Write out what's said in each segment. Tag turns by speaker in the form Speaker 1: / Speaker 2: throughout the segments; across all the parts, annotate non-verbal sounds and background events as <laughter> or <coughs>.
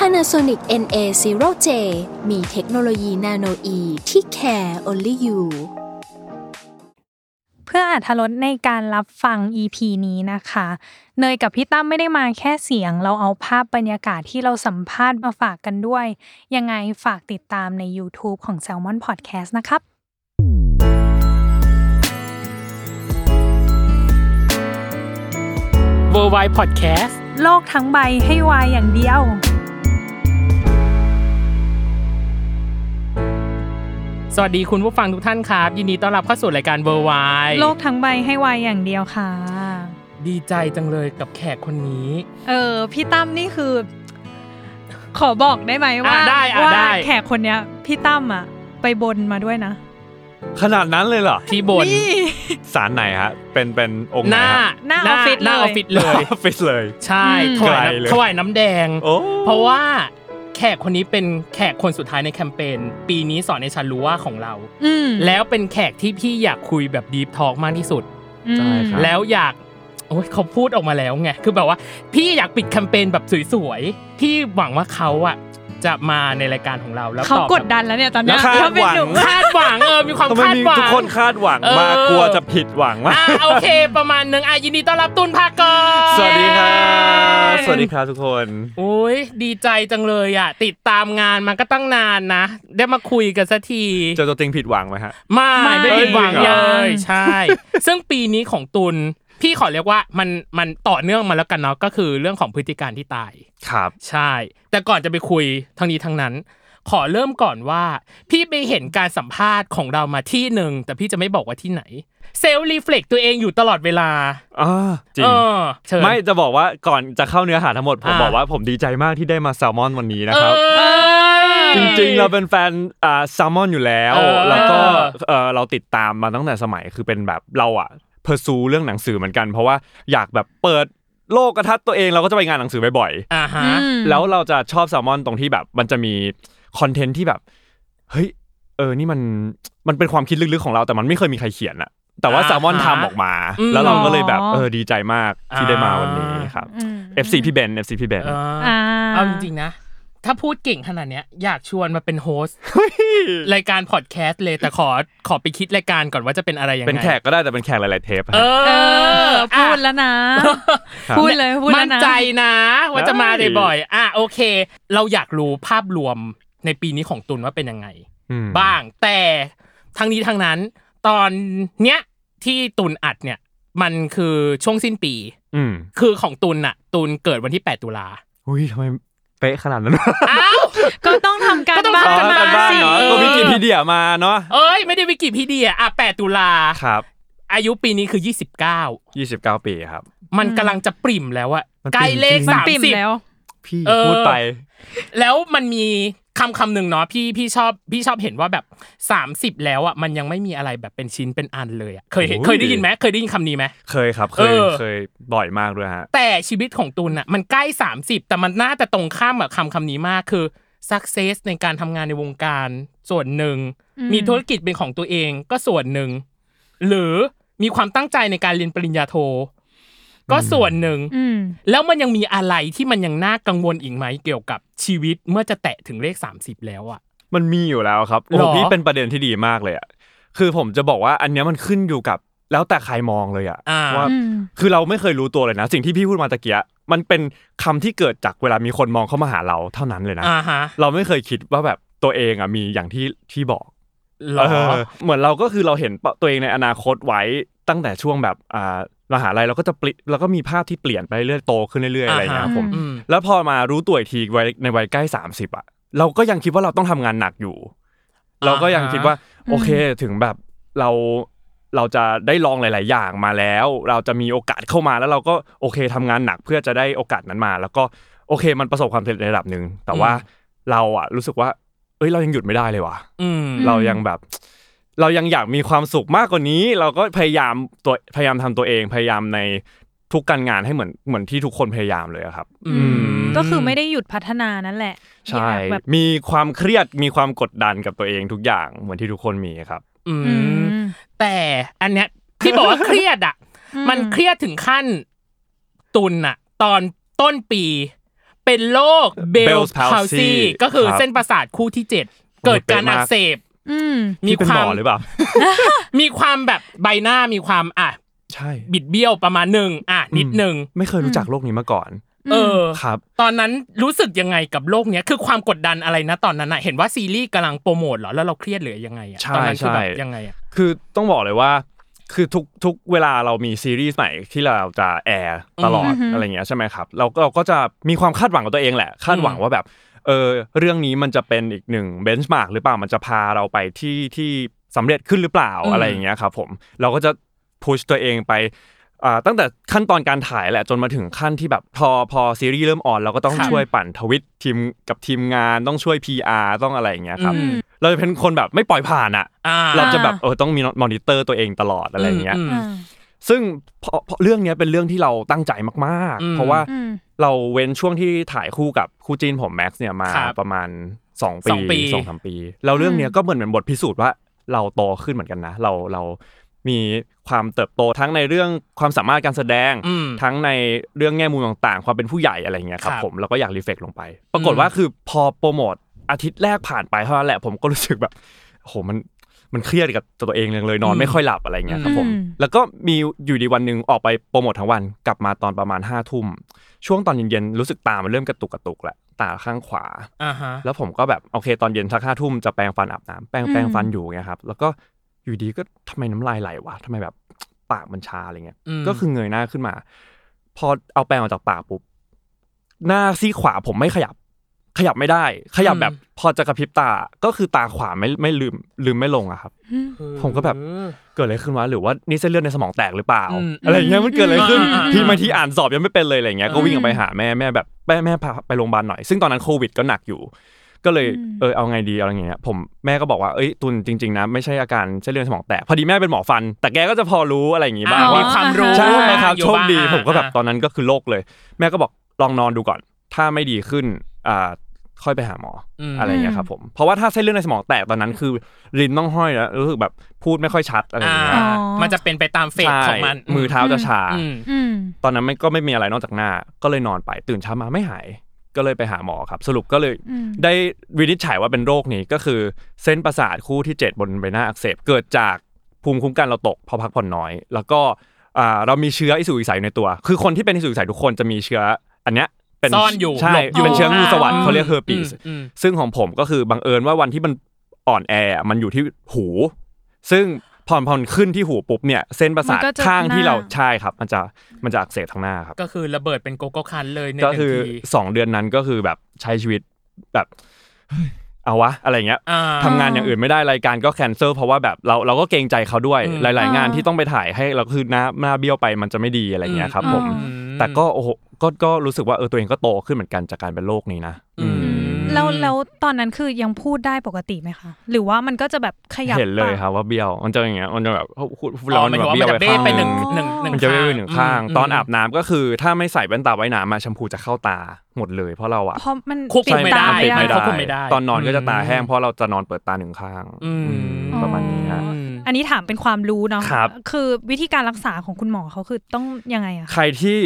Speaker 1: Panasonic NA0J มีเทคโนโลยีนาโนอีที่ care only you
Speaker 2: เพื่ออาธรสในการรับฟัง EP นี้นะคะ เนยกับพี่ตั้มไม่ได้มาแค่เสียง เราเอาภาพบรรยากาศที่เราสัมภาษณ์มาฝากกันด้วย ยังไงฝากติดตามใน YouTube ของ Salmon Podcast นะครับ
Speaker 3: เวอร์ไวพอดแคสต์
Speaker 2: โลกทั้งใบให้วายอย่างเดียว
Speaker 3: สวัสดีคุณผู้ฟังทุกท่านครับ ยินดีต้อนรับเข้าสู่รายการเวอร์ไว
Speaker 2: โลกทั้งใบให้วายอย่างเดียวค่ะ
Speaker 3: ดีใจจังเลยกับแขกคนนี้
Speaker 2: เออพี่ตั้มนี่คือ ขอบอกได้ไหมว่า
Speaker 3: อ่ะได้อ่ะ
Speaker 2: ว่า
Speaker 3: ได้
Speaker 2: แขกคนเนี้ย พี่ตั้มอ่ะ ไปบนมาด้วยนะ
Speaker 4: ขนาดนั้นเลยเหรอ
Speaker 3: ที่บน
Speaker 2: นี่
Speaker 4: สารไหนฮะ เป็นเป็นองค์
Speaker 3: ห
Speaker 4: ไหน
Speaker 3: น้า
Speaker 4: ฮะ
Speaker 2: หน้าออฟฟิศ
Speaker 3: หน้าอ
Speaker 2: เลย
Speaker 3: อฟฟิศเลย
Speaker 4: <laughs> ฟิตเลย
Speaker 3: ใช่
Speaker 2: อืม
Speaker 3: ถวาย
Speaker 4: ไกลเลย
Speaker 3: น้ำถวายน้ำแดง
Speaker 4: โอ้
Speaker 3: เพราะว่าแขกคนนี้เป็นแขกคนสุดท้ายในแคมเปญปีนี้สอนในชันรู้ว่าของเรา
Speaker 2: อืม
Speaker 3: แล้วเป็นแขกที่พี่อยากคุยแบบดีฟทอ l k มากที่สุด
Speaker 2: อืม
Speaker 4: ใช่ครับ
Speaker 3: แล้วอยากโอ้ยเขาพูดออกมาแล้วไง คือแบบว่า พี่อยากปิดแคมเปญแบบสวยๆ พี่หวังว่าเขาอ่ะจะมาในรายการของเราแล้ว
Speaker 2: เขา
Speaker 3: ตอบ
Speaker 2: กดดันแล้วเนี่ยตอนเนี้ย
Speaker 4: แล้วคาด
Speaker 2: ถ้าเป็น
Speaker 4: หวัง
Speaker 2: หนู
Speaker 3: คาดหวังเออ มีความ
Speaker 4: ทำไม
Speaker 3: คาด
Speaker 4: มี
Speaker 3: หวัง
Speaker 4: ทุกคนคาดหวังมาก
Speaker 3: เออ
Speaker 4: กลัวจะผิดหวังมาก
Speaker 3: อ่าโอเค ประมาณหนึงอ่ะยินดีต้อนรับตุนภาคกร
Speaker 4: สวัสดีครับสวัสดีครับทุกคน
Speaker 3: โอ้ยดีใจจังเลยอ่ะ ติดตามงานมาก็ตั้งนานนะ ได้มาคุยกันสักที
Speaker 4: เจอตัวจริงผิดหวังไหมฮะ
Speaker 3: ไม่
Speaker 2: ไม่
Speaker 3: ไม่ผิดหวัง
Speaker 2: เอ้ย
Speaker 3: เล
Speaker 2: เหรอ
Speaker 3: ยใช่ ซึ่งปีนี้ของตุลพี่ขอเรียกว่ามันมันต่อเนื่องมาแล้วกันเนาะก็คือเรื่องของพฤติการที่ตาย
Speaker 4: ครับ
Speaker 3: ใช่ แต่ก่อนจะไปคุยทั้งนี้ทั้งนั้น ขอเริ่มก่อนว่า พี่ไปเห็นการสัมภาษณ์ของเรามาที่หนึ่งแต่พี่จะไม่บอกว่าที่ไหน เซลล์รีเฟล็กตัวเองอยู่ตลอดเวลา
Speaker 4: อ่าจริ
Speaker 3: เอง อเชิญ
Speaker 4: ไม่จะบอกว่าก่อนจะเข้าเนื้อหาทั้งหมด ผม
Speaker 3: อ่า
Speaker 4: บอกว่าผมดีใจมากที่ได้มาแซลมอนวันนี้นะ
Speaker 3: เอ
Speaker 4: ครับ
Speaker 3: อ
Speaker 4: จริงๆ เราเป็นแฟนอ่าแซลมอนอยู่แล้ว
Speaker 3: เออ
Speaker 4: แล้วก็เออเราติดตามมาตั้งแต่สมัยคือเป็นแบบเราอะเพอร์ซูเรื่องหนังสือเหมือนกัน เพราะว่าอยากแบบเปิดโลกกระทัดตัวเองเราก็จะไปงานหนังสือบ่อย
Speaker 3: อ่าฮะ
Speaker 2: อืม
Speaker 4: ๆแล้วเราจะชอบแซลมอนตรงที่แบบมันจะมีคอนเทนต์ที่แบบเฮ้ยเออนี่มันมันเป็นความคิดลึกๆของเราแต่มันไม่เคยมีใครเขียนอะแต่ว่าแซลมอน
Speaker 3: อ่า
Speaker 4: ทำ
Speaker 3: ฮะ
Speaker 4: ออกมา
Speaker 3: อืม
Speaker 4: แล้วเราก็เลยแบบ
Speaker 2: อ๋อ
Speaker 4: เออดีใจมากที่ได้มาวันนี้
Speaker 3: อ่า
Speaker 4: ครับ
Speaker 2: อืม
Speaker 4: FC พี่เบน FC พี่เบน
Speaker 3: เออ
Speaker 2: อ่า
Speaker 3: เอาจริงๆนะ ถ้าพูดเก่งขนาดเนี้ยอยากชวนมาเป็นโฮสต์ <laughs> รายการพอดแคสต์เลยแต่ขอขอไปคิดรายการก่อนว่าจะเป็นอะไรยังไง
Speaker 4: เป็นแขกก็ได้แต่เป็นแขกหลาย ๆ เทปอะ
Speaker 3: เอ
Speaker 4: ฮะ
Speaker 2: เออ
Speaker 3: ออ่ะ
Speaker 2: พูดแล้วนะ
Speaker 4: ครับ
Speaker 2: พูดเลยพูดแล้ว
Speaker 3: มั่น
Speaker 2: นะ
Speaker 3: ใจนะว่าจะมา
Speaker 4: ได้
Speaker 3: บ่อยๆอ่ะโอเค เราอยากรู้ภาพรวมในปีนี้ของตุลว่าเป็นยังไง
Speaker 4: ม
Speaker 3: บ้างแต่ทั้งนี้ทั้งนั้น ตอนเนี้ยที่ตุลอัดเนี่ยมันคือช่วงสิ้นปี
Speaker 4: อืม
Speaker 3: คือของตุลน่ะตุลเกิดวันที่ 8 ตุ
Speaker 4: <laughs>
Speaker 3: ลา
Speaker 4: อุ้ยทำไมเป๊ะขนาดนั้นวะ
Speaker 3: อ้าว
Speaker 2: ก็ต้องทำการ
Speaker 3: ก็ต้อง
Speaker 2: บ้าน
Speaker 3: ทำ
Speaker 4: อ๋อ
Speaker 2: มา
Speaker 4: กันบ้าน
Speaker 2: สิ
Speaker 4: <laughs> เนาะ
Speaker 3: เออ
Speaker 4: ก็วิกิพีเดียมาเนาะ
Speaker 3: เอ้ยไม่ได้วิกิพีเดียอ่ะ 8 ตุลา
Speaker 4: ครับ
Speaker 3: อายุปีนี้คือ
Speaker 4: ยี่สิบเก้าปีครับ
Speaker 3: 29 มันกำลังจะปริ่มแล้วอะ
Speaker 4: มันปริ่ม
Speaker 3: ใกล้เลข
Speaker 4: จริง
Speaker 2: มัน
Speaker 3: สาม
Speaker 2: ปิ่ม
Speaker 3: สิบ
Speaker 2: แล้ว
Speaker 4: พี่
Speaker 3: เออ
Speaker 4: พูดไป
Speaker 3: แล้วมันมีคำคำหนึ่งเนาะพี่พี่ชอบพี่ชอบเห็นว่าแบบ 30 แล้วอ่ะมันยังไม่มีอะไรแบบเป็นชิ้นเป็นอันเลยอ่ะเคยเห็น
Speaker 4: โอ้ย
Speaker 3: เคยได้ยินไหมเคยได้ยินคำนี้ไหม
Speaker 4: เคยครับ เค
Speaker 3: เอย อ
Speaker 4: เคยบ่อยมากด้วยฮะ
Speaker 3: แต่ชีวิตของตุลอ่ะมันใกล้ 30 แต่มันน่าจะตรงข้ามกับคำคำนี้มากคือ success ในการทำงานในวงการส่วนหนึ่ง
Speaker 2: อืม
Speaker 3: มีธุรกิจเป็นของตัวเองก็ส่วนหนึ่ง หรือมีความตั้งใจในการเรียนปริญญาโท ก็ส่วนหนึ่ง
Speaker 2: อืม
Speaker 3: แล้วมันยังมีอะไรที่มันยังน่ากังวลอีกไหมเกี่ยวกับชีวิตเมื่อจะแตะถึงเลข 30 แล้วอ่ะ
Speaker 4: มันมีอยู่แล้วครับโอ้
Speaker 3: หร
Speaker 4: โห
Speaker 3: อ
Speaker 4: พี่เป็นประเด็นที่ดีมากเลยอะคือผมจะบอกว่าอันเนี้ยมันขึ้นอยู่กับแล้วแต่ใครมองเลยอะ
Speaker 3: อ่า
Speaker 4: ว่า
Speaker 2: อืม
Speaker 4: คือเราไม่เคยรู้ตัวเลยนะ สิ่งที่พี่พูดมาตะเกียะมันเป็นคำที่เกิดจากเวลามีคนมองเข้ามาหาเราเท่านั้นเลยนะ
Speaker 3: อ่าฮะ
Speaker 4: เราไม่เคยคิดว่าแบบตัวเองอะมีอย่างที่ที่บอก
Speaker 3: หรอ
Speaker 4: เออเหมือนเราก็คือเราเห็นตัวเองในอนาคตไว้ตั้งแต่ช่วงแบบอ่ามหาลัยเราก็จะเปลี่ยนเราก็มีภาพที่เปลี่ยนไปเรื่อยโตขึ้นเรื่อยๆอะไรอย่างเงี้ยครับผม
Speaker 3: อืม
Speaker 4: แล้วพอมารู้ตัวอีกทีวัยในวัยใกล้ 30อ่ะเราก็ยังคิดว่าเราต้องทำงานหนักอยู่ เราก็ยังคิดว่า
Speaker 2: อืม
Speaker 4: โอเคถึงแบบเราเราจะได้ลองหลาย ๆ อย่างมาแล้ว เราจะมีโอกาสเข้ามาแล้วเราก็โอเคทำงานหนักเพื่อจะได้โอกาสนั้นมา แล้วก็โอเคมันประสบความสำเร็จในระดับหนึ่งแต่ว่า
Speaker 3: อืม
Speaker 4: เราอ่ะรู้สึกว่า เอ้ยเรายังหยุดไม่ได้เลยว่ะ
Speaker 3: อืม
Speaker 2: อืม
Speaker 4: เรายังแบบ เรายังอยากมีความสุขมากกว่านี้ เราก็พยายามตัวพยายามทำตัวเองพยายามในทุกการงานให้เหมือนเหมือนที่ทุกคนพยายามเลยอะครับ
Speaker 3: อื ม
Speaker 2: ก็คือไม่ได้หยุดพัฒนานั่นแหละ
Speaker 4: ใช่
Speaker 2: อยากแบบ
Speaker 4: มีความเครียดมีความกดดันกับตัวเองทุกอย่างเหมือนที่ทุกคนมีครับ
Speaker 3: อื
Speaker 2: อื
Speaker 3: ม
Speaker 2: ม
Speaker 3: แต่อันเนี้ยที่บอกว่าเครียดอ่ะ
Speaker 2: อืม
Speaker 3: มันเครียดถึงขั้นตุนอ่ะ ตอนต้นปี เป็นโรคเบล
Speaker 4: Bell's
Speaker 3: ส์พาว
Speaker 4: palsy
Speaker 3: ซีก็คือ
Speaker 4: ครับ
Speaker 3: เส้นประสาทคู่ที่เจ็ดเกิดการอักเสบ
Speaker 2: อืม
Speaker 3: มี
Speaker 4: ที่เป็น
Speaker 3: ค
Speaker 4: หม
Speaker 3: วาม
Speaker 4: อหรือเปล่า
Speaker 3: มีความแบบใบหน้ามีความอ่ะ
Speaker 4: ใช่
Speaker 3: บิดเบี้ยวประมาณหนึ่งอ่ะ นิดหนึ่ง
Speaker 4: ไม่เคยรู้จักโลกนี้มาก่อน
Speaker 3: เออ
Speaker 4: ครับ
Speaker 3: ตอนนั้นรู้สึกยังไงกับโลกเนี้ยคือความกดดันอะไรนะตอนนั้นอ่ะเห็นว่าซีรีส์กำลังโปรโมทเหรอแล้วเราเครียดหรือยังไงอ่ะ
Speaker 4: ใช่
Speaker 3: ตอนนั้นคือแบบ
Speaker 4: ใช่
Speaker 3: ยังไงอ่ะ
Speaker 4: คือต้องบอกเลยว่า คือทุกทุกเวลาเรามีซีรีส์ใหม่ที่เราจะแอร์ตลอด
Speaker 2: อือฮึ
Speaker 4: อะไรเงี้ยใช่ไหมครับเราก็เราก็จะมีความคาดหวังกับตัวเองแหละ คาดหวัง
Speaker 3: อืม
Speaker 4: ว่าแบบเออเรื่องนี้มันจะเป็นอีกหนึ่งเบนช์มาร์กหรือเปล่ามันจะพาเราไปที่ที่สำเร็จขึ้นหรือเปล่าอะไรอย่างเงี้ยครับผมเราก็จะพุชตัวเองไปอ่าตั้งแต่ขั้นตอนการถ่ายแหละจนมาถึงขั้นที่แบบพอพอซีรีส์เริ่มออนเราก็ต้อง
Speaker 2: ค่ะ
Speaker 4: ช่วยปั่นทวิตทีมกับทีมงานต้องช่วย PR ต้องอะไรอย่างเงี้ยครับ
Speaker 3: อืม
Speaker 4: เราจะเป็นคนแบบไม่ปล่อยผ่านอะ
Speaker 3: อ่า
Speaker 4: เราจะแบบเออต้องมีมอนิเตอร์ตัวเองตลอดอะไรอย่างเงี้ย
Speaker 3: มม
Speaker 2: อ่า
Speaker 4: ซึ่งเพราะเพราะเรื่องเนี้ยเป็นเรื่องที่เราตั้งใจมาก
Speaker 3: อืม
Speaker 4: ๆ เพราะว่า
Speaker 2: อืม
Speaker 4: เราเว้นช่วงที่ถ่ายคู่กับคู่จีนผมแม็กซ์เนี่ยมา
Speaker 3: ครับ
Speaker 4: ประมาณ2ปี
Speaker 3: สองปี
Speaker 4: สองสามปี แล้วเรื่องเนี้ยก็เหมือนเป็นบทพิสูจน์ว่าเราโตขึ้นเหมือนกันนะ เราเรามีความเติบโตทั้งในเรื่องความสามารถการแสดง
Speaker 3: อืม
Speaker 4: ทั้งในเรื่องแง่มุมต่างๆ ความเป็นผู้ใหญ่อะไรเงี้ยครับ
Speaker 3: ครับ
Speaker 4: ผมแล้วก็อยากรีเฟกลงไป ปรากฏว่าคือพอโปรโมทอาทิตย์แรกผ่านไปเท่านั้นแหละผมก็รู้สึกแบบโหมันมันเครียดกับตัวเองจังเลยนอน
Speaker 3: อืม
Speaker 4: ไม่ค่อยหลับอะไรเงี้ยครับผม
Speaker 2: อืม
Speaker 4: แล้วก็มีอยู่ดีวันหนึ่งออกไปโปรโมททั้งวันกลับมาตอนประมาณ5้าทุ่มช่วงตอนเย็นๆรู้สึกตามันเริ่มกระตุกกระตุกแหละตาข้างขวา
Speaker 3: ่าฮะ
Speaker 4: แล้วผมก็แบบโอเค ตอนเย็นสักห้าทุ่มจะแปรงฟันอาบน้ำแปรง
Speaker 2: อืม
Speaker 4: แปรงฟันอยู่ไงครับ แล้วก็อยู่ดีก็ทำไมน้ำลายไหลวะทำไมแบบปากมันชาอะไรเงี้ย
Speaker 3: อืม
Speaker 4: ก็คือเงยหน้าขึ้นมา พอเอาแปรงออกจากปากปุ๊บหน้าซี่ขวาผมไม่ขยับ ขยับไม่ได้ ขยับแบบ พอจะกระพริบตาก็คือตาขวาไม่ไม่ลืมลืมไม่ลงอะครับ
Speaker 2: อืม
Speaker 4: ผมก็แบบ
Speaker 3: เออ
Speaker 4: เกิดอะไรขึ้นวะหรือว่านี่เส้นเลือดในสมองแตกหรือเปล่า
Speaker 3: อืม
Speaker 4: อะไรเงี้ยมันเกิดอะไรขึ้น
Speaker 3: อืมอืมอืม
Speaker 4: พี่มาที่อ่านสอบยังไม่เป็นเลยอะไรเงี้ยก็
Speaker 3: อืม
Speaker 4: วิ่งออกไปหาแม่แม่แบบแม่แม่พาไปโรงพยาบาลหน่อย ซึ่งตอนนั้นโควิดก็หนักอยู่ ก็เลย
Speaker 2: อืม
Speaker 4: เออเอาไงดีอะไรเงี้ยผมแม่ก็บอกว่าเอ้ยตุนจริงๆนะไม่ใช่อาการเส้นเลือดในสมองแตกพอดีแม่เป็นหมอฟัน แต่แกก็จะพอรู้อะไรอย่างงี้บ้าง
Speaker 3: อ่
Speaker 4: ว่า
Speaker 3: มีความรู้
Speaker 4: ใช่ครับ
Speaker 3: อยู่
Speaker 4: โชคดี
Speaker 3: าง
Speaker 4: ผมก็แบบต
Speaker 3: อ่ะ
Speaker 4: อนนั้นก็คือโลกเลย แม่ก็บอกลองนอนดูก่อน ถ้าไม่ดีขึ้นอ่าค่อยไปหาหมออ
Speaker 3: ม
Speaker 4: อะไรอย่างเงี้ยครับผมเพราะว่าถ้าเส้นเลือดในสมองแตกตอนนั้นคือลิ้นต้องห้อยแล้วรู้สึกแบบพูดไม่ค่อยชัดอะไรอย่างเงี้ย
Speaker 3: อ่า
Speaker 2: อ๋อ
Speaker 3: มันจะเป็นไปตามเฟสของมัน
Speaker 4: ใช่มือเท้าจะชา
Speaker 3: อืม
Speaker 2: อืม
Speaker 4: ตอนนั้นไม่ก็ไม่มีอะไรนอกจากหน้า ก็เลยนอนไปตื่นเช้ามาไม่หาย ก็เลยไปหาหมอครับ สรุปก็เลย
Speaker 2: อืม
Speaker 4: ได้วินิจฉัยว่าเป็นโรคนี้ก็คือเส้นประสาทคู่ที่ 7 บนใบหน้าอักเสบเกิดจากภูมิคุ้มกันเราตกเพราะพักผ่อนน้อย แล้วก็อ่าเรามีเชื้ออิสุกอิสัยในตัว คือคนที่เป็นอิสุกอิสัยทุกคนจะมีเชื้ออันเนี้ยเป็น
Speaker 3: ซ่อนอยู่
Speaker 4: ใช่
Speaker 3: หลบอยู่
Speaker 4: เป็นเชื้องูสวัสด์
Speaker 3: อ่า
Speaker 4: เขาเรียกเฮอร์ปีส
Speaker 3: อืมอืม
Speaker 4: ซึ่งของผมก็คือบังเอิญว่าวันที่มันอ่อนแอมันอยู่ที่หู ซึ่งพอพอนขึ้นที่หูปุ๊บเนี่ยเส้นประสาท
Speaker 2: มันก็จะ
Speaker 4: ข้างที่เรา
Speaker 2: หน้า
Speaker 4: ใช่ครับ มันจะมันจะอักเสบทางหน้าครับ
Speaker 3: ก็คือระเบิดเป็นโกโก้คันเลยในห
Speaker 4: ก็
Speaker 3: นึ่
Speaker 4: คื
Speaker 3: ง
Speaker 4: อ
Speaker 3: ที
Speaker 4: สองเดือนนั้นก็คือแบบใช้ชีวิตแบบ <sighs> เอาวะ อะไรเงี้ย
Speaker 3: อ่า
Speaker 4: ทำงานอย่างอื่นไม่ได้รายการก็แคนเซิลเพราะว่าแบบเราเราก็เกรงใจเขาด้วย
Speaker 3: อืม
Speaker 4: หลาย ๆ งาน
Speaker 2: อ่า
Speaker 4: ที่ต้องไปถ่ายให้เราคือหน้าหน้าเบี้ยวไปมันจะไม่ดีอะไรเงี้ยครับ ผม
Speaker 3: อืม
Speaker 4: แต่ก็โอ้โหก็ก็รู้สึกว่าเออตัวเองก็โตขึ้นเหมือนกันจากการเป็นโรคนี้นะอืม
Speaker 2: แล้วแล้วตอนนั้นคือยังพูดได้ปกติไหมคะ หรือว่ามันก็จะแบบขยับ
Speaker 4: เห็นเลย
Speaker 2: ปาก
Speaker 4: ครับว่าเบี้ยว มันจะอย่างเงี้ยมันจะแบบพูดพูด
Speaker 3: อ๋
Speaker 4: เรา
Speaker 3: อห
Speaker 4: มั
Speaker 3: มาย
Speaker 4: นแบ
Speaker 3: ถึ
Speaker 4: บ
Speaker 3: ง
Speaker 4: เบี้
Speaker 3: ว่ามัน
Speaker 4: ยว
Speaker 3: จะ
Speaker 4: ไป
Speaker 3: เบ้
Speaker 4: ข้าง
Speaker 3: ไปหนึ่งหนึ่งหนึ่ง
Speaker 4: มันจะเบี้ยวไปหนึ่งข้าง ตอนอาบน้ำก็คือ ถ้าไม่ใส่แว่นตาไว้หนามาแชมพูจะเข้าตาหมดเลยเพราะเราอะ
Speaker 2: เพราะมัน
Speaker 3: ควบคุ
Speaker 2: ปิ
Speaker 3: มไม่
Speaker 2: ตา
Speaker 3: ได้
Speaker 4: ปิดไม่
Speaker 3: ควบคุมไม่ได้
Speaker 4: ได้ ตอนนอนก็จะตาแห้ง
Speaker 3: อืม
Speaker 4: เพราะเราจะนอนเปิดตาหนึ่งข้าง
Speaker 3: อืม
Speaker 4: อืมประมาณนี้ฮะ
Speaker 2: อ๋ออันนี้ถามเป็นความรู้เนาะ
Speaker 4: ครับ
Speaker 2: คือวิธีการรักษาของคุณหมอเขาคือต้องยังไงอะ
Speaker 4: ใครที่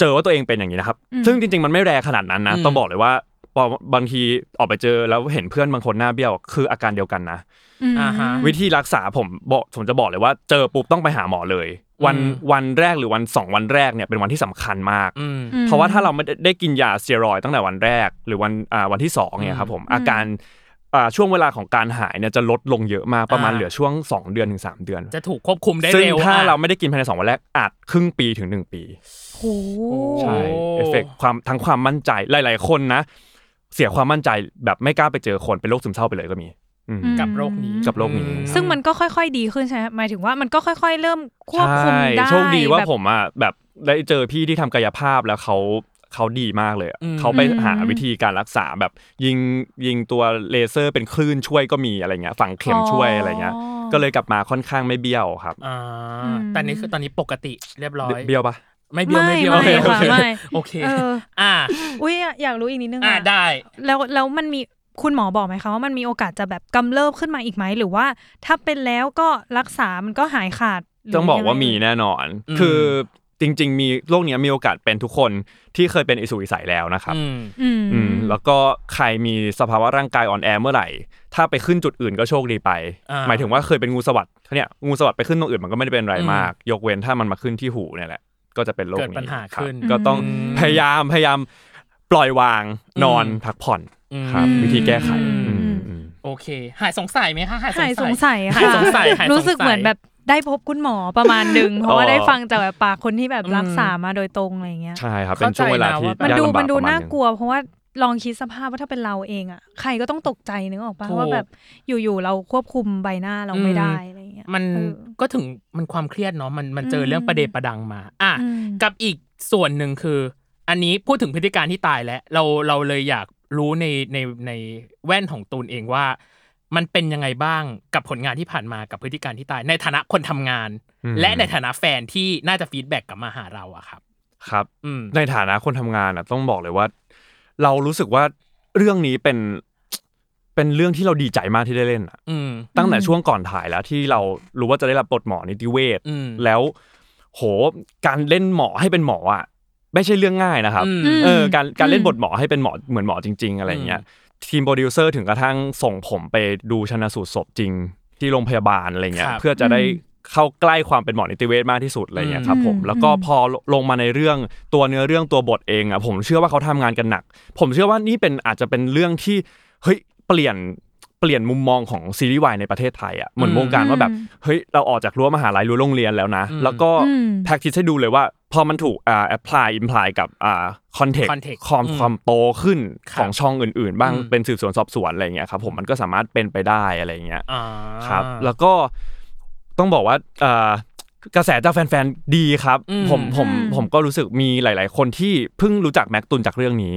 Speaker 4: เจอว่าตัวเองเป็นอย่างนี้นะครับ
Speaker 2: อืม
Speaker 4: ซึ่งจริง ๆ มันไม่แรงขนาดนั้นนะ
Speaker 3: อืม
Speaker 4: ต้องบอกเลยว่าพอบางทีออกไปเจอแล้วเห็นเพื่อนบางคนหน้าเบี้ยวคืออาการเดียวกันนะ
Speaker 2: อืม
Speaker 3: อ่าฮะ
Speaker 4: วิธีรักษาผมบอกผมจะบอกเลยว่าเจอปุ๊บต้องไปหาหมอเลย วัน
Speaker 3: อืม
Speaker 4: วันแรกหรือวันสองวันแรกเนี่ยเป็นวันที่สำคัญมาก
Speaker 3: อืม
Speaker 4: เพราะว่าถ้าเราไม่ได้ได้กินยาสเตียรอยด์ตั้งแต่วันแรก หรือวันอ่าวันที่สองเนี่
Speaker 3: อืม
Speaker 4: ยครับผมอาการอ่าช่วงเวลาของการหายเนี่ยจะลดลงเยอะมากประมาณ
Speaker 3: อ่า
Speaker 4: เหลือช่วง 2 เดือนถึง 3 เดือน
Speaker 3: จะถูกควบคุมได้
Speaker 4: ซึ่ง
Speaker 3: เร็ว
Speaker 4: ถ้า
Speaker 3: อ่ะ
Speaker 4: เราไม่ได้กินภายใน 2 วันแรกอาจครึ่งปีถึง 1 ปี
Speaker 2: โห
Speaker 3: ใช่
Speaker 4: ใช่เอฟเฟกความทั้งความมั่นใจหลาย ๆ คนนะ เสียความมั่นใจแบบไม่กล้าไปเจอคนเป็นโรคซึมเศร้าไปเลยก็มีอืม
Speaker 2: อืม
Speaker 3: กับโรคนี้
Speaker 4: กับโรคนี้
Speaker 3: อืม
Speaker 2: ซึ่งมันก็ค่อยๆดีขึ้นใช่ไหมหมายถึงว่ามันก็ค่อยๆ เริ่มควบคุมได้
Speaker 4: ใช่โชคดีว่า
Speaker 2: แบบ
Speaker 4: ผมอ่ะแบบได้เจอพี่ที่ทำกายภาพแล้วเขา เขาดีมากเลยอะ
Speaker 3: อืม
Speaker 4: เขาไปหา
Speaker 2: อืม
Speaker 4: วิธีการรักษาแบบยิงยิงตัวเลเซอร์เป็นคลื่นช่วยก็มีอะไรเงี้ยฝังเข็มช่วยอะไรเงี้ย ก็เลยกลับมาค่อนข้างไม่เบี้ยวครับ
Speaker 3: อ่า
Speaker 2: อืม
Speaker 3: แต่นี่คือตอนนี้ปกติเรียบร้อย
Speaker 4: เบี้ยวปะ
Speaker 3: ไม่เบี้ยวไม่เบี้ยว
Speaker 2: ไม่
Speaker 3: โอ
Speaker 2: ค่ะ
Speaker 3: เค
Speaker 2: ไม่
Speaker 3: โอเค
Speaker 2: เออ
Speaker 3: อ่า
Speaker 2: อุ้ยอะอยากรู้อีกนิดนึง
Speaker 3: อ่า
Speaker 2: อะ
Speaker 3: ได้
Speaker 2: แล้วแล้วมันมีคุณหมอบอกไหมคะว่ามันมีโอกาสจะแบบกำเริบขึ้นมาอีกไหมหรือว่า ถ้าเป็นแล้วก็รักษามันก็หายขาดหรื
Speaker 4: ต้องบอกว่ามี
Speaker 2: ยังไง
Speaker 4: แน่นอน
Speaker 3: อืม
Speaker 4: คือจริง ๆ มีโรคเนี้ยมีโอกาสเป็นทุกคนที่เคยเป็นอิสุอิสัยแล้วนะครับ
Speaker 3: อืม
Speaker 2: อืม
Speaker 4: อืม แล้วก็ใครมีสภาวะร่างกายอ่อนแอเมื่อไหร่ ถ้าไปขึ้นจุดอื่นก็โชคดีไป
Speaker 3: อ่า
Speaker 4: หมายถึงว่าเคยเป็นงูสวัสด์เนี่ย งูสวัสด์ไปขึ้นตรงอื่นมันก็ไม่ได้เป็นอะไร
Speaker 3: อืม
Speaker 4: มาก ยกเว้นถ้ามันมาขึ้นที่หูเนี่ยแหละ ก็จะเป็นโรคนี้
Speaker 3: เกิดปัญหา
Speaker 4: ครับ
Speaker 3: ขึ้น
Speaker 4: ก็ต้อง
Speaker 3: อืม
Speaker 4: พยายามพยายามปล่อยวางนอนพักผ่อน
Speaker 3: อืม
Speaker 4: ครับ วิธีแก้ไข
Speaker 2: อืม
Speaker 4: อืมอืม
Speaker 3: โอเค หายสงสัยไหมคะหายสงสั
Speaker 2: หาย ยสงสัยค่ะ
Speaker 3: หายสงสัยหายสงสัย
Speaker 2: รู้สึกเหมือนแบบได้พบคุณหมอประมาณหนึ่งเพราะว่าได้ฟังจากแบบปากคนที่แบบรักษามาโดยตรงอะไรอย่างเงี้ย
Speaker 4: ใช่ครับ เป็นช่วงเวลาที่
Speaker 2: มัน
Speaker 4: ยาก
Speaker 2: ดู
Speaker 4: ลำบา
Speaker 2: มั
Speaker 4: ก
Speaker 2: นดู
Speaker 4: ประมาณ
Speaker 2: น่า
Speaker 4: หนึ่ง
Speaker 2: กลัว เพราะว่าลองคิดสภาพว่าถ้าเป็นเราเองอ่ะใครก็ต้องตกใจนึกออกปะ
Speaker 3: ถูก
Speaker 2: ว่าแบบอยู่ๆเราควบคุมใบหน้าเรา
Speaker 3: อื
Speaker 2: ไม่
Speaker 3: ม
Speaker 2: ได้อะไรอย่างเงี้ย
Speaker 3: มัน
Speaker 2: เออ
Speaker 3: ก็ถึงมันความเครียดเนาะมันมันเจออ
Speaker 2: ม
Speaker 3: เรื่องประเดประดังมา อ่ะ
Speaker 2: อืม
Speaker 3: กับอีกส่วนหนึ่งคือ อันนี้พูดถึงพฤติการที่ตายแล้วเราเราเลยอยากรู้ในในในแว่นของตูนเองว่า มันเป็นยังไงบ้างกับผลงานที่ผ่านมากับพฤติการที่ตาย ในฐานะคนทำงาน
Speaker 4: อืม
Speaker 3: และในฐานะแฟนที่น่าจะฟีดแบ็กกลับมาหาเราอะครับ
Speaker 4: ครับ
Speaker 3: อืม
Speaker 4: ในฐานะคนทำงานอ่ะต้องบอกเลยว่า เรารู้สึกว่าเรื่องนี้เป็น เป็นเรื่องที่เราดีใจมากที่ได้เล่นอะ
Speaker 3: อืม
Speaker 4: ตั้งแต่
Speaker 2: อืม
Speaker 4: ช่วงก่อนถ่ายแล้วที่เรารู้ว่าจะได้รับบทหมอนิติเวช
Speaker 3: อืม
Speaker 4: แล้ว โหการเล่นหมอให้เป็นหมออ่ะไม่ใช่เรื่องง่ายนะครับ
Speaker 3: อืม
Speaker 2: ม
Speaker 4: เออการการเล่น
Speaker 2: อืม
Speaker 4: บทหมอให้เป็นหมอเหมือนหมอจริง ๆ อะไรอย่างเงี้ยทีมโปรดิวเซอร์ถึงกระทั่งส่งผมไปดูชนะสูตรศพจริง ที่โรงพยาบาลอะไรเงี้ย
Speaker 3: ครับ
Speaker 4: เพื่อจะได้เข้าใกล้ความเป็นหมอนิติเวชมากที่สุดอะไรเงี้ยครับผม
Speaker 2: อืม
Speaker 4: แล้วก็
Speaker 2: อืม
Speaker 4: พอลงมาในเรื่องตัวเนื้อเรื่องตัวบทเองอ่ะผมเชื่อว่าเขาทำงานกันหนัก ผมเชื่อว่านี่เป็นอาจจะเป็นเรื่องที่เฮ้ยเปลี่ยนเปลี่ยนมุมมองของซีรีส์วายในประเทศไทยอ่ะเหมือน
Speaker 3: อืม
Speaker 4: วงการว่าแบบเฮ้ยเราออกจากรั้วมหาลัยรั้วโรงเรียนแล้วนะ
Speaker 3: อืม
Speaker 4: แล้วก็ ก็
Speaker 2: อืม
Speaker 4: แพ็กทิสให้ดูเลยว่าพอมันถูกอ่าแอพพลายอิมพลายกับอ่าคอนเทก
Speaker 3: context
Speaker 4: ความ
Speaker 3: อืม
Speaker 4: ความโตขึ้น
Speaker 3: ครั
Speaker 4: ข
Speaker 3: บ
Speaker 4: องช่องอื่น ๆ บ้าง
Speaker 3: อืม
Speaker 4: เป็นสืบสวนสอบสวนอะไรอย่างเงี้ยครับผมมันก็สามารถเป็นไปได้อะไรอย่างเงี้ย
Speaker 3: อ่า
Speaker 4: ครับ แล้วก็ต้องบอกว่าอ่ากระแสจากแฟนๆดีครับ
Speaker 3: อืม
Speaker 4: ผมผม
Speaker 2: อืม
Speaker 4: ผมก็รู้สึกมีหลาย ๆ คนที่เพิ่งรู้จักแม็กตุนจากเรื่องนี้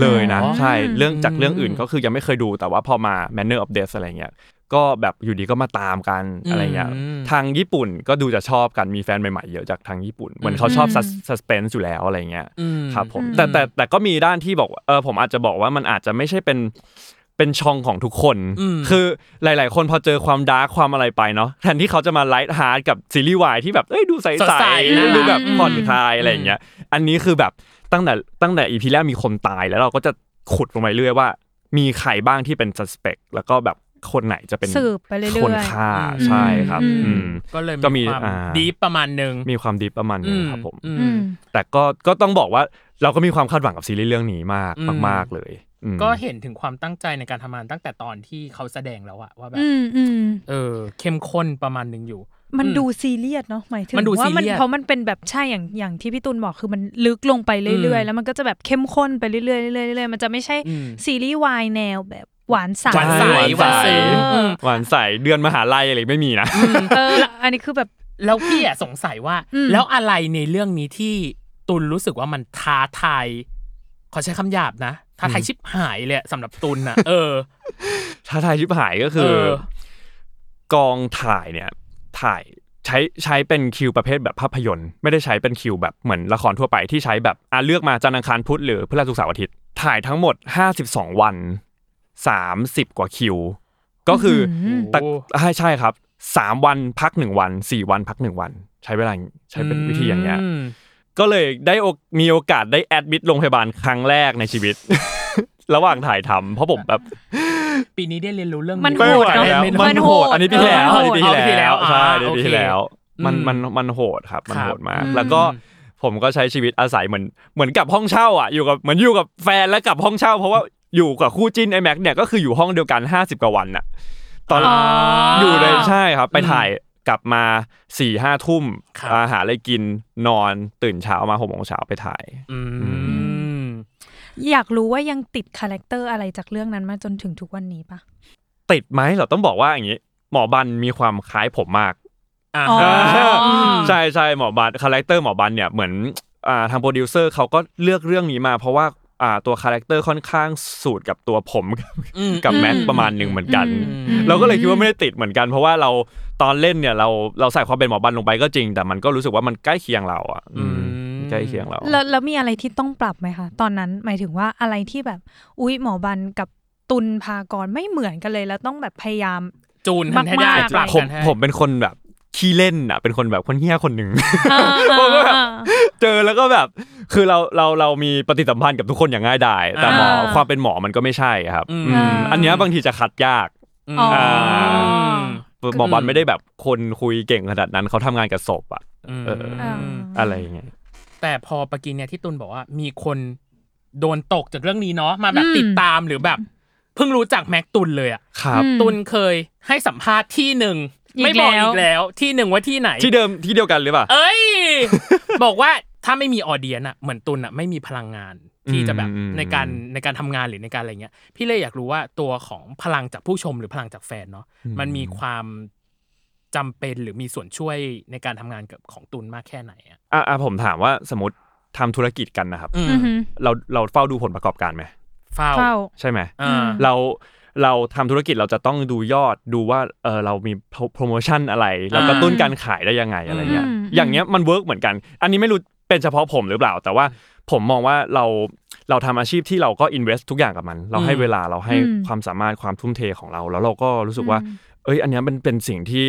Speaker 4: เลยนะ
Speaker 3: หรอ
Speaker 4: ใช่เรื่องจากเรื่อง
Speaker 3: อืม
Speaker 4: อื่นก็คือยังไม่เคยดูแต่ว่าพอมา Manner of Death อะไรเงี้ยก็แบบอยู่ดีก็มาตามกัน
Speaker 3: อืม
Speaker 4: อะไรเงี้ยทางญี่ปุ่นก็ดูจะชอบกันมีแฟนใหม่ๆเยอะจากทางญี่ปุ่นเหมือนเขาชอบ
Speaker 2: อืม
Speaker 4: สัสเพนส์อยู่แล้วอะไรเงี้ย
Speaker 3: อืม
Speaker 4: ครับผม
Speaker 2: อืม
Speaker 4: แต่แต่แต่ก็มีด้านที่บอกว่าเออผมอาจจะบอกว่ามันอาจจะไม่ใช่เป็นเป็นช่องของทุกคน
Speaker 3: อืม
Speaker 4: คือหลาย ๆ คนพอเจอความดาร์คความอะไรไปเนาะ <laughs> แทนที่เขาจะมาไลท์ฮาร์ดกับซีรีส์วายที่แบบเอ้ยดูใส
Speaker 3: สดใส
Speaker 4: ๆ
Speaker 3: น่ารัก
Speaker 4: ดูแบบผ่อนคลายอะไรอย่างเงี้ย อันนี้คือแบบตั้งแต่ตั้งแต่อีพีแรกมีคนตายแล้วเราก็จะขุดลงไปเรื่อยว่า มีใครบ้างที่เป็น suspect แล้วก็แบบคนไหนจะเป็น
Speaker 2: สืบไปเรื่อยๆ
Speaker 4: คนฆ่าใช่ครับ
Speaker 2: อืม
Speaker 4: อืม
Speaker 3: ก็เลย
Speaker 4: ก็มี
Speaker 3: มีความ
Speaker 4: อ่า
Speaker 3: ดีฟประมาณหนึ่ง
Speaker 4: มีความดีประมาณนี้ครับผม
Speaker 3: อื
Speaker 2: อื
Speaker 3: ม
Speaker 2: ม
Speaker 4: แต่ก็ก็ต้องบอกว่าเราก็มีความคาดหวังกับซีรีส์เรื่องนี้มาก
Speaker 3: อืม
Speaker 4: มาก ๆเลยอืม
Speaker 3: ก็เห็นถึงความตั้งใจในการทำงานตั้งแต่ตอนที่เขาแสดงแล้วอะว่าแบบ
Speaker 2: อืมอืม
Speaker 3: เออ เข้มข้นประมาณหนึ่งอยู่
Speaker 2: มัน
Speaker 3: อืม
Speaker 2: ดูซีเรียสเนาะหมายถึง
Speaker 3: มันดู
Speaker 2: ว่ามัน
Speaker 3: ซีเรียส
Speaker 2: เพราะมันเป็นแบบใช่อย่างอย่างที่พี่ตุลบอกคือมันลึกลงไปเรื่อย
Speaker 3: อื
Speaker 2: ๆ
Speaker 3: ม
Speaker 2: แล้วมันก็จะแบบเข้มข้นไปเรื่อยๆเรื่อยๆเรื่อยๆมันจะไม่ใช่
Speaker 3: อืม
Speaker 2: ซีรีส์วายแนวแบบหวานสา
Speaker 3: หวานใส
Speaker 4: หวาน
Speaker 3: หวานใส
Speaker 4: ใส
Speaker 3: อืม
Speaker 4: หวานใสเดือนมหาลัยอะไรไม่มีนะ <laughs>
Speaker 2: เอออันนี้คือแบบ
Speaker 3: แล้วพี่อะสงสัยว่า
Speaker 2: อืม
Speaker 3: แล้วอะไรในเรื่องนี้ที่ตุนรู้สึกว่ามันท้าทายขอใช้คำหยาบนะท้าทายชิบหายเลยอะสำหรับตุน
Speaker 4: <laughs>
Speaker 3: อะเออ
Speaker 4: ท้าทายชิบหายก็คือ
Speaker 3: เออ
Speaker 4: กองถ่ายเนี่ยถ่ายใช้ใช้เป็นคิวประเภทแบบภาพยนตร์ ไม่ได้ใช้เป็นคิวแบบเหมือนละครทั่วไปที่ใช้แบบอ่ะเลือกมาจันทร์อังคารพุธหรือพฤหัสศุกร์เสาร์อาทิตย์ถ่ายทั้งหมด 52 วัน 30 กว่าคิว ก็คือ
Speaker 2: อืม
Speaker 4: ตะใช่ใช่ครับ 3 วันพัก 1 วัน 4 วันพัก 1 วัน ใช้เวลาใช้เป็นวิธีอย่างเงี้ย
Speaker 3: อืม
Speaker 4: ก็เลยได้โอมีโอกาสได้แอดมิดโรงพยาบาลครั้งแรกในชีวิต ระหว่างถ่ายทำเพราะผมแบบ
Speaker 3: ปีนี้ได้เรียนรู้เรื่อง
Speaker 2: มัน
Speaker 4: ไม่
Speaker 2: โห
Speaker 4: ไหว
Speaker 2: ดเนอะ
Speaker 4: แล้ว
Speaker 2: มั
Speaker 4: มัน
Speaker 2: น
Speaker 4: โห
Speaker 2: โห
Speaker 4: ด
Speaker 2: ด
Speaker 4: อันนี้ปีที่แล้ว
Speaker 2: เอ
Speaker 4: อัน
Speaker 2: อ
Speaker 4: นี้ปี
Speaker 3: โหด
Speaker 4: ที่แล้ว
Speaker 3: เอาปีที่แล้ว
Speaker 4: ใช่
Speaker 3: อ่า
Speaker 4: อันนี้ปี
Speaker 3: โอ
Speaker 4: ที่
Speaker 3: เค
Speaker 4: แล้วมัน
Speaker 3: อืม
Speaker 4: มันมันโหดครับ มัน
Speaker 3: ครับ
Speaker 4: โหดมาก
Speaker 2: อืม
Speaker 4: แล้วก็ผมก็ใช้ชีวิตอาศัยเหมือนเหมือนกับห้องเช่าอ่ะอยู่กับเหมือนอยู่กับแฟนและกับห้องเช่า เพราะว่าอยู่กับคู่จิ้นไอแม็กเนี่ยก็คืออยู่ห้องเดียวกัน 50 กว่าวันอ่ะ ตอน
Speaker 3: อ๋อ
Speaker 4: อ
Speaker 3: อ
Speaker 4: ยู่เลยใช่ครับ ไปถ่ายกลับมา4ี่ห้าทุ่ม
Speaker 3: ครับ
Speaker 4: อาหารอะไรกินนอนตื่นเช้ามาหกโมงเช้าไปถ่าย
Speaker 3: อืม
Speaker 2: อยากรู้ว่ายังติดคาแรคเตอร์อะไรจากเรื่องนั้นมาจนถึงทุกวันนี้ปะ
Speaker 4: ติดไหมเราต้องบอกว่าอย่างนี้หมอบันมีความคล้ายผมมาก
Speaker 3: อ่า
Speaker 2: อ๋อ
Speaker 3: ฮะ
Speaker 4: ใช่ใช่หมอบันคาแรคเตอร์หมอบันเนี่ยเหมือน อ่าทางโปรดิวเซอร์เขาก็เลือกเรื่องนี้มาเพราะว่าอ่าตัวคาแรคเตอร์ค่อนข้างสูตรกับตัวผม <laughs>
Speaker 3: อืม
Speaker 4: กับ
Speaker 2: อืม
Speaker 4: แมทประมาณหนึ่งเหมือนกัน
Speaker 3: อืม
Speaker 4: เราก็เลยคิดว่าไม่ได้ติดเหมือนกัน เพราะว่าเราตอนเล่นเนี่ยเราเราใส่ความเป็นหมอบันลงไปก็จริง แต่มันก็รู้สึกว่ามันใกล้เคียงเราอ่ะอืมใกล้เคียงเรา
Speaker 2: แล้วแล้วมีอะไรที่ต้องปรับไหมคะ ตอนนั้นหมายถึงว่าอะไรที่แบบ อุ๊ยหมอบันกับตุลพากรไม่เหมือนกันเลย แล้วต้องแบบพยายาม
Speaker 3: จูนกันให้ได้
Speaker 2: มากๆ
Speaker 3: ปรับ
Speaker 4: ผ
Speaker 3: กั
Speaker 4: ม
Speaker 3: นให้
Speaker 4: ผมเป็นคนแบบขี้เล่นอ่ะเป็นคนแบบคนเฮี้ยคนหนึ่ง
Speaker 2: เออเออเออ
Speaker 4: เจอแล้วก็แบบ คือเราเราเรามีปฏิสัมพันธ์กับทุกคนอย่างง่ายดายแต่หมอ
Speaker 2: อ่า
Speaker 4: ความเป็นหมอมันก็ไม่ใช่ครับ
Speaker 3: อืม
Speaker 4: อืมอันเนี้ยบางทีจะคัดยาก
Speaker 3: อืม
Speaker 2: อ๋อ
Speaker 4: หมอบันไม่ได้แบบคนคุยเก่งขนาดนั้นเขาทำงานกับศพอ่ะ เออ
Speaker 2: เออ
Speaker 4: อะไรอย่างเงี้ย
Speaker 3: แต่พอปกินเนี่ยที่ตุนบอกว่ามีคนโดนตกจากเรื่องนี้เนาะมาแบบติดตามหรือแบบเพิ่งรู้จักแม็กตุนเลยอะ
Speaker 4: ครับ
Speaker 2: อืม
Speaker 3: ตุนเคยให้สัมภาษณ์ที่หนึ่ง
Speaker 2: อีก
Speaker 3: ไม่บอก
Speaker 2: แล้ว
Speaker 3: อีกแล้วที่หนึ่งว่าที่ไหน
Speaker 4: ที่เดิมที่เดียวกันหรือเปล่า
Speaker 3: เอ้ย บอกว่าถ้าไม่มีออเดียนอะเหมือนตุนอะไม่มีพลังงานที่จะแบบ
Speaker 4: อืม
Speaker 3: ในการในการทำงานหรือในการอะไรเงี้ย พี่เลยอยากรู้ว่าตัวของพลังจากผู้ชมหรือพลังจากแฟนเนาะมันมีความจำเป็นหรือมีส่วนช่วยในการทำงานกับของตุนมากแค่ไหนอะ
Speaker 4: อ่ะอ่ะผมถามว่าสมมติทำธุรกิจกันนะครับ
Speaker 3: อื
Speaker 2: อื
Speaker 3: ม
Speaker 2: อหือ
Speaker 4: เราเราเฝ้าดูผลประกอบการไหม
Speaker 3: เฝ้า
Speaker 2: เฝ้า
Speaker 4: ใช่ไหม
Speaker 3: อ่า
Speaker 4: เราเราทำธุรกิจเราจะต้องดูยอดดูว่าเออเรามีโปรโมชั่นอะไร เรากระตุ้นการขายได้ยังไงอะไรเงี้ย
Speaker 2: อืม
Speaker 4: อย่างเงี้ยมันเวิร์กเหมือนกัน อันนี้ไม่รู้เป็นเฉพาะผมหรือเปล่า แต่ว่าผมมองว่าเราเราทำอาชีพที่เราก็อินเวสทุกอย่างกับมัน เราให้
Speaker 3: อืม
Speaker 4: เวลาเราให้
Speaker 2: อืม
Speaker 4: ความสามารถความทุ่มเทของเรา แล้วเราก็รู้สึกว่า
Speaker 2: อืม
Speaker 4: เอ้ยอันเนี้ยมันเป็นสิ่งที่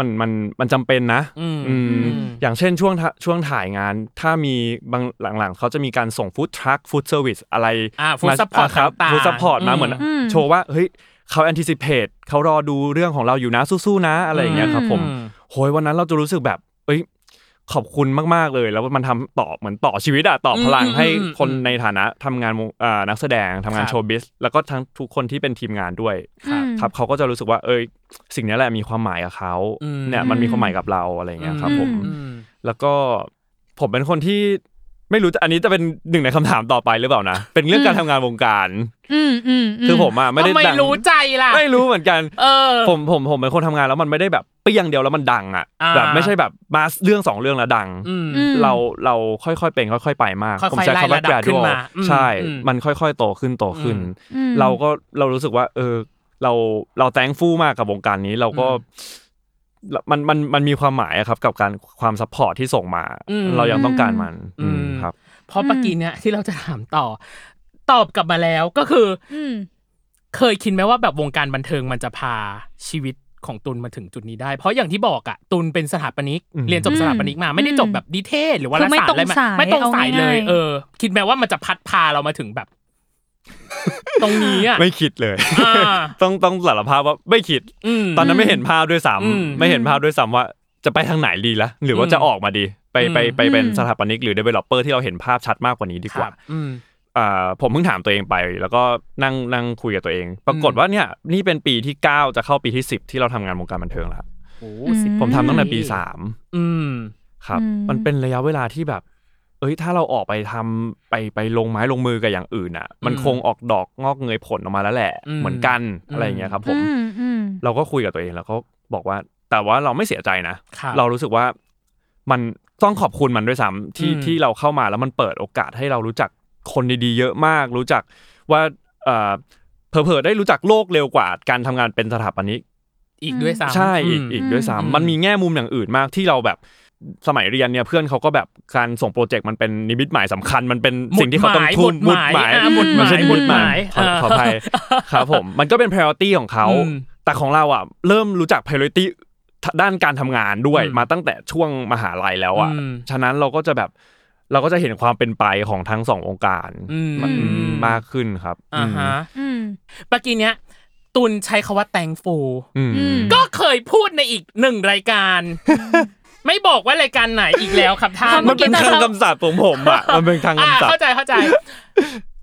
Speaker 4: มันมันมันจำเป็นนะ
Speaker 3: อืม
Speaker 4: อืม
Speaker 2: อืม
Speaker 4: อย่างเช่นช่วงทะช่วงถ่ายงาน ถ้ามีบางหลังๆ เขาจะมีการส่งฟู้ดทรัคฟู้ดเซอร์วิสอะไร
Speaker 3: อ่า food support
Speaker 4: ครับ
Speaker 3: ต่างๆ
Speaker 4: ฟู้ดซัพพอร์ต
Speaker 3: อืม
Speaker 4: มาเหมือน
Speaker 2: อืม
Speaker 4: โชว์ว่าเฮ้ยเขาแอน i ิ i ิเพ e เขารอดูเรื่องของเราอยู่นะสู้ๆนะอะไรอย่างเงี้ยครับผม
Speaker 3: อืม
Speaker 4: โหยวันนั้นเราจะรู้สึกแบบเอ้ยขอบคุณมากๆเลย แล้วมันทำต่อเหมือนต่อชีวิตอะต่อพลัง
Speaker 3: อืม
Speaker 4: ให้
Speaker 3: อืม
Speaker 4: คนในฐานะทำงานวงอ่านักแสดงทำงาน
Speaker 3: ครับ
Speaker 4: โชว์บิสแล้วก็ทั้งทุกคนที่เป็นทีมงานด้วย
Speaker 3: ครับ
Speaker 2: อืม
Speaker 4: ครับเขาก็จะรู้สึกว่าเอ้ยสิ่งนี้แหละมีความหมายกับเขา
Speaker 3: อืม
Speaker 4: เนี่ยมันมีความหมายกับเราอะไรอย่างเงี้ยครับผม
Speaker 2: อื
Speaker 3: อืม
Speaker 4: แล้วก็ผมเป็นคนที่ไม่รู้จะอันนี้จะเป็นหนึ่งในคำถามต่อไปหรือเปล่านะ
Speaker 3: <laughs>
Speaker 4: เป็นเรื่องการทำงานวงการ
Speaker 2: อืมอืม
Speaker 4: คือผมอ่ะไม่ได้
Speaker 3: ทำไม
Speaker 4: ดัง
Speaker 3: รู้ใจล่ะ
Speaker 4: ไม่รู้เหมือนกัน
Speaker 3: เออ
Speaker 4: ผมผมผมเป็นคนทำงานแล้วมันไม่ได้แบบเปรี้ยงเดียวแล้วมันดังอ่ะ
Speaker 3: อ่า
Speaker 4: แบบไม่ใช่แบบมาเรื่องสองเรื่องแล้วดัง
Speaker 3: อืม
Speaker 2: อืม
Speaker 4: เราเราค่อยๆเป็นค่อย ๆ ไปมาก
Speaker 3: ค่อย
Speaker 4: ผ
Speaker 3: ๆ
Speaker 4: มใช้คำว่า
Speaker 3: ไล่ระดับ
Speaker 4: gradual
Speaker 3: ขึ้นมาอืม
Speaker 4: ใช่
Speaker 3: อืม
Speaker 4: มันค่อยๆโตขึ้นโตขึ้น
Speaker 3: อืม
Speaker 2: อืม
Speaker 4: เราก็เรารู้สึกว่า เออ เราเราแตงฟูมากกับวงการนี้ เราก็ละมันมันมันมีความหมายอะครับ กับการความซัพพอร์ตที่ส่งมา
Speaker 3: อืม
Speaker 4: เรายังต้องการมัน
Speaker 3: อืม
Speaker 4: อืมครับ
Speaker 3: เพราะเมื่อกี้เนี่ยที่เราจะถามต่อ ตอบกลับมาแล้วก็คืออ
Speaker 2: อืม
Speaker 3: เคยคิดไหมว่าแบบวงการบันเทิงมันจะพาชีวิตของตุลมาถึงจุดนี้ได้ เพราะอย่างที่บอกอะตุลเป็นสถาปนิก
Speaker 4: อืม
Speaker 3: เรียนจบสถาปนิกมาไม่ได้จบแบบดีเทศหรือว่า
Speaker 2: คือไม่
Speaker 3: ร
Speaker 2: ตรงสาย
Speaker 3: ไม่ตรงสา
Speaker 2: เอาง่า
Speaker 3: ย
Speaker 2: ยๆ
Speaker 3: เลย เออ คิดไหมว่ามันจะพัดพาเรามาถึงแบบ ตรงนี้อะ
Speaker 4: ไม่คิดเลย <laughs>
Speaker 3: อ่า
Speaker 4: ต้องต้องสารภาพว่าไม่คิด
Speaker 3: ม
Speaker 4: ตอนนั้นไม่เห็นภาพด้วย
Speaker 3: อืม
Speaker 4: ซ้ำไม่เห็นภาพด้วยซ้ำว่าจะไปทางไหนดีละหรือว่า
Speaker 3: อืม
Speaker 4: จะออกมาดี ไปไป
Speaker 3: อืม
Speaker 4: ไปเป็น
Speaker 2: อืม
Speaker 4: สถาปนิกหรือ developer ที่เราเห็นภาพชัดมากกว่านี้ดี
Speaker 3: ค
Speaker 4: ก
Speaker 3: รั
Speaker 4: ว่า
Speaker 3: บอืม
Speaker 4: อ่าผมเพิ่งถามตัวเองไป แล้วก็นั่งนั่งคุยกับตัวเอง ปรากฏ
Speaker 3: อืม
Speaker 4: ว่าเนี่ยนี่เป็นปีที่ 9 จะเข้าปีที่ 10 ที่เราทำงานวงการบันเทิงแล้ว
Speaker 3: โอ้
Speaker 2: อืม
Speaker 3: สิบ
Speaker 4: ผมทำตั้งแต่ปี 3
Speaker 3: อืม
Speaker 4: ครับ
Speaker 2: อืม
Speaker 4: มันเป็นระยะเวลาที่แบบ เอ้ยถ้าเราออกไปทำไปไปลงไม้ลงมือกับอย่างอื่นอ่ะ มัน
Speaker 3: อืม
Speaker 4: คงออกดอกงอกเงยผลออกมาแล้วแหละ
Speaker 3: อืม
Speaker 4: เหมือนกัน
Speaker 3: อืม
Speaker 4: อะไรอย่างเงี้ยครับ ผม
Speaker 2: อืมอืม
Speaker 4: เราก็คุยกับตัวเองแล้วก็บอกว่า แต่ว่าเราไม่เสียใจนะ
Speaker 3: ครับ
Speaker 4: เรารู้สึกว่ามันต้องขอบคุณมันด้วยซ้ำที่
Speaker 3: อืม
Speaker 4: ที่เราเข้ามาแล้วมันเปิดโอกาสให้เรารู้จักคนดีๆเยอะมาก รู้จักว่าเอ่อเผลอๆได้รู้จักโลกเร็วกว่าการทำงานเป็นสถาปนิก
Speaker 3: อีกด้วยซ้ำ
Speaker 4: ใช่อีก
Speaker 3: ม
Speaker 4: อีกด้วย
Speaker 3: อืม
Speaker 4: ซ้ำมันมีแง่มุมอย่างอื่นมากที่เราแบบสมัยเรียนเนี่ยเพื่อนเขาก็แบบการส่งโปรเจกต์มันเป็นนิมิตหมายสำคัญ มันเป็นสิ่งที่เขาต้องทุ่ม
Speaker 3: หมุดหมาย
Speaker 4: ห
Speaker 3: อ่ะ
Speaker 4: มุดหมาย
Speaker 2: หมุดหมาย
Speaker 4: ไม่ใช่หมุดหมาย
Speaker 3: หมุ
Speaker 4: ขอ
Speaker 3: ดห
Speaker 4: ขออภั
Speaker 3: มาย
Speaker 4: ยครับผมมันก็เป็น priority ของเขา
Speaker 3: อืม
Speaker 4: แต่ของเราอ่ะเริ่มรู้จัก priority ด้านการทำงานด้วย
Speaker 3: อืม
Speaker 4: มาตั้งแต่ช่วงมหาลัยแล้วอ่ะ
Speaker 3: อืม
Speaker 4: ฉะนั้นเราก็จะแบบเราก็จะเห็นความเป็นไปของทั้งสององค์การ
Speaker 3: อืม
Speaker 4: อืมมากขึ้นครับ
Speaker 3: อ่าฮะ
Speaker 2: อืม
Speaker 3: ปากีเนี้ยตุนใช้คาว่า thankful
Speaker 4: อืม
Speaker 2: อืม
Speaker 3: ก็เคยพูดในอีกหนึ่งรายการ
Speaker 4: <laughs>
Speaker 3: ไม่บอกว่ารายการไหนอีกแล้วครับท่าน
Speaker 2: มั
Speaker 4: มัน น
Speaker 2: เป็
Speaker 4: เป็น น
Speaker 2: คำ
Speaker 4: ทางคำศัพท์ของผมอ่ะมันเป็นทาง
Speaker 3: อ่า
Speaker 4: คำศัพท์
Speaker 3: เข้าใจเข้าใจ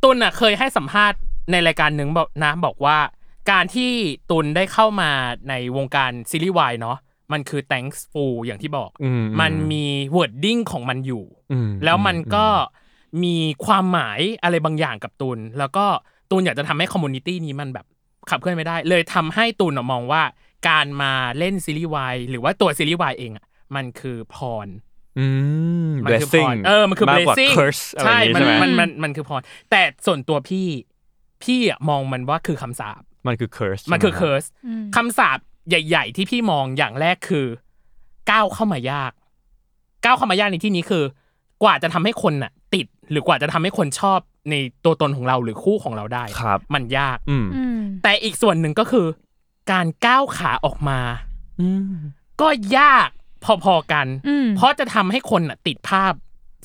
Speaker 3: ตุนอ่ะเคยให้สัมภาษณ์ในรายการหนึ่งบอกนะบอกว่า การที่ตุนได้เข้ามาในวงการซีรีส์วายเนาะมันคือ thankful อย่างที่บอก
Speaker 4: อืม
Speaker 3: มันมี wording ของมันอยู่
Speaker 4: อืม
Speaker 3: แล้วมันก็
Speaker 4: อื
Speaker 3: มีความหมายอะไรบางอย่างกับตูน แล้วก็ตูนอยากจะทำให้คอมมูนิตี้นี้มันแบบขับเคลื่อนไม่ได้ เลยทำให้ตูนอะมองว่าการมาเล่นซีรีส์วายหรือว่าตัวซีรีส์วายเองอะมันคือพร
Speaker 4: อืม
Speaker 3: มันคือพ
Speaker 4: blessing
Speaker 3: รเออมันคือ
Speaker 4: มากกว่า
Speaker 3: blessing
Speaker 4: curse อะไรอย่างงี้
Speaker 3: มั
Speaker 4: ใช่ไหม
Speaker 3: มันมันมันคือพรแต่ส่วนตัวพี่พี่อะมองมันว่าคือคำสาป
Speaker 4: มันคือ curse
Speaker 3: มันคือ
Speaker 4: ใช่ไหรับ
Speaker 3: curse
Speaker 2: อืม
Speaker 3: คำสาปใหญ่ ๆ ที่พี่มองอย่างแรกคือก้าวเข้ามายาก ก้าวเข้ามายากในที่นี้คือ กว่าจะทำให้คนน่ะ ติดหรือกว่าจะทำให้คนชอบในตัวตนของเราหรือคู่ของเราได้
Speaker 4: ครับ
Speaker 3: มันยาก
Speaker 4: อืม
Speaker 2: อืม
Speaker 3: แต่อีกส่วนหนึ่งก็คือ การก้าวขาออกมา
Speaker 4: อืม
Speaker 3: ก็ยากพอๆกัน
Speaker 2: อืม
Speaker 3: เพราะจะทำให้คนน่ะติดภาพ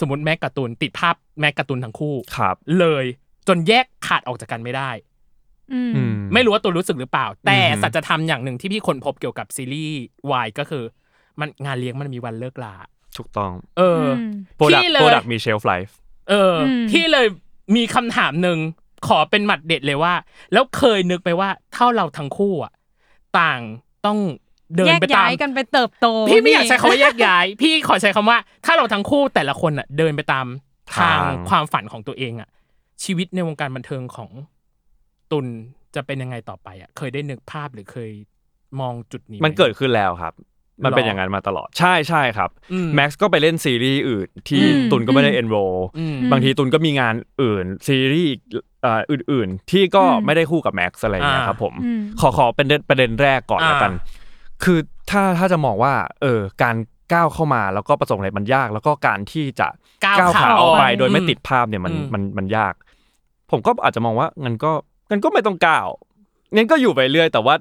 Speaker 3: สมมติแม็กการ์ตูน ติดภาพแม็กการ์ตูนทั้งคู่
Speaker 4: ครับ
Speaker 3: เลยจนแยกขาดออกจากกันไม่ได้
Speaker 2: อืม
Speaker 4: อืม
Speaker 3: ไม่รู้ว่าตัวรู้สึกหรือเปล่า แต่
Speaker 4: อือหือ
Speaker 3: สัจธรรมอย่างหนึ่งที่พี่คนพบเกี่ยวกับซีรีส์วายก็คือ มันงานเลี้ยงมันมีวันเลิกลา
Speaker 4: ถูกต้อง
Speaker 3: เอออ
Speaker 4: โปรดัก
Speaker 3: พี่
Speaker 4: ต์
Speaker 3: เลย
Speaker 4: โปรดักต์มี shelf life
Speaker 3: เอออ
Speaker 2: ม
Speaker 3: พี่เลยมีคำถามหนึ่งขอเป็นหมัดเด็ดเลยว่า แล้วเคยนึกไหมว่าเท่าเราทั้งคู่อ่ะต่างต้องเดิน
Speaker 2: แยก
Speaker 3: ไปตา
Speaker 2: ย้าม ยกันไปเติบโต
Speaker 3: พี่ไม่อยากใช้
Speaker 2: นี่
Speaker 3: คำว่าแยกย้าย พี่ขอใช้คำว่า ถ้าเราทั้งคู่แต่ละคนอ่ะ เดินไปตามทาง
Speaker 4: ทาง
Speaker 3: ความฝันของตัวเองอ่ะ ชีวิตในวงการบันเทิงของตุลจะเป็นยังไงต่อไปอ่ะ เคยได้นึกภาพหรือเคยมองจุดนี้ไห
Speaker 4: มันเกิดขึ้นแล้วครับ มันเป็นอย่างนั้นมาตลอด ใช่ใช่ครับ
Speaker 3: อืม
Speaker 4: แม็กซ์ก็ไปเล่นซีรีส์อื่นที่
Speaker 3: อืม
Speaker 4: ตุนก็ไม่ได้
Speaker 2: อืม
Speaker 4: enroll
Speaker 3: อืม
Speaker 4: บางทีตุนก็มีงานอื่นซีรีส์เอ่ออื่น ๆ ที่ก็
Speaker 2: อืม
Speaker 4: ไม่ได้คู่กับแม็กซ์อะไรอย่างเงี้ย
Speaker 3: อ่า
Speaker 4: ครับผม
Speaker 2: อืม
Speaker 4: ขอขอเป็นเรื่องประเด็นแรกก่อน
Speaker 3: อ่า
Speaker 4: ละกัน คือถ้าถ้าจะมองว่าเออการก้าวเข้ามาแล้วก็ประสบอะไรมันยาก แล้วก็การที่จะ
Speaker 3: ก้าว
Speaker 4: ก้าว
Speaker 3: ขา
Speaker 4: ขา
Speaker 3: อ
Speaker 4: อ
Speaker 3: อ
Speaker 4: อกก
Speaker 3: ไป
Speaker 4: ไปโดยไม่ติดภาพเนี่ยมัน
Speaker 3: อืม
Speaker 4: มันมันยาก ผมก็อาจจะมองว่างั้นก็งั้นก็ไม่ต้องก้าวงั้นก็อยู่ไปเรื่อย แต่ว่า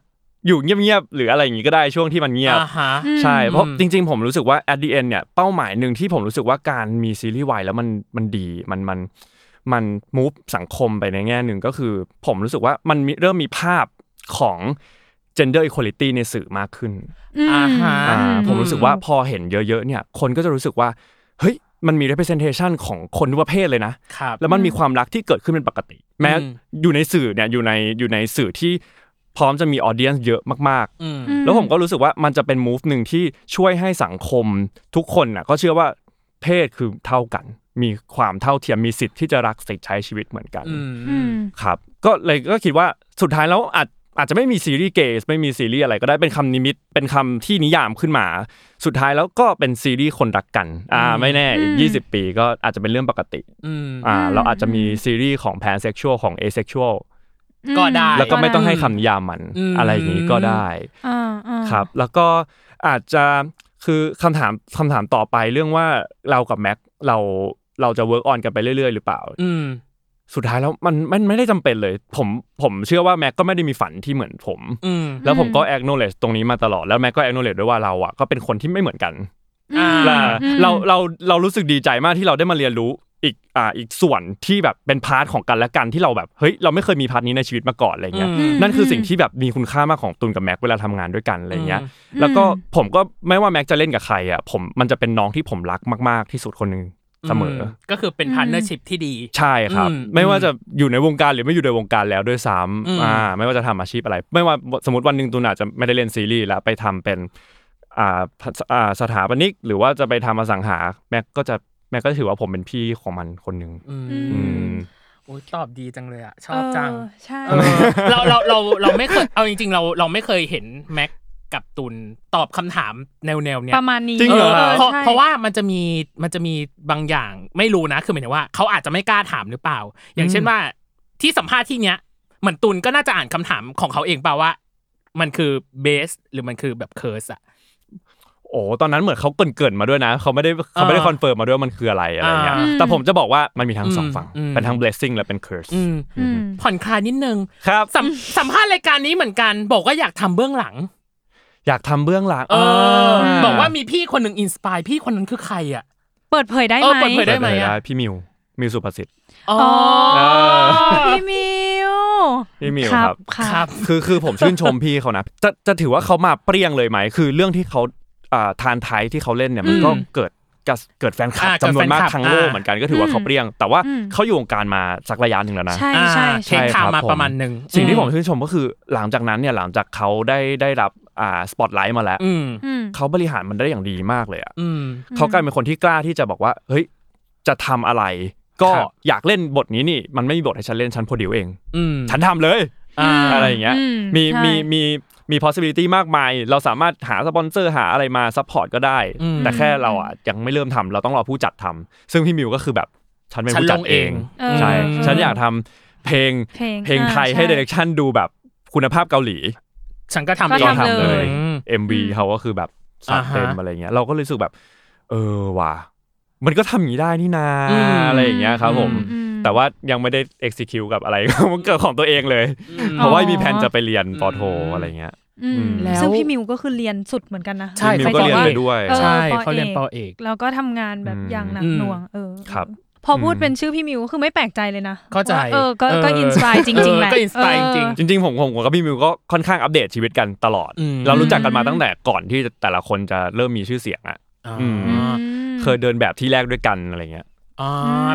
Speaker 4: อยู่เงียบๆหรืออะไรอย่างงี้ก็ได้ช่วงที่มันเงียบ
Speaker 3: อ่าฮะ
Speaker 2: อืม
Speaker 4: ใช่ เพราะ
Speaker 3: อืม
Speaker 4: จริงๆ ผมรู้สึกว่า at the end เนี่ยเป้าหมายหนึ่งที่ผมรู้สึกว่าการมีซีรีส์วายแล้วมันมันดีมันมันมันมูฟสังคมไปในแง่หนึ่งก็คือ ผมรู้สึกว่ามันมีเริ่มมีภาพของ gender equality ในสื่อมากขึ้น
Speaker 2: ม
Speaker 3: อ่าฮะ
Speaker 4: อ่า
Speaker 2: อื
Speaker 4: ผมรู้สึกว่าพอเห็นเยอะๆเนี่ยคนก็จะรู้สึกว่าเฮ้ยมันมี representation ของคนทุกประเภทเลยนะ
Speaker 3: ครับ
Speaker 4: แล้วมันมีความรักที่เกิดขึ้นเป็นปกติ แม้
Speaker 3: อืม
Speaker 4: อยู่ในสื่อเนี่ยอยู่ในอยู่ในสื่อที่พร้อมจะมีออเดียนเยอะมากๆ
Speaker 3: อืม
Speaker 2: อื
Speaker 4: แล้วผมก็รู้สึกว่ามันจะเป็นมูฟหนึ่งที่ช่วยให้สังคมทุกคนน่ะก็เชื่อว่าเพศคือเท่ากัน มีความเท่าเทียมมีสิทธิ์ที่จะรักสิทธิ์ใช้ชีวิตเหมือนกัน
Speaker 3: อืม
Speaker 2: อืม
Speaker 4: ครับก็เลยก็คิดว่าสุดท้ายแล้วอาจอาจจะไม่มีซีรีส์เกย์ไม่มีซีรีส์อะไรก็ได้เป็นคำนิมิตเป็นคำที่นิยามขึ้นมา สุดท้ายแล้วก็เป็นซีรีส์คนรักกันอ่า
Speaker 3: อืม
Speaker 4: ไม่แน่อีก
Speaker 2: อืม
Speaker 4: ยี่สิบปีก็อาจจะเป็นเรื่องปกติ
Speaker 3: อืม
Speaker 4: อ่า
Speaker 2: อืม
Speaker 4: เราอาจจะมีซีรีส์ของแพนเซ็กชวลของเอเซ็กชวล
Speaker 3: ก็ได้
Speaker 4: แล้วก็ไม่ต้องให้
Speaker 2: ด้
Speaker 4: คำนิยามมัน
Speaker 3: อืม
Speaker 4: อะไรอย่างนี้ก็ได้
Speaker 2: อ่าอ่า
Speaker 4: ครับแล้วก็อาจจะคือคำถามคำถามต่อไปเรื่องว่าเรากับแม็กเราเราจะเวิร์กออนกันไปเรื่อยๆ หรือเปล่า
Speaker 3: อืม
Speaker 4: สุดท้ายแล้วมันมันมันไม่ได้จำเป็นเลย ผมผมเชื่อว่าแม็กก็ไม่ได้มีฝันที่เหมือนผม
Speaker 3: อืม
Speaker 4: แล้วผมก็ acknowledge ตรงนี้มาตลอดแล้วแม็กก็ acknowledge ด้วยว่าเราอ่ะก็เป็นคนที่ไม่เหมือนกัน
Speaker 2: อืม
Speaker 4: และ
Speaker 2: อืม
Speaker 4: เราเราเรารู้สึกดีใจมากที่เราได้มาเรียนรู้อีกอ่าอีกส่วนที่แบบเป็นพาร์ทของกันและกันที่เราแบบเฮ้ยเราไม่เคยมีพาร์ทนี้ในชีวิตมาก่อนอะไรเงี้ย
Speaker 3: อืม
Speaker 4: นั่นคือสิ่งที่แบบมีคุณค่ามากของตุนกับแม็กเวลาทำงานด้วยกันอะไรเงี้ย
Speaker 2: อืม
Speaker 4: แล้วก็ผมก็ไม่ว่าแม็กจะเล่นกับใครอ่ะผมมันจะเป็นน้องที่ผมรักมาก ๆ ที่สุดคนหนึ่งเสมออ
Speaker 3: ก็คือเป็นพาร์เนอร์ชิพที่ดี
Speaker 4: ใช่ครับ
Speaker 3: อืม
Speaker 4: ไม่ว่าจะอยู่ในวงการหรือไม่อยู่ในวงการแล้วด้วยซ้
Speaker 3: อืม
Speaker 4: ำอ่าไม่ว่าจะทำอาชีพอะไร ไม่ว่าสมมติวันหนึ่งตุนอาจจะไม่ได้เล่นซีรีส์แล้วไปทำเป็นอ่าอ่าสถาปนิกหรือว่าจะไปทำอสังหาแม็กก็จะแม็กก็ถือว่าผมเป็นพี่ของมันคนหนึ่ง
Speaker 3: อืม
Speaker 2: อื
Speaker 4: อืม
Speaker 3: โอ้ยตอบดีจังเลยอ่ะ ชอบจัง
Speaker 2: เออใช่
Speaker 3: เออเราเราเราเราไม่เคยเอาจริง ๆ เราเราไม่เคยเห็นแม็กกับตุนตอบคำถามแนวแนวๆเนี้ย
Speaker 2: ประมาณนี้
Speaker 4: จริงเหรอ
Speaker 3: เออเพราะ
Speaker 2: ใช่
Speaker 3: เพราะว่ามันจะมีมันจะมีบางอย่างไม่รู้นะคือหมายถึงว่าเขาอาจจะไม่กล้าถามหรือเปล่า อย่างเช่นว่าที่สัมภาษณ์ที่เนี้ยเหมือนตุนก็น่าจะอ่านคำถามของเขาเองเปล่าว่า มันคือเบสหรือมันคือแบบเคิร์สอะ
Speaker 4: โอ้ตอนนั้นเหมือนเขาเกรินเกินๆมาด้วยนะเขาไม่ได้เขาไม่ได้
Speaker 3: อ่า
Speaker 4: คอนเฟิร์มมาด้วยว่ามันคืออะไรอะไรเงี้ย
Speaker 3: อ่า
Speaker 4: แต่ผมจะบอกว่ามันมีทั้งสอง
Speaker 3: อืม
Speaker 4: ฝั่ง
Speaker 3: อืม
Speaker 4: เป็นทั้ง blessing และเป็น curse
Speaker 3: อืม
Speaker 2: อืม
Speaker 3: ผ่อนคลายนิดนึง
Speaker 4: ครับ
Speaker 3: สัมสัมภาษณ์รายการนี้เหมือนกัน บอกว่าอยากทำเบื้องหลัง
Speaker 4: อยากทำเบื้องหลัง
Speaker 3: เออ
Speaker 2: อ่า
Speaker 3: บอกว่ามีพี่คนหนึ่งอินสปายพี่คนนั้นคือใครอ่ะ
Speaker 2: เปิดเผยได้
Speaker 3: เอ
Speaker 2: ไหม
Speaker 3: อเปิดเผย ได้ไหมอะ
Speaker 4: พี่มิวมิวสุภสิทธิ์
Speaker 3: อ๋อ
Speaker 2: อ๋อ
Speaker 4: เออ
Speaker 2: พี่มิว
Speaker 4: พี่มิวครับ
Speaker 3: ค
Speaker 2: ค
Speaker 3: รั
Speaker 2: รับ บ
Speaker 4: คือคือผมชื่นชมพี่เขานะจะจะถือว่าเขามาเปรี้ยงเลยไหมคือเรื่องที่เขาอ่าทานไทยที่เขาเล่นเนี่ยมันก็
Speaker 3: อืม
Speaker 4: เกิดกระแสเกิดแฟนคลับ
Speaker 3: อ่า
Speaker 4: จำนวนมาก
Speaker 3: เกิดแฟนคลับ
Speaker 4: ทั้งโลก
Speaker 3: อ่า
Speaker 4: เหมือนกันก็ถือว่าเขาเปรี้ยง แต่ว่า
Speaker 2: อืม
Speaker 4: เขาอยู่วงการมาสักระยะหนึ่งแล้วนะ
Speaker 2: ใช่
Speaker 3: อ่า
Speaker 2: ใช่
Speaker 3: เท
Speaker 2: ใช่
Speaker 3: คข่าว
Speaker 4: ใช่ค
Speaker 3: มา
Speaker 4: รับ
Speaker 3: ประมาณหนึ่ง
Speaker 4: สิ่งที่ผมชื่นชมก็คือหลังจากนั้นเนี่ยหลังจากเขาได้ได้รับอ่าสปอตไลท์มาแล้ว
Speaker 3: อืม
Speaker 2: อืม
Speaker 4: เขาบริหารมันได้อย่างดีมากเลยอะ
Speaker 3: อืม
Speaker 4: เขากลายเป็นคนที่กล้าที่จะบอกว่า เฮ้ย จะทำอะไร ก็
Speaker 3: ครับ
Speaker 4: อยากเล่นบทนี้นี่ มันไม่มีบทให้ฉันเล่นฉันโปรดิวเอง
Speaker 3: อืม
Speaker 4: ฉันทำเลย
Speaker 3: อ่า
Speaker 4: อะไรอย่างเงี้ย
Speaker 2: อืม
Speaker 4: มี
Speaker 2: ใช่
Speaker 4: มีมี มี possibility มากมาย เราสามารถหาสปอนเซอร์หาอะไรมาซัพพอร์ตก็ได้
Speaker 3: อืม
Speaker 4: แต่แค่เราอ่ะยังไม่เริ่มทำเราต้องรอผู้จัดทำซึ่งพี่มิวก็คือแบบฉันเป็น
Speaker 3: ฉัน
Speaker 4: ผู้
Speaker 3: ล
Speaker 4: จัด
Speaker 3: ง
Speaker 4: เอ
Speaker 3: เอง ง
Speaker 2: เออ
Speaker 4: ใช่
Speaker 3: ม
Speaker 4: ฉันอยากทำเพลง
Speaker 2: เพลง
Speaker 4: เพลงไทย
Speaker 2: อ่า
Speaker 4: ให้
Speaker 2: ช่
Speaker 4: เดเรคชั่นดูแบบคุณภาพเกาหลี
Speaker 3: ฉันก็ทำ
Speaker 2: ก็
Speaker 3: เอง
Speaker 2: ทำเลย
Speaker 3: อืม
Speaker 4: MV
Speaker 2: อืม
Speaker 4: เขาก็คือแบบสาดเต็ม
Speaker 3: อ่าฮะ
Speaker 4: อะไรเงี้ยเราก็เลยรู้สึกแบบ เออว่ะมันก็ทำอย่างนี้ได้นี่นา
Speaker 3: อืม
Speaker 4: อะไรอย่างเงี้ยครับผม
Speaker 2: อือืม
Speaker 4: แต่ว่ายังไม่ได้ execute กับอะไร <laughs> เกิดของตัวเองเลย
Speaker 2: อ๋อ
Speaker 4: เพราะว่ามีแผนจะไปเรียนปอโท
Speaker 3: อืม
Speaker 4: อะไรเงี้ย
Speaker 2: อืม
Speaker 3: แล้ว
Speaker 2: ซึ่งพี่มิวก็คือเรียนสุดเหมือนกันนะ
Speaker 3: ใช่
Speaker 4: มิว
Speaker 3: เขา
Speaker 4: ก็
Speaker 3: บอ
Speaker 4: เรียน
Speaker 3: ว่า
Speaker 4: ไปด้วย
Speaker 2: เออ
Speaker 3: ใช่
Speaker 2: ปอ
Speaker 3: เขาเรียนปอเอก
Speaker 2: แล้วก็ทำงานแบบ
Speaker 4: อืม
Speaker 2: อย่างหนักหน่วงเออ
Speaker 4: ครับ
Speaker 2: พอพูดเป็นชื่อพี่มิวก็คือไม่แปลกใจเลยนะ
Speaker 3: เข้าใจ
Speaker 2: ว่เออก็
Speaker 3: เออ
Speaker 2: ก็อินสปายจริงๆแหละ
Speaker 3: เออก็ inspire
Speaker 2: เอ
Speaker 3: จริง
Speaker 4: จริงๆ ผมผมกับพี่มิวก็ค่อนข้างอัปเดตชีวิตกันตลอด
Speaker 3: อืม
Speaker 4: เรารู้จักกันมาตั้งแต่ก่อนที่แต่ละคนจะเริ่มมีชื่อเสียงอ่ะ
Speaker 3: อ่า
Speaker 4: อืม เคยเดินแบบที่แรกด้วยกันอะไรเงี้ย
Speaker 3: อ่า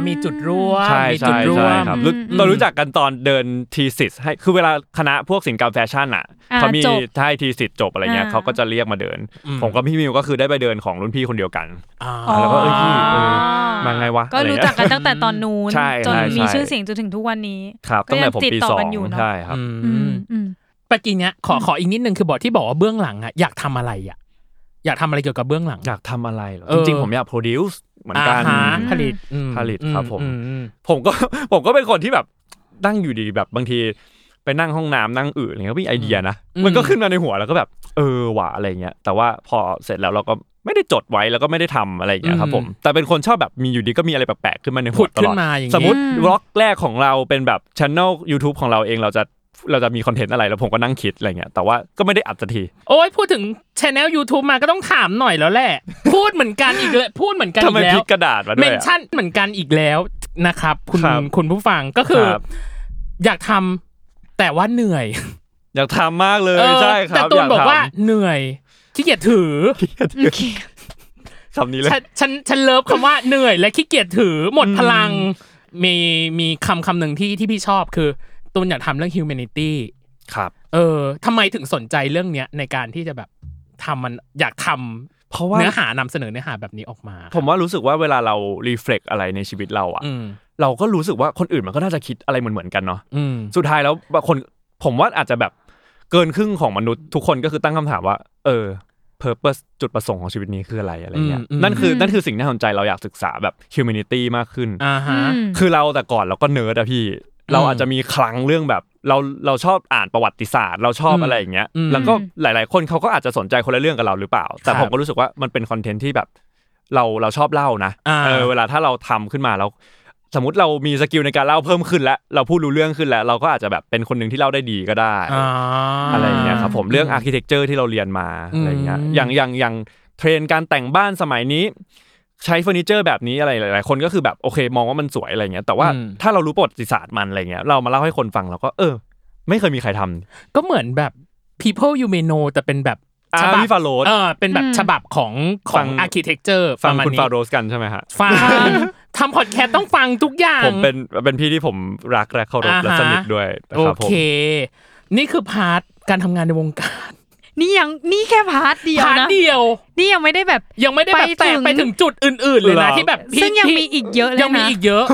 Speaker 3: มีจุดร่วม
Speaker 4: ใช่
Speaker 3: มีจุ
Speaker 4: ใช่
Speaker 3: ดร่ว
Speaker 4: ใช่
Speaker 3: ม
Speaker 4: ครับ
Speaker 2: อืม
Speaker 4: รู้
Speaker 2: อืม
Speaker 4: เรารู้จักกันตอนเดินทีสิทให้คือเวลาคณะพวกศิลปกรรมแฟชั่นอ่ะ
Speaker 2: อ่า
Speaker 4: เขามี
Speaker 2: จบ
Speaker 4: ถ้าให้ทีสิทจบอะไรเงี้ย
Speaker 2: อ่า
Speaker 4: เขาก็จะเรียกมาเดิน
Speaker 3: อืม
Speaker 4: ผมกับพี่มิวก็คือได้ไปเดินของรุ่นพี่คนเดียวกัน
Speaker 3: อ่า
Speaker 4: แล้วก็เอ้ยพี่เออ
Speaker 2: อ๋อ
Speaker 4: มาไงวะ
Speaker 2: ก็
Speaker 4: อะไ
Speaker 2: รู้จักกันตั้งแต่ตอนนู้น
Speaker 4: ใช่
Speaker 2: จน
Speaker 4: ใช่
Speaker 2: มี
Speaker 4: ใช่
Speaker 2: ชื่อเสียงจนถึงทุกวันนี้
Speaker 4: ครับ
Speaker 2: ก็
Speaker 4: ตั้ง
Speaker 2: ยั
Speaker 4: แต่
Speaker 2: ง
Speaker 4: ผม
Speaker 2: ติด
Speaker 4: ปี
Speaker 2: ต่อ
Speaker 4: สอง
Speaker 2: กันอยู่เนอะ
Speaker 4: ใช่ครับ
Speaker 3: อืม
Speaker 2: อืม
Speaker 3: ปกินเนี้ยขอขออีกนิดนึงคือบทที่บอกว่าเบื้องหลังอะอยากทำอะไรอะอยากทำอะไรเกี่ยวกับเบื้องหลัง
Speaker 4: อยากทำอะไรเหรอ
Speaker 3: เอ
Speaker 4: จ
Speaker 3: อ
Speaker 4: ริงๆ ผมอยาก produce เหมือนกัน
Speaker 3: อ่าฮะ
Speaker 2: อืม
Speaker 3: ผลิตอืม
Speaker 4: ผลิตครับผม
Speaker 3: อือืม
Speaker 4: ผมก็ <laughs> ผมก็เป็นคนที่แบบนั่งอยู่ดีแบบบางที ไปนั่งห้องน้ำนั่งอืดอะไรเงี้ยก็มีไอเดียนะ
Speaker 3: อืม
Speaker 4: มันก็ขึ้นมาในหัวแล้วก็แบบ เออหว่าอะไรเงี้ยแต่ว่าพอเสร็จแล้วเราก็ไม่ได้จดไว้แล้วก็ไม่ได้ทำอะไรอย่างเงี้ยครับผมแต่เป็นคนชอบแบบมีอยู่ดีก็มีอะไรแปลกๆขึ้นมาใน
Speaker 3: ผุ
Speaker 4: หัว
Speaker 3: ด
Speaker 4: ต
Speaker 3: ขึ้
Speaker 4: ล
Speaker 3: น
Speaker 4: อด
Speaker 3: มาอย่าง
Speaker 4: สมม
Speaker 3: นี้
Speaker 4: ติบล็อกแรกของเราเป็นแบบช anel YouTube ของเราเองเราจะเราจะมีคอนเทนต์อะไรแล้วผมก็นั่งคิดอะไรเงี้ยแต่ว่าก็ไม่ได้อัดสักที
Speaker 3: โอ้ยพูดถึงช anel YouTube มาก็ต้องถามหน่อยแล้วแหละ
Speaker 4: <laughs>
Speaker 3: พูดเหมือนกันอีกเลยพูดเหมือนกัน
Speaker 4: ทำ
Speaker 3: อี
Speaker 4: ไม
Speaker 3: กแล้
Speaker 4: พลิ
Speaker 3: ว
Speaker 4: กกระดาษมาด้
Speaker 3: เม
Speaker 4: วย
Speaker 3: น
Speaker 4: อะ
Speaker 3: ชั่นเหมือนกันอีกแล้วนะครับ คุณ
Speaker 4: ครับ
Speaker 3: คุณผู้ฟังก็คือ
Speaker 4: ครับ
Speaker 3: อยากทำแต่ว่าเหนื่อย
Speaker 4: อยากทำมากเลยใช่ครับ
Speaker 3: แต่ตัว
Speaker 4: ย
Speaker 3: บอก
Speaker 4: ทำ
Speaker 3: ว่าเหนื่อยขี้เกียจถือ
Speaker 4: คำนี้เลย
Speaker 3: ฉันฉันฉันเลิฟคำว่าเหนื่อยและขี้เกียจถือหมดพลัง มีมีคำคำหนึ่งที่ที่พี่ชอบคือตูนอยากทำเรื่อง humanity
Speaker 4: ครับ
Speaker 3: เออทำไมถึงสนใจเรื่องเนี้ยในการที่จะแบบทำมันอยากท
Speaker 4: เพราะ
Speaker 3: ำ
Speaker 4: ว่า
Speaker 3: เนื้อหานำเสนอเนื้อหาแบบนี้ออกมา
Speaker 4: ผมว่ารู้สึกว่าเวลาเรารีเฟล็กอะไรในชีวิตเราอะ
Speaker 3: อืม
Speaker 4: เราก็รู้สึกว่าคนอื่นมันก็น่าจะคิดอะไรเหมือนเหมือนๆกันเนาะ
Speaker 3: อืม
Speaker 4: สุดท้ายแล้วบางคนผมว่าอาจจะแบบเกินครึ่งของมนุษย์ทุกคนก็คือตั้งคำถามว่า เออ purpose จุดประสงค์ของชีวิตนี้คืออะไรอะไรเงี้ย
Speaker 3: อืมอืม
Speaker 4: นั่นคืออ
Speaker 2: ม
Speaker 4: นั่นคือสิ่งที่น่าสนใจเราอยากศึกษาแบบ humanity มากขึ้น
Speaker 3: อ่าฮะ
Speaker 4: คือเราแต่ก่อนเราก็เนิร์ดอะพี่ เราอาจจะมีคลังเรื่องแบบเราเราชอบอ่านประวัติศาสตร์ เราชอบ
Speaker 3: อืม
Speaker 4: อะไรอย่างเงี้ย
Speaker 3: อืม
Speaker 4: แล้วก็หลาย ๆ คนเขาก็อาจจะสนใจคนละเรื่องกับเราหรือเปล่า แต่
Speaker 3: ครับ
Speaker 4: ผมก็รู้สึกว่ามันเป็นคอนเทนต์ที่แบบ เราเราชอบเล่านะ
Speaker 3: อ่า
Speaker 4: เออเวลาถ้าเราทำขึ้นมาแล้วสมมติเรามีสกิลในการเล่าเพิ่มขึ้นแล้วเราพูดรู้เรื่องขึ้นแล้ว เราก็อาจจะแบบเป็นคนหนึ่งที่เล่าได้ดีก็ได้
Speaker 3: อ่า
Speaker 4: อะไรอย่างเงี้ยครับผมเรื่องอาร์เคเต็กเจอร์ที่เราเรียนมา
Speaker 3: อืม
Speaker 4: อะไรอย่างเงี้ยอย่างอย่างอย่างเทรนด์การแต่งบ้านสมัยนี้ ใช้เฟอร์นิเจอร์แบบนี้อะไรหลาย ๆ คนก็คือแบบโอเค มองว่ามันสวยอะไรเงี้ยแต่ว่า
Speaker 3: อืม
Speaker 4: ถ้าเรารู้ประวัติศาสตร์มันอะไรเงี้ยเรามาเล่าให้คนฟังเราก็เออ ไม่เคยมีใครท
Speaker 3: ก็เหมือนแบบ people you may know แต่เป็นแบบ
Speaker 4: ำ
Speaker 3: ฉ
Speaker 4: อา
Speaker 3: บับ
Speaker 4: พี่ฟาโรส
Speaker 3: เออเป็นแบบ
Speaker 2: อืม
Speaker 3: ฉบับของข
Speaker 4: ฟั
Speaker 3: อง ง architecture
Speaker 4: ฟัง
Speaker 3: ประมณ
Speaker 4: คุณ
Speaker 3: นี้
Speaker 4: ฟาโรสกันใช่ไหมฮะ
Speaker 3: ฟังทำพอดแคสต์ต้องฟังทุกอย่าง
Speaker 4: ผมเป็นเป็นพี่ที่ผมรักและเคารพ
Speaker 3: อ่าฮะ
Speaker 4: และสนิทด้วยนะ
Speaker 3: โอ
Speaker 4: ครับผม
Speaker 3: เค นี่คือพาร์ทการทำงานในวงการ
Speaker 2: นี่ยังนี่แค่พาร์ทเดียว
Speaker 3: พาร์ท
Speaker 2: นะ
Speaker 3: เดียว
Speaker 2: นี่ยังไม่ได้แบบ
Speaker 3: ยังไม่ได้แบบ
Speaker 2: ไป
Speaker 3: แต
Speaker 2: ถึ
Speaker 3: ก
Speaker 2: ง
Speaker 3: ไปถึงจุดอื่น ๆ เลยนะที่แบบพี่
Speaker 2: ซึ่งยัง
Speaker 3: พี่
Speaker 2: มีอีกเยอะเลยนะ
Speaker 3: ยังมีอีกเยอะ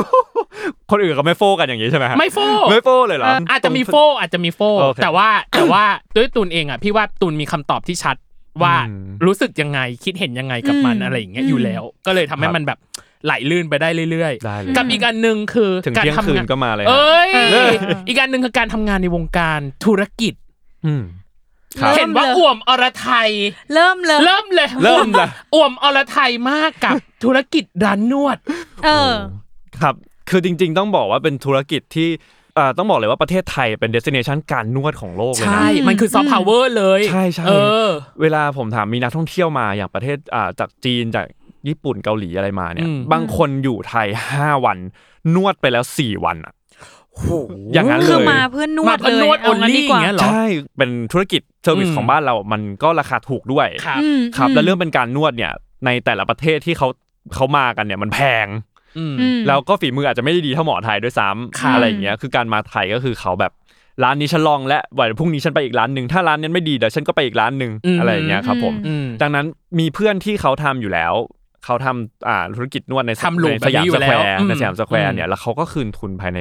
Speaker 4: คนอื่นก็ไม่โฟกันอย่างนี้ใช่ไหมฮะ
Speaker 3: ไม่โฟ
Speaker 4: ไม่โฟเลยเหรออ
Speaker 3: อาจจะมีโฟอาจจะมีโฟ
Speaker 4: โอเค
Speaker 3: แต่ว่าแต่ว่าด้วยตูนเองอ่ะพี่ว่าตูนมีคำตอบที่ชัดว่า
Speaker 4: อืม
Speaker 3: รู้สึกยังไงคิดเห็นยังไงกับมัน
Speaker 2: อืม
Speaker 3: อะไรอย่างเงี้ย
Speaker 2: อืม
Speaker 3: อยู่แล้ว ก็เลยทำให้
Speaker 4: ครับ
Speaker 3: มันแบบไหลลื่นไปได้เรื่อย
Speaker 4: ได้เลย
Speaker 3: ๆ กับอีกอันหนึ่งคือ
Speaker 4: ถึง
Speaker 3: การ
Speaker 4: เที่ยง
Speaker 3: ทำ
Speaker 4: คืน
Speaker 3: งาน
Speaker 4: ก็มาเลยฮะ
Speaker 3: เอ้ย
Speaker 2: เออ
Speaker 3: อีกอันหนึ่งคือการทำงานในวงการธุรกิจ
Speaker 4: อืม
Speaker 2: เริ่ม
Speaker 3: เห็นว่า
Speaker 2: ลย
Speaker 3: อ่วมอรไทย
Speaker 2: เริ่มเลย
Speaker 3: เริ่มเลย
Speaker 4: เริ่มเลย
Speaker 3: อ่วมอรไทยมากกับ ธุรกิจร้านนวด
Speaker 2: เออ
Speaker 4: ครับ คือจริงๆ ต้องบอกว่าเป็นธุรกิจที่เอ่อต้องบอกเลยว่าประเทศไทยเป็นเดส i เนชันการนวดของโลกเลย
Speaker 3: ใช่
Speaker 4: นะ
Speaker 3: มันคือซอฟต์พาวเวอร์เลย
Speaker 4: ใช่ใช่
Speaker 3: เออ
Speaker 4: เวลาผมถามมีนักท่องเที่ยวมาอย่างประเทศอ่าจากจีนจากญี่ปุ่นเกาหลีอะไรมาเนี่ย
Speaker 3: อืม
Speaker 4: บางคนอยู่ไทย 5 วัน นวดไปแล้ว 4 วันอะ อย่างนั้น
Speaker 2: คือ
Speaker 4: เลย
Speaker 2: มาเพื่อนนว
Speaker 3: มา
Speaker 2: ด
Speaker 3: พ
Speaker 2: เลย
Speaker 3: นวด
Speaker 2: เอา
Speaker 3: โอ
Speaker 2: งั้น
Speaker 3: ลี่
Speaker 2: ดี
Speaker 3: อก ย่า
Speaker 2: ว่า
Speaker 3: งเงี้ยเหรอ
Speaker 4: ใช่ เป็นธุรกิจเซอร์วิส
Speaker 3: อืม
Speaker 4: ของบ้านเรา มันก็ราคาถูกด้วย
Speaker 3: ครับ
Speaker 2: อืม
Speaker 4: ครับ
Speaker 2: ม
Speaker 4: และเรื่องเป็นการนวดเนี่ย ในแต่ละประเทศที่เขาเขามากันเนี่ยมันแพง
Speaker 3: อืม
Speaker 2: อืม
Speaker 4: แล้วก็ฝีมืออาจจะไม่ได้ดีเท่าหมอไทยด้วยซ้ำ
Speaker 3: ค่ะ
Speaker 4: อะไรอย่างเงี้ยคือการมาไทยก็คือเขาแบบร้านนี้ฉันลองและวันพรุ่งนี้ฉันไปอีกร้านหนึ่งถ้าร้านนั้นไม่ดีเดี๋ยวฉันก็ไปอีกร้านหนึ่ง
Speaker 3: อืม
Speaker 4: อะไรอย่างเงี้ยครับผม
Speaker 3: อืม
Speaker 4: ดังนั้นมีเพื่อนที่เขาทำอยู่แล้ว เขาทำอ่าธุรกิจนวดใน
Speaker 3: ทำ loop
Speaker 4: ในสยาม
Speaker 3: แบบนี้อยู่
Speaker 4: สแคว
Speaker 3: แล้
Speaker 4: ร์
Speaker 3: วอืม
Speaker 4: ในสยามสแควร์
Speaker 3: อืม
Speaker 4: เนี่ยแล้วเขาก็คืนทุนภายใน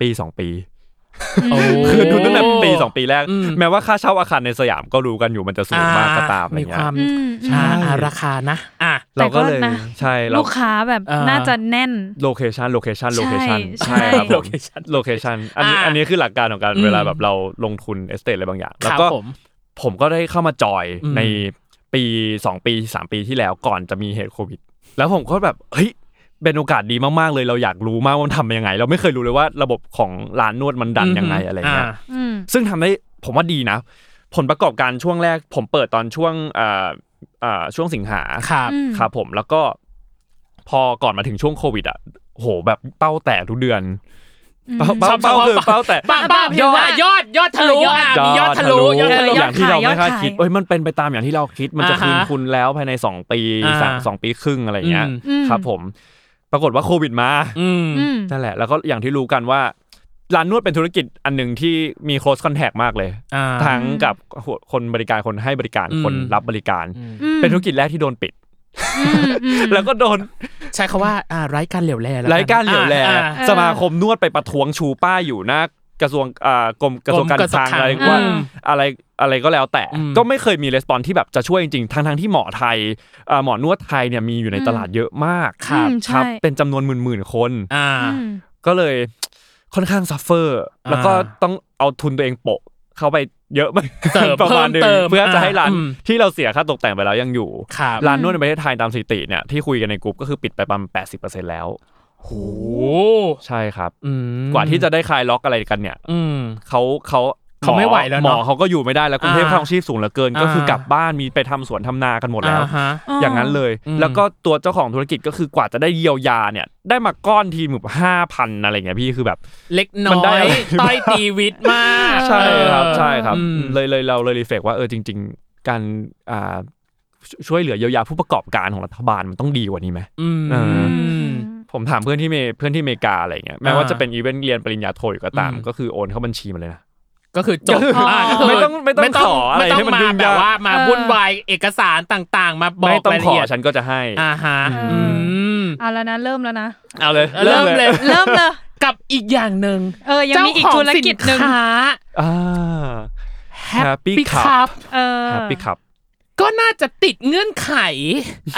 Speaker 4: ปี 2 ปี
Speaker 3: โอ้
Speaker 4: คือดูตั้งแต่ปีสองปีแรก
Speaker 3: อืม
Speaker 4: แม้ว่าค่าเช่าอาคารในสยามก็รู้กันอยู่มันจะสูงมากก็ตามอะไร
Speaker 3: มีค
Speaker 4: เงี้
Speaker 3: วาย ม
Speaker 2: อืมอืม
Speaker 4: ใช่
Speaker 3: อ่าอ่าราคานะอ่ะ
Speaker 4: เราก็เลย
Speaker 2: แต่ก็นะ
Speaker 4: ใช่เรา
Speaker 2: ลูกค้าแบบ
Speaker 3: เอ่อ
Speaker 2: น่าจะแน่น
Speaker 4: โลเคชันโลเคชันโลเคชัน
Speaker 2: ใช่
Speaker 4: ใช่ครับผม
Speaker 3: location
Speaker 4: โลเคชันอันนี้
Speaker 3: อ่า
Speaker 4: อันนี้คือหลักการของการ
Speaker 3: อืม
Speaker 4: เวลาแบบเราลงทุนเอสเตทอะไรบางอย่าง
Speaker 3: ค
Speaker 4: แล้ว
Speaker 3: รับ
Speaker 4: ก็
Speaker 3: ผม
Speaker 4: ผมก็ได้เข้ามาจอย
Speaker 3: อืม
Speaker 4: ในปี 2 ปี 3 ปีที่แล้วก่อนจะมีเหตุโควิด แล้วผมก็แบบเฮ้ยเป็นโอกาสดีมากๆเลยเราอยากรู้มากว่ามันทำยังไง เราไม่เคยรู้เลยว่าระบบของร้านนวดมันดันยังไงอะไรเงี้ย
Speaker 3: า
Speaker 2: อืม
Speaker 4: ซึ่งทำได้ผมว่าดีนะ ผลประกอบการช่วงแรก ผมเปิดตอนช่วงเอ่อเอ่อช่วงสิงหา
Speaker 3: ครับ
Speaker 2: อืม
Speaker 4: ครับผมแล้วก็พอก่อนมาถึงช่วงโควิดอ่ะโหแบบเป้าแตกทุกเดือนเป้า
Speaker 3: ช
Speaker 4: เป้า
Speaker 3: อบ
Speaker 4: เป้า
Speaker 3: ชอบ
Speaker 4: คือเป้าแตก
Speaker 3: บ้าบ้าเพียงว่ายอดยอดทะลุอ่ะมียอดทะลุยอดทะลุ
Speaker 4: อย ย่า
Speaker 2: อด
Speaker 4: งที่
Speaker 2: ขาย
Speaker 4: เรา
Speaker 2: ยอด
Speaker 4: ไม่คาด
Speaker 2: ขาย
Speaker 4: คิดเอ้ยมันเป็นไปตามอย่างที่เราคิด มันจะ
Speaker 3: อ่าฮะ
Speaker 4: คืนทุนแล้วภายใน 2 ปี
Speaker 3: อ่า
Speaker 4: สามสองปีครึ่งอะไรอย่างเงี้ย
Speaker 3: อืม
Speaker 2: อืม
Speaker 4: ครับผม ปรากฏว่าโควิดมา
Speaker 3: อืม
Speaker 2: อืม
Speaker 4: นั่นแหละ แล้วก็อย่างที่รู้กันว่าร้านนวดเป็นธุรกิจอันหนึ่งที่มี close contact มากเลย
Speaker 3: อ่า
Speaker 4: ทั้งกับคนบริการคนให้บริการ
Speaker 3: อืม
Speaker 4: คนรับบริการ
Speaker 3: อืม
Speaker 2: อืม
Speaker 4: เป็นธุรกิจแรกที่โดนปิด
Speaker 2: อืมอืม
Speaker 4: แล้วก็โดน
Speaker 3: ใช้คาว่าอ่าไร้การเหลวแลแล้วน
Speaker 4: รายการเหลียวแล
Speaker 3: อ่า
Speaker 4: สมาคมนวดไปประท้วงชูป้ายอยู่หน้ากระทรวงอ่ากรมกระทรวงการ
Speaker 3: กรมกระทรว
Speaker 4: คลั
Speaker 3: ง
Speaker 4: งอะไร
Speaker 3: คลัง
Speaker 4: ว่า
Speaker 3: อืม
Speaker 4: อะไรอะไรก็แล้วแต่
Speaker 3: อืม
Speaker 4: ก็ไม่เคยมีレスปอนที่แบบจะช่วยจริงๆทั้งๆที่หมอไทยอ่าหมอนวดไทยเนี่ยมีอยู่ใน
Speaker 2: อืม
Speaker 4: ตลาดเยอะมาก
Speaker 3: ครับ
Speaker 2: อืมใช่
Speaker 4: เป็นจำนวนหมื่นๆคน
Speaker 3: อ่า
Speaker 2: อืม
Speaker 4: ก็เลยค่อนข้างซัฟเฟอร์
Speaker 3: อ่า
Speaker 4: แล้วก็ต้องเอาทุนตัวเองโปะเข้าไปเยอะมาก
Speaker 3: เติม
Speaker 4: ประมาณหนึง
Speaker 3: เพิ่มเติม
Speaker 4: เพื่อจะให้ร้าน
Speaker 3: อ่าอืม
Speaker 4: ที่เราเสียค่าตกแต่งไปแล้วยังอยู่
Speaker 3: ครับ
Speaker 4: ร้านนวดในประเทศไทยตามสถิติเนี่ยที่คุยกันในกลุ่มก็คือปิดไปประมาณ 80%แล้ว
Speaker 3: โห
Speaker 4: ใช่ครับ
Speaker 3: อืม
Speaker 4: กว่าที่จะได้คลายล็อกอะไรกันเนี่ย
Speaker 3: อืม
Speaker 4: เขาเขา
Speaker 3: เขาไม่ไหวแล้ว
Speaker 4: หม
Speaker 3: เน
Speaker 4: อ
Speaker 3: อะ
Speaker 4: เขาก็อยู่ไม่ได้แล้วกรุงเทพ
Speaker 3: อ่า
Speaker 4: ค่าครองชีพสูงเหลือเกิน ก็คือ
Speaker 3: าก ก
Speaker 4: ลับบ้านมีไปทำสวนทำนากันหมดแล้ว
Speaker 3: อ่าฮะ
Speaker 4: อย่างนั้นเลย
Speaker 3: อืม
Speaker 4: แล้วก็ตัวเจ้าของธุรกิจก็คือกว่าจะได้เยียวยาเนี่ยได้มาก้อนทีหมื่นห้าพันอะไรเงี้ยพี่คือแบบ
Speaker 3: เล็กน้
Speaker 4: มันได้
Speaker 3: อย
Speaker 4: อะไร
Speaker 3: ต้อยตีวิตมาก
Speaker 4: ใช่ครับ
Speaker 3: เออ
Speaker 4: ใช่ครับ
Speaker 3: อืม
Speaker 4: เลยเลยเราเลยรีเฟกว่าเออจริง ๆ การอ่าช่วยช่วยเหลือเยียวยาผู้ประกอบการของรัฐบาลมันต้องดีกว่านี้ไหม
Speaker 3: อืม
Speaker 4: เอ ผมถามเพื่อนที่เมเพื่อนที่อเมริกาอะไรเงี้ยแม้ว่า
Speaker 3: อ่า
Speaker 4: จะเป็นอีเวนต์เรียนปริญญาโทอยู่ก็ตาม
Speaker 3: อืม
Speaker 4: ก็คือโอนเข้าบัญชีมาเลยนะ
Speaker 3: ก็คือจบ
Speaker 4: ก็คืออ่
Speaker 3: าก็คื
Speaker 4: ไม่ต้องไม่ต้องขออะไร
Speaker 3: ไม่ต้อ
Speaker 4: ให้
Speaker 3: ง
Speaker 4: มัน
Speaker 3: มา
Speaker 4: ยุ่ง
Speaker 3: แบ
Speaker 4: ยาก
Speaker 3: บว่ามา
Speaker 2: เออ
Speaker 3: วุ่นวายเอกสารต่างๆ มาบอ
Speaker 4: ไม่
Speaker 3: ก
Speaker 4: ต้อง
Speaker 3: ราย
Speaker 4: ขอ
Speaker 3: ละเอียด
Speaker 4: ฉันก็จะให้
Speaker 3: อ่าฮะอืม
Speaker 2: เอาแล้วนะเริ่มแล้วนะ
Speaker 4: เอาเลย
Speaker 3: เริ่มเลย
Speaker 2: เริ่มเลย
Speaker 3: กับอีกอย่างหนึ่ง
Speaker 2: เออ ยังมีอีกธุรกิจหนึ่ง
Speaker 3: เจ้าของสิค้า
Speaker 4: อ่า Happy
Speaker 3: Happy
Speaker 4: Cup
Speaker 3: Cup
Speaker 2: เออ
Speaker 4: แฮปปี้ครับ
Speaker 3: ก็น่าจะติดเงื่อนไข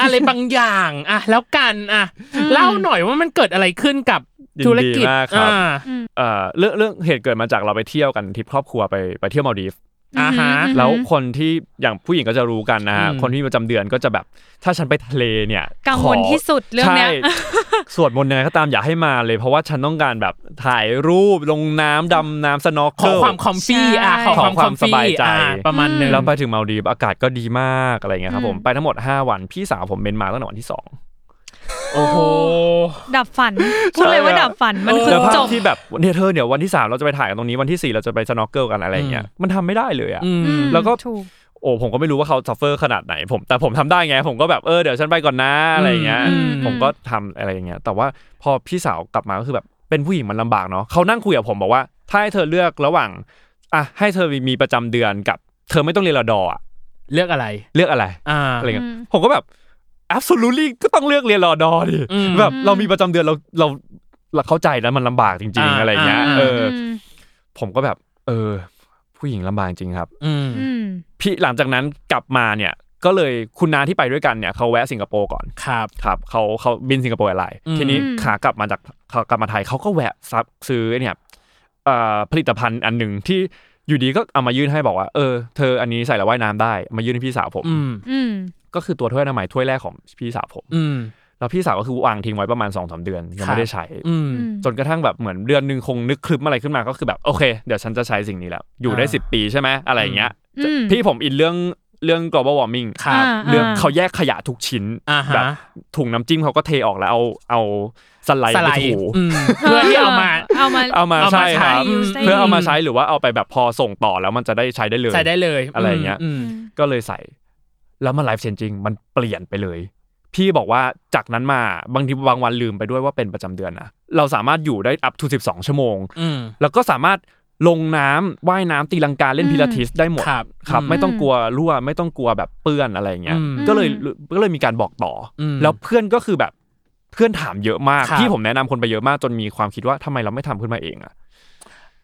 Speaker 3: อะไรบางอย่างอ่ะแล้วกันอ่ะเล่าหน่อยว่ามันเกิดอะไรขึ้นกับ
Speaker 4: ยิ
Speaker 3: ธุ
Speaker 4: น
Speaker 3: ร
Speaker 4: ดี
Speaker 3: กิจ
Speaker 4: มากครับ
Speaker 3: อ่า
Speaker 4: เอ่อเรื่องเรื่องเหตุเกิดมาจากเราไปเที่ยวกันทริปครอบครัวไปไปเที่ยวมาดีฟส์
Speaker 3: อ่าฮะ
Speaker 2: อืม
Speaker 4: แล้วคนที่อย่างผู้หญิงก็จะรู้กันนะฮะ
Speaker 3: อืม
Speaker 4: คนที่มีประจำเดือนก็จะแบบถ้าฉันไปทะเลเนี่ย
Speaker 2: กังวล
Speaker 4: ขอ
Speaker 2: ที่สุดเรื่องเนี้ย
Speaker 4: ใช่ สวดมนต์ยังไงก็ตามอย่าให้มาเลย เพราะว่าฉันต้องการแบบถ่ายรูปลงน้ำดำน้ำสนอก
Speaker 3: ขอความคอมฟี่อ่ะ
Speaker 2: ใช่
Speaker 3: ขอความค
Speaker 4: คาว
Speaker 3: วาม ม
Speaker 4: ส
Speaker 3: ฟี่
Speaker 4: บายใจ
Speaker 3: อ่ะประมาณหนึง
Speaker 4: แล้วไปถึงมาลดีฟส์อากาศก็ดีมากอะไรเงี้ยครับผม
Speaker 2: อืม
Speaker 4: ไปทั้งหมด 5 วันพี่สาวผมเป็นมาตั้งแต่วันที่ 2
Speaker 3: โอ้โห
Speaker 2: ดับฝัน พูดเลยว่าดับฝัน มันคือ
Speaker 4: แล้วภา
Speaker 2: จ
Speaker 4: พ
Speaker 2: บ
Speaker 4: ที่แบบเนี่ยเธอเดี๋ยววันที่สามเราจะไปถ่ายกันตรงนี้วันที่สี่เราจะไปสโนว์เกิลกันอะไรอย่างเงี้ยมันทำไม่ได้เลยอ่ะ
Speaker 3: อืม
Speaker 2: อืม
Speaker 4: แล้วก็
Speaker 2: ถูก
Speaker 4: โอ้ผมก็ไม่รู้ว่าเขาซัฟเฟอร์ขนาดไหนผม แต่ผมทำได้ไง ผมก็แบบเออเดี๋ยวฉันไปก่อนนะอะไรอย่างเงี้ย
Speaker 2: อืม
Speaker 4: ผมก็ทำอะไรอย่างเงี้ยแต่ว่าพอพี่สาวกลับมาก็คือแบบเป็นผู้หญิงมันลำบากเนาะเขานั่งคุยกับผมบอกว่า ถ้าให้เธอเลือกระหว่างอ่ะให้เธอมีประจำเดือนกับ เธอไม่ต้องเรียนรอดออะ
Speaker 3: เลือกอะไร
Speaker 4: เลือกอะไร
Speaker 3: อ่า
Speaker 4: อะไรเงี้ย
Speaker 2: อืม
Speaker 4: ผมก็แบบ absolutely ก็ต้องเลือกเรียนรอดอดิ
Speaker 3: อืม
Speaker 4: แบบเรามีประจำเดือนเราเราเราเข้าใจแล้วมันลำบากจริง ๆ
Speaker 3: อ่า
Speaker 4: อะไรเงี้ย
Speaker 3: อ่า
Speaker 4: เออ
Speaker 2: ม
Speaker 4: ผมก็แบบ เออ ผู้หญิงลำบากจริงครับ
Speaker 3: อืม
Speaker 2: อืม
Speaker 4: พี่หลังจากนั้นกลับมาเนี่ย ก็เลยคุณนาที่ไปด้วยกันเนี่ยเขาแวะสิงคโปร์ก่อน
Speaker 3: ครับ
Speaker 4: ครับเขาเขาบินสิงคโปร์อะไร
Speaker 3: อืม
Speaker 4: ทีนี้
Speaker 2: อืม
Speaker 4: ขากลับมาจากขากลับมาไทยเขาก็แวะซับซื้อเนี่ยเอ่อผลิตภัณฑ์อันหนึ่งที่อยู่ดีก็เอามายื่นให้บอกว่า เออเธออันนี้ใส่แล้วว่ายน้ำได้มายื่นให้พี่สาวผม
Speaker 3: อืม
Speaker 2: อืม
Speaker 4: ก็คือตัวถ้วยอนามัยถ้วยแรกของพี่สาวผม
Speaker 3: อืม
Speaker 4: แล้วพี่สาวก็คือวางทิ้งไว้ประมาณ2อสเดือนยัง
Speaker 3: ครับ
Speaker 4: ไม่ได้ใช้
Speaker 3: อืม
Speaker 4: จนกระทั่งแบบเหมือนเดือนหนึ่งคงนึกคลึมอะไรขึ้นมาก็คือแบบโอเค เดี๋ยวฉันจะใช้สิ่งนี้แล้ว อยู่ได้
Speaker 3: อ่า
Speaker 4: 10 ปีใช่ไหมอะไรอย่างเงี้ย
Speaker 2: อืม
Speaker 4: พี่ผมอินเรื่องเรื่อง global warming
Speaker 3: ครับ
Speaker 2: อ่า
Speaker 4: เรื่องเขาแยกขยะทุกชิ้น
Speaker 3: อ่า
Speaker 4: แบ
Speaker 3: ฮะ
Speaker 4: บถุงน้ำจิ้มเขาก็เทออกแล้วเอาเอาสไลด์
Speaker 3: ส
Speaker 4: ไป
Speaker 3: ไลด์
Speaker 4: ถู
Speaker 3: อืมเพื่อที่เอามา
Speaker 2: เอามา
Speaker 4: เอามา
Speaker 3: เอามา
Speaker 4: ใช่ค
Speaker 3: ใช้
Speaker 4: รับ
Speaker 2: use ได้
Speaker 4: เพื่อเอามาใช้หรือว่าเอาไปแบบพอส่งต่อแล้วมันจะได้ใช้ได้เลย
Speaker 3: ใส่ได้เลย
Speaker 4: อะไรอย่างเงี้ย
Speaker 3: อื
Speaker 2: อื
Speaker 3: ม
Speaker 2: ม
Speaker 4: ก็เลยใส่ แล้วมัน life changing มันเปลี่ยนไปเลย พี่บอกว่าจากนั้นมาบางทีบางวันลืมไปด้วยว่าเป็นประจำเดือนนะเราสามารถอยู่ได้ up to 12 ชั่วโมง
Speaker 3: อืม
Speaker 4: แล้วก็สามารถลงน้ำว่ายน้ำตีลังกาเล่น
Speaker 2: อืม
Speaker 4: พิลาทิสได้หมด
Speaker 3: ครับ
Speaker 4: ครับ
Speaker 3: อืม
Speaker 4: ไม่ต้องกลัวรั่วไม่ต้องกลัวแบบเปื้อนอะไรอย่างเงี้ย
Speaker 3: อืม
Speaker 4: ก็เลยก็เลยมีการบอกต่ออ
Speaker 3: ม
Speaker 4: แล้วเพื่อนก็คือแบบเพื่อนถามเยอะมาก
Speaker 3: ครับ
Speaker 4: ที่ผมแนะนำคนไปเยอะมากจนมีความคิดว่าทำไมเราไม่ทำขึ้นมาเองอะ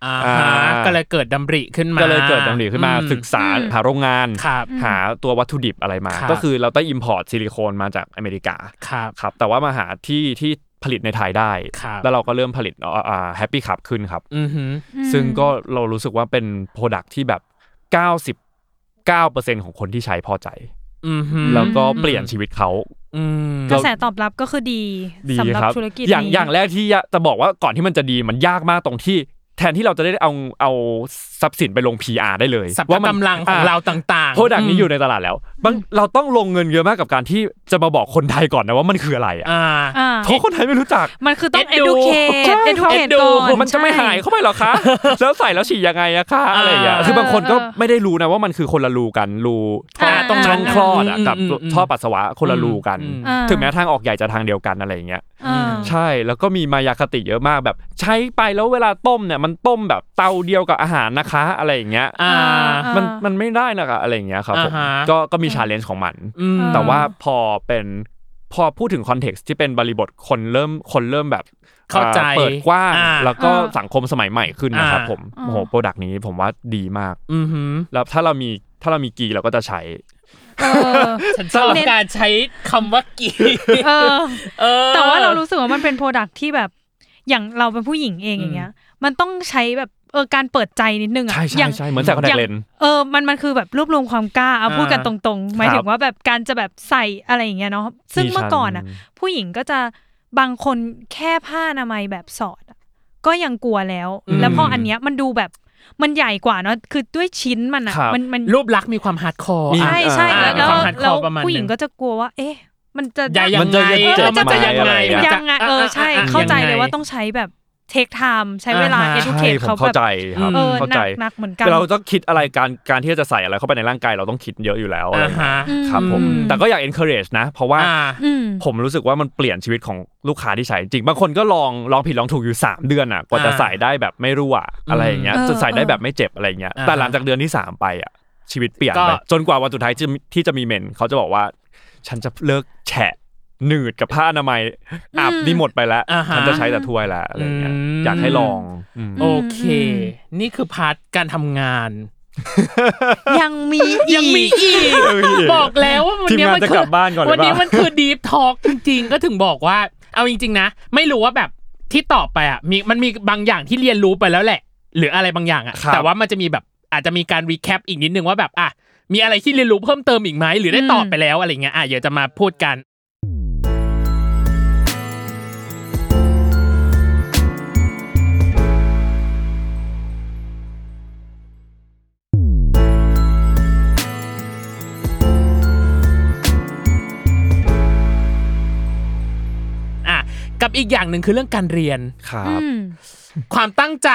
Speaker 3: อ่าฮะ
Speaker 4: อ่า
Speaker 3: ก็เลยเกิดดำริขึ้นมา
Speaker 4: ก็เลยเกิดดำริขึ้นมา
Speaker 3: อื
Speaker 4: ศึกษา
Speaker 2: อืม
Speaker 4: หาโรงงาน
Speaker 3: ครับ
Speaker 4: หาตัววัตถุดิบอะไรมา
Speaker 3: ครับ
Speaker 4: ก็คือเราต้องอิมพอร์ตซิลิโคนมาจากอเมริกา
Speaker 3: ครับ
Speaker 4: ครับ แต่ว่ามาหาที่ที่ผลิตในไทยได้
Speaker 3: ครับ
Speaker 4: แล้วเราก็เริ่มผลิตแฮปปี้คัพขึ้นครับ
Speaker 3: อือหือ
Speaker 4: ซึ่งก็เรารู้สึกว่าเป็นโปรดักที่แบบ 99%ของคนที่ใช้พอใจ
Speaker 3: อือหือ
Speaker 4: แล้วก็
Speaker 3: อืม
Speaker 4: เปลี่ยนชีวิตเขา
Speaker 3: อืม
Speaker 2: ก
Speaker 4: ก็
Speaker 2: ระแสตอบรับก็คือดี
Speaker 4: ดี
Speaker 2: สำหรับ
Speaker 4: ครับ
Speaker 2: ธุรกิจ
Speaker 4: อย่าง
Speaker 2: นี้
Speaker 4: อย่างแรกที่จะบอกว่าก่อนที่มันจะดีมันยากมากตรงที่ แทนที่เราจะได้เอาเอาทรัพย์สินไปลง PR ได้เลย
Speaker 3: สัพพะ
Speaker 4: มัน
Speaker 3: กำลังของเราต่างๆ
Speaker 4: โปรดักนี้อยู่
Speaker 3: ใน
Speaker 4: ในตลาดแล้วบางเราต้องลงเงินเยอะมากกับการที่จะมาบอกคนไทยก่อนนะว่ามันคืออะไรอ่ะ
Speaker 3: อ่า
Speaker 2: อ่า
Speaker 4: เพราะคนไทยไม่รู้จัก
Speaker 2: มันคือต้อง
Speaker 3: เอ็ดดู
Speaker 2: educate
Speaker 4: ใช่ครับ
Speaker 2: educate
Speaker 3: เอ็ดดู
Speaker 2: ก่อน
Speaker 4: มันจะไม่
Speaker 2: ใช่
Speaker 4: หายเข้าไปเหรอ
Speaker 2: <laughs>
Speaker 4: คะ แล้วใส่แล้วฉี่ยังไงอะคะอะไรอย่างเงี้ย
Speaker 3: อ่า
Speaker 4: คือบางคนก็
Speaker 2: เออเออ
Speaker 4: ไม่ได้รู้นะว่ามันคือคนละรูกันรู
Speaker 2: อ่าตรงนั้
Speaker 4: ช่อ
Speaker 2: น
Speaker 4: งคลอดอะกับ
Speaker 3: อืมอืมอืม
Speaker 4: ท่อปัสสาวะคนละรูกัน
Speaker 3: อืม
Speaker 2: อ่า
Speaker 4: ถึงแม้ทางออกใหญ่จะทางเดียวกันอะไรอย่างเงี้ย
Speaker 2: อ่า
Speaker 4: ใช่แล้วก็มีมายาคติเยอะมากแบบ ใช้ไปแล้วเวลาต้มเนี่ยมันต้มแบบเตาเดียวกับอาหารนะคะอะไรอย่างเงี้ย
Speaker 3: อ่า
Speaker 2: อ่ามั
Speaker 4: มันมันไม่ได้นะคะอะไรอย่างเงี้ยครับผม
Speaker 3: อ่าฮะ
Speaker 4: ก็ก็มีชาเลนจ์ของมัน
Speaker 3: อืม
Speaker 4: แต่ว่าพอเป็นพอพูดถึงคอนเท็กซ์ที่เป็นบริบทคนเริ่มคนเริ่มแบบ
Speaker 3: เข้าใจ
Speaker 4: อ่อเปิดกว้าง
Speaker 3: อ่า
Speaker 4: แล้วก็
Speaker 2: อ่า
Speaker 4: สังคมสมัยใหม่ขึ้นนะครับ
Speaker 3: อ่า
Speaker 4: ผม
Speaker 2: อ่า
Speaker 4: โอ้โหโปรดักต์นี้ผมว่าดีมาก
Speaker 3: อือหือ
Speaker 4: แล้วถ้าเรามีถ้าเรามีกีเราก็จะใช้
Speaker 2: เออ
Speaker 3: ฉันชอบ
Speaker 2: เน้น
Speaker 3: การใช้คำว่ากี
Speaker 2: เออ
Speaker 3: เออ
Speaker 2: แต่ว่าเรารู้สึกว่ามันเป็นโปรดักที่แบบอย่างเราเป็นผู้หญิงเองอย่างเงี้ย มันต้องใช้แบบเออการเปิดใจนิดนึงอ่ะ
Speaker 4: ใช่
Speaker 2: อ
Speaker 4: ใช่
Speaker 2: ย่าง
Speaker 4: ใช่เหมือนใส่คอนแท
Speaker 2: อย่า
Speaker 4: ค
Speaker 2: ง
Speaker 4: เลนส์
Speaker 2: เออมันมันคือแบบรวบรวมความกล้าเอา
Speaker 3: อ่า
Speaker 2: พูดกันตรงๆหมา
Speaker 4: ค
Speaker 2: ย
Speaker 4: รับ
Speaker 2: ถึงว่าแบบการจะแบบใส่อะไรอย่างเงี้ยเนาะซึ่ง
Speaker 4: มี
Speaker 2: เมื่อก่อนอ่ะ
Speaker 4: ชั้น
Speaker 2: ผู้หญิงก็จะบางคนแค่ผ้าอนามัยแบบสอดอะก็ยังกลัวแล้ว
Speaker 3: อืม
Speaker 2: แล้วพออันเนี้ยมันดูแบบมันใหญ่กว่าเนาะคือด้วยชิ้นมันอ่ะ
Speaker 4: ครับ
Speaker 2: มันมัน
Speaker 3: รูปลักษณ์มีความฮาร์ดคอร์
Speaker 4: มี
Speaker 3: อ่ะ
Speaker 2: ใช่ใช่
Speaker 4: อ่า
Speaker 2: แล้ว
Speaker 4: มีความ
Speaker 3: hardcore
Speaker 2: แล้ว
Speaker 3: ประมาณหนึ่ง
Speaker 2: ผู้หญิงก็จะกลัวว่า เอ๊ะ มันจะ
Speaker 3: ยายยัง
Speaker 4: มันจะ
Speaker 3: ไง
Speaker 4: ยังเจ็บ
Speaker 3: มันจะยัง
Speaker 4: ไหม
Speaker 3: ไง
Speaker 4: อะไร
Speaker 3: มันจะ
Speaker 2: ยังไงเออใช่
Speaker 3: ะะะ
Speaker 2: เข้าใจเลย
Speaker 3: งไง
Speaker 2: ว่าต้องใช้แบบเทคไทม์ใช้เวลา
Speaker 3: อ่าฮะ
Speaker 4: ใช่
Speaker 2: educate
Speaker 4: ผม
Speaker 2: เขา
Speaker 4: เข้า
Speaker 2: แบบ
Speaker 4: ใจครับ
Speaker 2: เออ
Speaker 4: เข้า
Speaker 2: ห
Speaker 4: ใจ
Speaker 2: นักหนักเหมือนกัน
Speaker 4: แต่เราต้องคิดอะไรการการที่จะใส่อะไรเข้าไปในร่างกายเราต้องคิดเยอะอยู่แล้วอะไรอ
Speaker 3: อ่า
Speaker 4: ย่างเงี้ย
Speaker 3: ฮะ
Speaker 4: ครับผม
Speaker 2: อืม
Speaker 4: แต่ก็อยาก encourage นะ เพราะว่า
Speaker 3: อ่า
Speaker 2: อืม
Speaker 4: ผมรู้สึกว่ามันเปลี่ยนชีวิตของลูกค้าที่ใช้จริง บางคนก็ลองลองผิดลองถูกอยู่ 3 เดือนอ่ะกว่าจะ
Speaker 3: อ่า
Speaker 4: ใส่ได้แบบไม่รั่วอะไรอย่างเงี้ย
Speaker 2: เออ
Speaker 4: จนใส่ได้
Speaker 2: เออ
Speaker 4: แบบไม่เจ็บอะไรอย่างเงี้ย
Speaker 3: อ่า
Speaker 4: แต่หลังจากเดือนที่ 3 ไปอ่ะชีวิตเปลี่ยนไป
Speaker 3: ก็
Speaker 4: จนกว่าวันสุดท้ายที่ที่จะมีเมนเขาจะบอกว่า ฉันจะเลิกแฉะหนืดกับผ้าอนามัยอาบนี่หมดไปแล้ว
Speaker 3: อ่าฮะ
Speaker 4: ฉันจะใช้แต่ถ้วยแล้วอะไรอย่างเงี้ย
Speaker 3: อืม
Speaker 4: อยากให้ลองอืม
Speaker 3: โอเค
Speaker 2: อืม
Speaker 3: นี่คือพาร์ทการทำงาน
Speaker 2: ยังมีอีก
Speaker 3: ยังมีอีก
Speaker 4: ยังมีอีก
Speaker 3: บอกแล้วว่าวัน
Speaker 4: ทีม
Speaker 3: นี้
Speaker 4: งาน
Speaker 3: มัน
Speaker 4: จะ
Speaker 3: คื
Speaker 4: กลับบ้านก่อนหรือ
Speaker 3: วันี้
Speaker 4: เปล่ามั
Speaker 3: มันคือดีฟทอ l k จริง ๆ ก็ถึงบอกว่า เอาจริง ๆ นะ ไม่รู้ว่าแบบที่ตอบไปอ่ะมีมันมีบางอย่างที่เรียนรู้ไปแล้วแหละ หรืออะไรบางอย่างอ่ะ
Speaker 4: ครับ
Speaker 3: แต่ว่ามันจะมีแบบอาจจะมีการรีแคปอีกนิดนึงว่าแบบอ่ะมีอะไรที่เรียนรู้เพิ่มเติมอีกไหมหรือได้ตอบไปแล้วอะไรเงี้ยอ่ะเดี๋ยวจะมาพูดกัน อ่ะกับอีกอย่างหนึ่งคือเรื่องการเรียน
Speaker 4: ครับ
Speaker 2: อืม
Speaker 3: ความตั้งใจ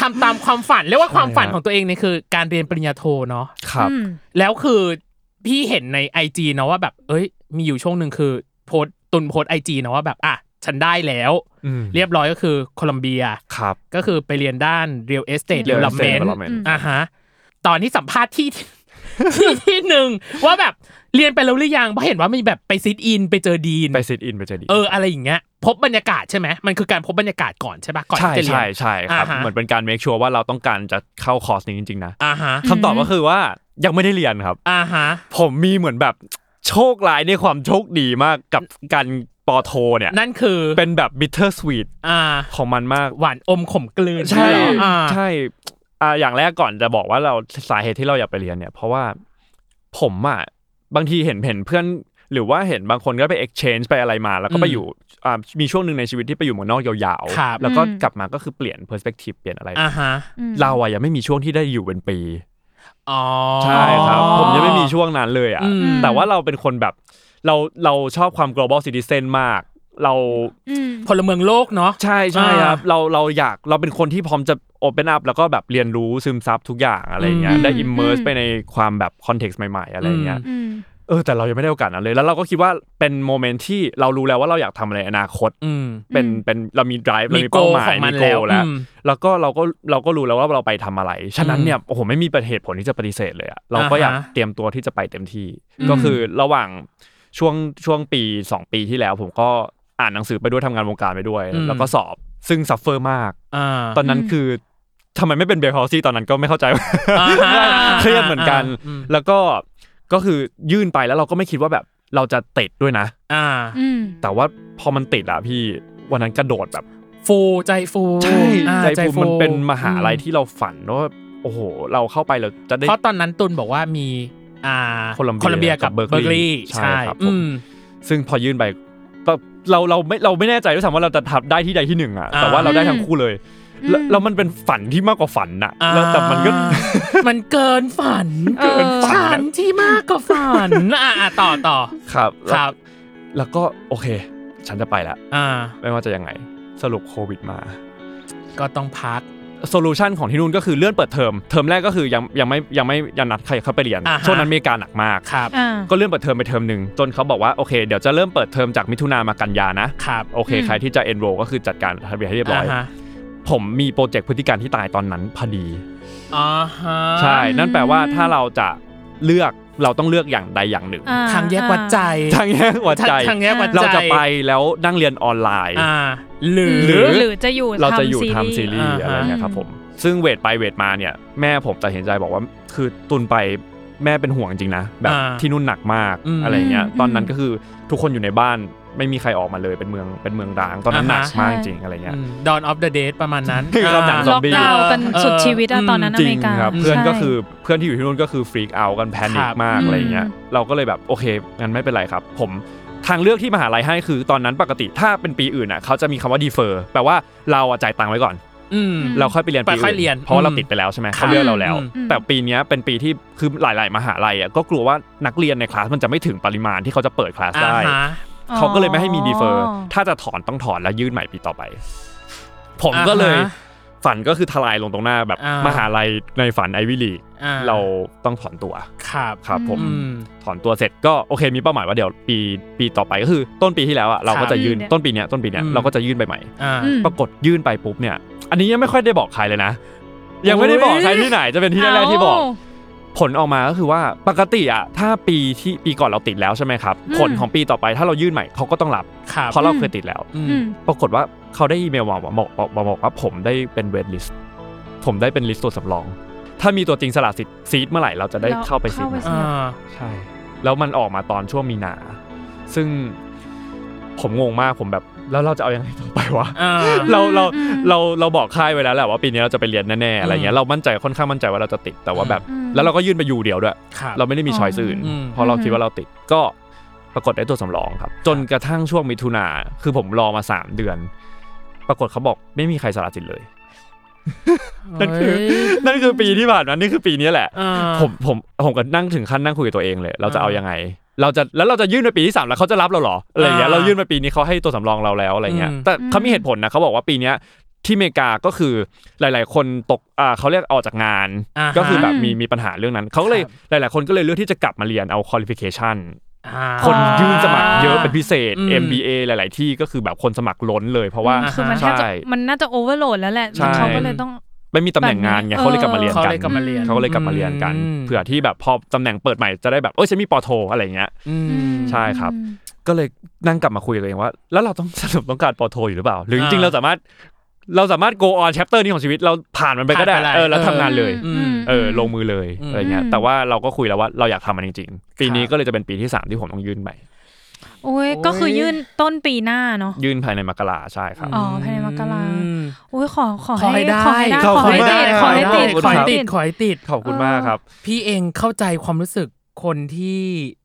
Speaker 3: ทำตามความฝันเรียกว่าความฝัน
Speaker 4: ใช่ครับ
Speaker 3: ของตัวเองเนี่ยคือ การเรียนปริญญาโทเนาะ
Speaker 4: ครับ
Speaker 2: อืม
Speaker 3: แล้วคือพี่เห็นในไอจีเนาะว่าแบบ เอ้ย มีอยู่ช่วงหนึ่งคือโพสต์ตุนโพสไอจีเนาะว่าแบบอ่ะฉันได้แล้ว
Speaker 4: อืม
Speaker 3: เรียบร้อยก็คือโคลัมเบีย
Speaker 4: ครับ
Speaker 3: ก็คือไปเรียนด้าน real
Speaker 4: Real
Speaker 3: estate
Speaker 4: estate
Speaker 3: development
Speaker 4: development
Speaker 3: อ่ะฮะ ตอนที่สัมภาษณ์ที่ <laughs> ที่ที่หนึ่งว่าแบบเรียนไปแล้วหรือยังเพราะเห็นว่ามีแบบไปซิดอินไปเจอดีน
Speaker 4: ไปซิดอินไปจะดี
Speaker 3: เอออะไรอย่างเงี้ย พบบรรยากาศใช่ไหมมันคือการพบบรรยากาศก่อนใช่ปะก่อน
Speaker 4: ใช่
Speaker 3: ที่จะเรีย
Speaker 4: ใช่
Speaker 3: น
Speaker 4: ใช่ครับ
Speaker 3: อ่าฮะ
Speaker 4: เหมือนเป็นการ make sure ว่าเราต้องการจะเข้าคอร์สนี้จริงๆนะ
Speaker 3: อ่าฮะ
Speaker 4: คำตอบก็คือว่ายังไม่ได้เรียนครับ
Speaker 3: อ่าฮะ
Speaker 4: ผมมีเหมือนแบบโชคร้ายในความโชคดีมากกับการปอโทเนี่ย
Speaker 3: นั่นคือ
Speaker 4: เป็นแบบ bitter sweet
Speaker 3: อ่า
Speaker 4: ของมันมาก
Speaker 3: หวานอมขมกลืน
Speaker 4: ใช่
Speaker 3: เหรออ่า
Speaker 4: ใช่อ่าอย่างแรกก่อนจะบอกว่าเราสาเหตุที่เราอยากไปเรียนเนี่ย เพราะว่าผมอ่ะบางทีเห็นเห็นเพื่อนหรือว่าเห็นบางคนก็ไป exchange ไปอะไรมา แล้วก็ไป
Speaker 3: อืม
Speaker 4: อยู่อ่ามีช่วงหนึ่งในชีวิตที่ไปอยู่เมืองนอกยาว
Speaker 3: ครับ
Speaker 4: ๆ แล้วก็
Speaker 2: อืม
Speaker 4: กลับมาก็คือเปลี่ยน perspective เปลี่ยนอะไร
Speaker 3: อ่าฮะ
Speaker 2: อืม
Speaker 4: เราอะยังไม่มีช่วงที่ได้อยู่เป็นปี
Speaker 3: อ๋อ
Speaker 4: ใช่ครับ ผมยังไม่มีช่วงนั้นเลยอ่ะ
Speaker 3: อืม
Speaker 4: แต่ว่าเราเป็นคนแบบเราเราชอบความ global citizen มาก เรา
Speaker 2: อืม
Speaker 3: พลเมืองโลกเนาะ
Speaker 4: ใช่ใช่
Speaker 3: อ่า
Speaker 4: ครับเราเราอยากเราเป็นคนที่พร้อมจะ open up แล้วก็แบบเรียนรู้ซึมซับทุกอย่างอะไรอย่างเงี้ย
Speaker 2: อืม
Speaker 4: ได้
Speaker 2: อืม
Speaker 4: immerse ไปในความแบบ context ใหม่ๆ อะไรอย่างเงี้ย
Speaker 3: อืม
Speaker 2: อืม
Speaker 4: เออแต่เรายังไม่ได้โอกาสนั้นเลย แล้วเราก็คิดว่าเป็นโมเมนต์ที่เรารู้แล้วว่าเราอยากทำอะไรในอนาคต
Speaker 3: อืม
Speaker 4: เป็น
Speaker 2: อืม
Speaker 4: เป็นเรามี drive เรามี
Speaker 3: โก
Speaker 4: เป้าหมา
Speaker 3: ข
Speaker 4: ย
Speaker 3: องมั
Speaker 4: มี
Speaker 3: น
Speaker 4: โก
Speaker 3: แล้
Speaker 4: แล้
Speaker 3: ว
Speaker 4: ว
Speaker 3: อืม
Speaker 4: แล้วก็เราก็เราก็รู้แล้วว่าเราไปทำอะไร ฉะนั้น
Speaker 3: อืม
Speaker 4: เนี่ยโอ้โหไม่มีเหตุผลที่จะปฏิเสธเลยอะเราก็
Speaker 3: อ่าฮะ
Speaker 4: อยากเตรียมตัวที่จะไปเต็มที่
Speaker 3: อืม
Speaker 4: ก็คือระหว่างช่วงช่วงปี 2 ปีที่แล้ว ผมก็อ่านหนังสือไปด้วยทำงานวงการไปด้วย แล้วก็สอบซึ่งซัฟเฟอร์มาก
Speaker 3: อ่า
Speaker 4: ตอนนั้น
Speaker 2: อืม
Speaker 4: คือ ทำไมไม่เป็นเบลคอซี่ตอนนั้นก็ไม่เข้าใจ
Speaker 3: อ่าฮะ
Speaker 4: <laughs> เครียดเหมือนกัน
Speaker 3: อืม
Speaker 4: แล้วก็ก็คือยื่นไปแล้วเราก็ไม่คิดว่าแบบเราจะติดด้วยนะ
Speaker 3: อ่า
Speaker 2: อืม
Speaker 4: แต่ว่าพอมันติดอะพี่วันนั้นกระโดดแบบ
Speaker 3: ฟูใจฟูอ่า
Speaker 4: ใจฟูมันเป็นมหาลัย
Speaker 3: อื
Speaker 4: ที่เราฝันว่าโอ้โห เราเข้าไปเราจะได้
Speaker 3: เพราะตอนนั้นตุนบอกว่ามีอ่า
Speaker 4: โคลัมเบีย
Speaker 3: โคลัมเบียกั
Speaker 4: กั
Speaker 3: บ
Speaker 4: บ
Speaker 3: เบอร์ก
Speaker 4: Berkeley
Speaker 3: ลีย์
Speaker 4: ใช่
Speaker 3: ใช่
Speaker 4: ครับผม
Speaker 3: อืม
Speaker 4: ซึ่งพอยื่นไปก็เราเราไม่เราไม่แน่ใจด้วยซ้ำว่าเราจะทับได้ที่ใดที่หนึ่งอะ
Speaker 3: อ่า
Speaker 4: แต่ว่าเราได้
Speaker 2: อืม
Speaker 4: ทั้งคู่เลยแล้ว
Speaker 2: อืม
Speaker 4: แล้วมันเป็นฝันที่มากกว่าฝันอะแล้วแต่มันก็ <laughs>
Speaker 3: อ่า <laughs> มันเกินฝัน
Speaker 2: เกินฝัน
Speaker 3: ฉันที่มากกว่าฝันอ่าอ่าต่อต่อ
Speaker 4: ครับ
Speaker 3: ค
Speaker 4: แล้ว
Speaker 3: รับ
Speaker 4: แล้วก็โอเค ฉันจะไปละ
Speaker 3: อ่า
Speaker 4: ไม่ว่าจะยังไงสรุปโควิดมา
Speaker 3: ก็ต้องพัก
Speaker 4: โซลูชันของที่นู่นก็คือเลื่อนเปิดเทอม เทอมแรกก็คือยังยังไม่ยังไม่ยังนัดใครเข้าไปเรียน
Speaker 3: อ่าฮะ
Speaker 4: ช่วงนั้นอเมริกาหนักมาก
Speaker 3: ครับ
Speaker 2: อ่า
Speaker 4: ก็เลื่อนเปิดเทอมไปเทอมหนึ่งจนเขาบอกว่าโอเคเดี๋ยวจะเริ่มเปิดเทอมจากมิถุนามากันยานะ
Speaker 3: ครับ
Speaker 4: โอเค
Speaker 2: อืม
Speaker 4: ใครที่จะเอนโรก็คือจัดการทะเบียนให้เรียบร้อย
Speaker 3: าฮะ
Speaker 4: ผมมีโปรเจกต์พฤติการที่ตายตอนนั้นพอดี
Speaker 3: อ่าฮะ
Speaker 4: ใช่ นั่นแปลว่าถ้าเราจะเลือกเราต้องเลือกอย่างใดอย่างหนึ่ง
Speaker 2: อ่
Speaker 3: ทางแยกวัดใจ
Speaker 4: ทางแยกหัวใจ
Speaker 3: ทางแยกวัดใจ
Speaker 4: เราจะไปแล้วนั่งเรียนออนไลน์
Speaker 3: อ่า หรือ
Speaker 4: หรือ
Speaker 2: หรือจะอยู่
Speaker 4: เราจะอยู่ทำ
Speaker 2: ำ
Speaker 4: ซีรีส์
Speaker 3: อ่าฮะ
Speaker 4: อะไรเงี้ยครับผม ซึ่งเวทไปเวทมาเนี่ย แม่ผมตัดสินใจบอกว่าคือตุนไปแม่เป็นห่วงจริงนะ แบบ
Speaker 3: อ่า
Speaker 4: ที่นู่นหนักมาก
Speaker 3: อืม
Speaker 4: อะไรเงี้ย
Speaker 2: อืม
Speaker 4: ตอนนั้นก็คือทุกคนอยู่ในบ้านไม่มีใครออกมาเลยเป็นเมืองเป็นเมืองร้างตอนนั้นห
Speaker 3: อ่า
Speaker 4: นัก
Speaker 3: ฮะ
Speaker 4: มาก
Speaker 2: ใช่
Speaker 4: จริงอะไรเงี้ย
Speaker 3: ดอนออฟเดอะเดทประมาณนั้น
Speaker 4: เราหนังซ
Speaker 2: ล็
Speaker 4: อ
Speaker 2: อ
Speaker 4: ม
Speaker 2: ก
Speaker 4: บี้
Speaker 2: ดาวน์กันสุดชีวิตอะ
Speaker 3: เ
Speaker 2: ตอนนั้นอ
Speaker 4: จ
Speaker 2: เม
Speaker 4: ริง
Speaker 2: ริกา
Speaker 4: ครับเพื่อนก็คือเพื่อนที่อยู่ที่นู่นก็คือฟรีกเอากันแพนิ
Speaker 3: ค
Speaker 4: ครับ มากอะไรเงี้ย
Speaker 2: อืม
Speaker 4: เราก็เลยแบบโอเคงั้นไม่เป็นไรครับ ผมทางเลือกที่มหาลัยให้คือตอนนั้นปกติถ้าเป็นปีอื่นอ่ะเขาจะมีคำว่าดีเฟอร์แปลว่าเราอะจ่ายตังค์ไว้ก่อน
Speaker 3: อืม
Speaker 2: อืม
Speaker 4: เราค่อยไปเรียนปี
Speaker 3: ค่อยเรียน
Speaker 4: เพราะว่าเรา
Speaker 3: อืม
Speaker 4: ติดไปแล้วใช่ไหม
Speaker 3: ครับ
Speaker 4: เขาเลือกเราแล้ว
Speaker 3: อื
Speaker 2: ม
Speaker 4: แต่ปีเนี้ยเป็นปีที่คือหลาย ๆ มหาลัยอ่ะก็กลัวว่านักเรียนในคลาสมันจะไม่ถึงปริมาณที่เขาจะเปิดคลาส
Speaker 3: อ่า
Speaker 4: ได้
Speaker 3: ฮะ
Speaker 4: เขาก็เลยไม่ให้มีดีเฟอร์ถ้าจะถอนต้องถอนและยื่นใหม่ปีต่อไป ผม
Speaker 3: อ่าฮะ
Speaker 4: ก็เลยฝันก็คือทลายลงตรงหน้าแบบ
Speaker 3: อ่าม
Speaker 4: มหาลัยในฝันไอวิลี
Speaker 3: อ่
Speaker 4: เราต้องถอนตัว
Speaker 3: ครับ
Speaker 4: ครับผม
Speaker 3: อืม
Speaker 4: ถอนตัวเสร็จก็โอเคมีเป้าหมายว่าเดี๋ยวปีปีต่อไปก็คือ ต้นปีที่แล้วอ่ะเราก็จะยื่น
Speaker 2: ครับ
Speaker 4: ต้นปีเนี้ยต้นปีเนี้ย
Speaker 3: อืม
Speaker 4: เราก็จะยื่นไปใหม่
Speaker 3: อ่า
Speaker 2: ม
Speaker 4: ปรากฏยื่นไปปุ๊บเนี่ย อันนี้ยังไม่ค่อยได้บอกใครเลยนะ ยังไม่ได้บอกใครที่ไหนจะเป็นที่แรกๆที่บอก ผลออกมาก็คือว่าปกติอะถ้าปีที่ปีก่อนเราติดแล้วใช่ไหมครับ
Speaker 2: อืม
Speaker 4: ผลของปีต่อไปถ้าเรายื่นใหม่เขาก็ต้องรับ
Speaker 3: ครับ
Speaker 4: เพราะเราเคยติดแล้ว
Speaker 3: อืม
Speaker 2: อืม
Speaker 4: ปรากฏว่าเขาได้อีเมลมาบอกบอกบอกบอกว่าผมได้เป็นเวทลิสต์ผมได้เป็นลิสต์ตัวสำรอง ถ้ามีตัวจริงสละสิทธิ์ซีดเมื่อไหร่เราจะได้
Speaker 2: แล้ว
Speaker 4: เข้าไปซีด
Speaker 2: เข้าไป
Speaker 3: อ่า
Speaker 4: ใช่ แล้วมันออกมาตอนช่วงมีนา ซึ่งผมงงมากผมแบบแล้วเราจะเอายังไงต่อไปวะ
Speaker 3: อ่า
Speaker 4: เราเรา
Speaker 2: อืม
Speaker 4: เราเราบอกค่ายไว้แล้วแหละว่าปีนี้เราจะไปเรียนแน่ๆอะไรเงี้ยเรามั่นใจค่อนข้างมั่นใจว่าเราจะติดแต่ว่าแบบ
Speaker 2: อืม
Speaker 4: แล้วเราก็ยื่นไปอยู่เดียวด้วย
Speaker 3: ครับ
Speaker 4: เราไม่ได้มีช้อยส์อื่น
Speaker 3: อืม
Speaker 4: เพราะเราคิดว่าเราติดก็ปรากฏได้ตัวสำรองครับ จนกระทั่งช่วงมิถุนาคือผมรอมาสามเดือน ปรากฏเขาบอกไม่มีใครสารสิทธิ์เลย นั่นคือ
Speaker 3: เฮ้ย
Speaker 4: นั่นคือปีที่ผ่านมานี่คือปีนี้แหละ
Speaker 3: อ่า
Speaker 4: ผมผมผมก็นั่งถึงขั้นนั่งคุยกับตัวเองเลย เราจะ
Speaker 3: อ่า
Speaker 4: เอายังไง เราจะแล้วเราจะยื่นไปปีที่สามแล้วเขาจะรับเราเหรออะไรอย่างเงี้ย
Speaker 3: อ่า
Speaker 4: เรายื่นไปปีนี้เขาให้ตัวสำรองเราแล้วอะไรเงี้ย
Speaker 3: อืม
Speaker 4: แต่เขา
Speaker 2: อืม
Speaker 4: มีเหตุผลนะเขาบอกว่าปีเนี้ยที่อเมริกาก็คือหลาย ๆ คนตกอ่าเขาเรียกออกจากงาน
Speaker 3: อ่าฮะ
Speaker 4: ก็คือแบบมีมีปัญหาเรื่องนั้นเขาก็เลย
Speaker 3: ครั
Speaker 4: หลาย ๆ คนก็เลยเลือกที่จะกลับมาเรียนเอา qualification
Speaker 3: อ่า
Speaker 4: คนยื่นสมัครเยอะเป็นพิเศษ
Speaker 3: อืม
Speaker 4: MBA หลาย ๆ ที่ก็คือแบบคนสมัครล้นเลย เพราะว่า
Speaker 3: อ่า
Speaker 2: คือมันแทบจะ
Speaker 4: ใช่
Speaker 2: มันน่าจะโอเวอร์โหลดแล้วแหละ
Speaker 4: ใช่
Speaker 2: เขาก็เลยต้อง
Speaker 4: ไม่มีตำแหน่งงานไง
Speaker 2: แบบนี้
Speaker 4: เขาเลยกลับมาเรียน
Speaker 3: เขา
Speaker 4: กัน
Speaker 3: เลยกลับมาเรียน
Speaker 4: เขาก็เลยกลับมาเรียนกันเผื่อที่แบบพอตำแหน่งเปิดใหม่จะได้แบบเอ้ยฉันมีปอโทอะไรอย่างเงี้ย
Speaker 3: ม
Speaker 2: ม
Speaker 4: ใช่ครับ ก็เลยนั่งกลับมาคุยกับตัวเองว่า แล้วเราต้องสรุปต้องการปอโทอยู่หรือเปล่า หรือจริงๆ
Speaker 3: อ่า
Speaker 4: เราสามารถเราสามารถ go on chapter นี้ของชีวิตเราผ่านมันไปก็ได้
Speaker 3: ผ่านไปได้
Speaker 4: เออแล้ว
Speaker 3: เออ
Speaker 4: ทำงานเลย
Speaker 3: อืม
Speaker 4: เออลงมือเลย
Speaker 3: อืม
Speaker 4: อะไรเงี้ย
Speaker 2: อืม
Speaker 4: แต่ว่าเราก็คุยแล้วว่าเราอยากทำมันจริงๆปีนี้
Speaker 3: ครับ
Speaker 4: ก็เลยจะเป็นปีที่ 3 ที่ผมต้องยื่นใหม่
Speaker 2: โอ้ยก็คือยื่นต้นปีหน้าเนาะ
Speaker 4: ยื่นภายในมกราใช่ครับ
Speaker 2: อ๋อภายในมกรา
Speaker 3: อืม
Speaker 2: โอ้ยขอขอ
Speaker 3: ขอให้ได้
Speaker 2: ขอให้ได้
Speaker 4: ข
Speaker 2: ข
Speaker 4: อ
Speaker 2: อ
Speaker 4: ให้
Speaker 2: ให้
Speaker 4: ได้
Speaker 2: ติดขอให้ติด
Speaker 3: ข
Speaker 2: ข
Speaker 3: อ
Speaker 2: อ
Speaker 3: ให้
Speaker 2: ให้
Speaker 3: ติ
Speaker 2: ติ
Speaker 3: ด
Speaker 2: ด
Speaker 3: ข
Speaker 4: ข
Speaker 3: อให้ติด
Speaker 4: อบคุณมากครับ
Speaker 3: พี่เองเข้าใจความรู้สึกคนที่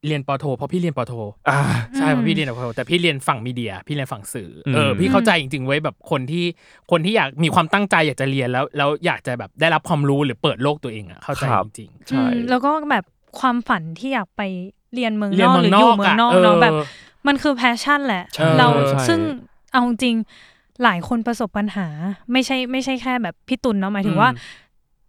Speaker 3: เรียนปอโท เพราะพี่เรียนปอโท
Speaker 4: อ่า
Speaker 3: ใช่
Speaker 2: อืม
Speaker 3: เพราะพี่เรียนปอโทแต่พี่เรียนฝั่งมีเดีย พี่เรียนฝั่งสื่ออ
Speaker 4: ม
Speaker 3: เออพี่เข้าใจจริงๆไว้ยแบบคนที่คนที่อยากมีความตั้งใจอยากจะเรียนแล้วแล้วอยากจะแบบได้รับความรู้หรือเปิดโลกตัวเองอ่ะเข้าใจจริง
Speaker 4: ใช่
Speaker 2: อืมแล้วก็แบบความฝันที่อยากไปเรียนเมือง
Speaker 3: ๆเรี
Speaker 2: น
Speaker 3: ยน
Speaker 2: อก
Speaker 3: เมื
Speaker 2: หรือน อยู่เมื
Speaker 3: องอก
Speaker 2: อง
Speaker 3: อ่ะ
Speaker 2: นอก
Speaker 3: เออ
Speaker 2: เนาะแบบ มันคือแพชชั่นแหละ
Speaker 4: ใช่
Speaker 2: เรา
Speaker 4: ใช่
Speaker 2: ซึ่งเอาจริงหลายคนประสบปัญหา ไม่ใช่ไม่ใช่แค่แบบพี่ตุลเนาะหมายถึงว่า
Speaker 3: อืม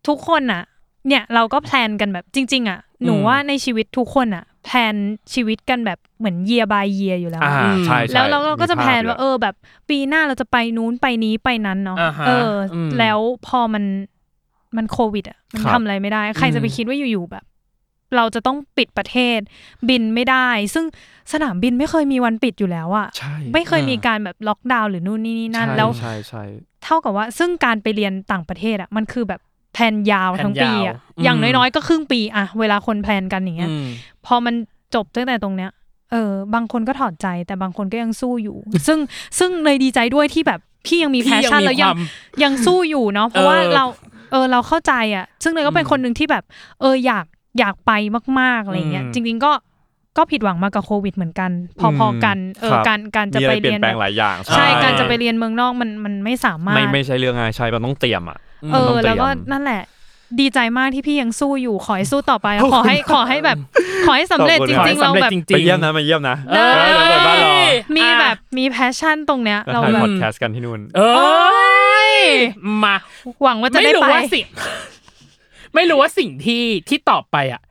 Speaker 2: ทุกคนอะเนี่ยเราก็แพลนกันแบบจริง ๆอะหนู
Speaker 3: อืม
Speaker 2: ว่าในชีวิตทุกคนอะแพลนชีวิตกันแบบเหมือนเยียบายเยียอยู่แล้ว
Speaker 4: อ่า
Speaker 2: อะ
Speaker 4: ใช่ใช่
Speaker 2: แล้วเราก็จะแพลนว่า
Speaker 4: มีภพ
Speaker 2: เออแบบปีหน้าเราจะไปนู้นไปนี้ไปนั้นเนาะ
Speaker 3: อ่าฮะ
Speaker 2: เอออ
Speaker 3: ม
Speaker 2: แล้วพอมันมันโควิดอ่ะมัน
Speaker 4: ครับ
Speaker 2: ทำอะไรไม่ได้ ใครจะไปคิดว่าอยู่ๆแบบ เราจะต้องปิดประเทศ บินไม่ได้ ซึ่งสนามบินไม่เคยมีวันปิดอยู่แล้วอะ
Speaker 4: ใช่
Speaker 2: ไม่เคย
Speaker 3: อ่ามี
Speaker 2: มีการแบบล็อกดาวน์หรือนู่นนี่นี่นั่น
Speaker 4: ใช่
Speaker 2: แล้ว
Speaker 4: ใช่ใช่
Speaker 2: เท่ากับว่าซึ่งการไปเรียนต่างประเทศอะมันคือแบบแพลนยาวทั้งปีอะ
Speaker 3: แพลนยาวอืม
Speaker 2: อย่างน้อยๆก็ครึ่งปีอะเวลาคนแพลนกันอย่างเงี้ย
Speaker 3: อืม
Speaker 2: พอมันจบตั้งแต่ตรงเนี้ยเออบางคนก็ถอดใจแต่บางคนก็ยังสู้อยู่ ซึ่งซึ่งเลยดีใจด้วยที่แบบพี่ยังมีแพชชั่นแล้วยัง ยังสู้อยู่เนาะเพราะว่า
Speaker 3: เออ
Speaker 2: เราเออเราเข้าใจอ่ะ ซึ่งเลยก็เป็น
Speaker 3: อืม
Speaker 2: คนหนึ่งที่แบบ เอออยากอยากไปมากๆอะไรเงี้ย
Speaker 3: อืม
Speaker 2: จริง ๆก็ก็ผิดหวังมากับโควิดเหมือนกัน พอ
Speaker 4: อืม
Speaker 2: ๆกันเอ
Speaker 4: ค
Speaker 2: อ
Speaker 4: รับ
Speaker 2: การการจะ
Speaker 4: มีอะ
Speaker 2: ไป
Speaker 4: ไรเปลี่
Speaker 2: เรี
Speaker 4: ย
Speaker 2: ย
Speaker 4: น
Speaker 2: น
Speaker 4: แปล
Speaker 2: แบ
Speaker 4: ง
Speaker 2: บ
Speaker 4: หลายอย่าง
Speaker 2: ใช่
Speaker 3: ใช่
Speaker 2: การจะไปเรียนเมืองนอกมันมันไม่สามารถ
Speaker 4: ไม่ไม่ใช่เรื่องง่ายใช่มันต้องเตรียมอ่ะ
Speaker 3: ม
Speaker 2: เอ
Speaker 4: มันต้อง
Speaker 2: อ
Speaker 4: เตรียม
Speaker 2: แล้วก็นั่นแหละ ดีใจมากที่พี่ยังสู้อยู่ขอให้สู้ต่อไป
Speaker 4: ขอบคุณ
Speaker 2: ขอให้ขอให้แบบ ขอให้สำเร็จ
Speaker 4: ขอบคุณครั
Speaker 2: จ
Speaker 4: บ
Speaker 2: ริง ๆ เราแบบ
Speaker 3: ขอให้สำเร็จจริง
Speaker 4: ไปเยี่ยมนะไปเยี่ยมนะ
Speaker 2: ได้
Speaker 4: เดี๋ยวเปิดบ้านรอ
Speaker 2: มีแบบมีแพชชั่นตรงเนี้ย
Speaker 4: แล้ว
Speaker 2: เรา
Speaker 4: ถ่ายพอ
Speaker 2: แบบ
Speaker 4: ดแคสต์กันที่นู่น
Speaker 3: เอ้ยมา
Speaker 2: หวังว่าจะ
Speaker 3: ไม่
Speaker 2: ได้
Speaker 3: รู้
Speaker 2: ไป
Speaker 3: ว่า <laughs> สิ่ง ไม่รู้ว่าสิ่งที่ที่ตอบไปอ่ะ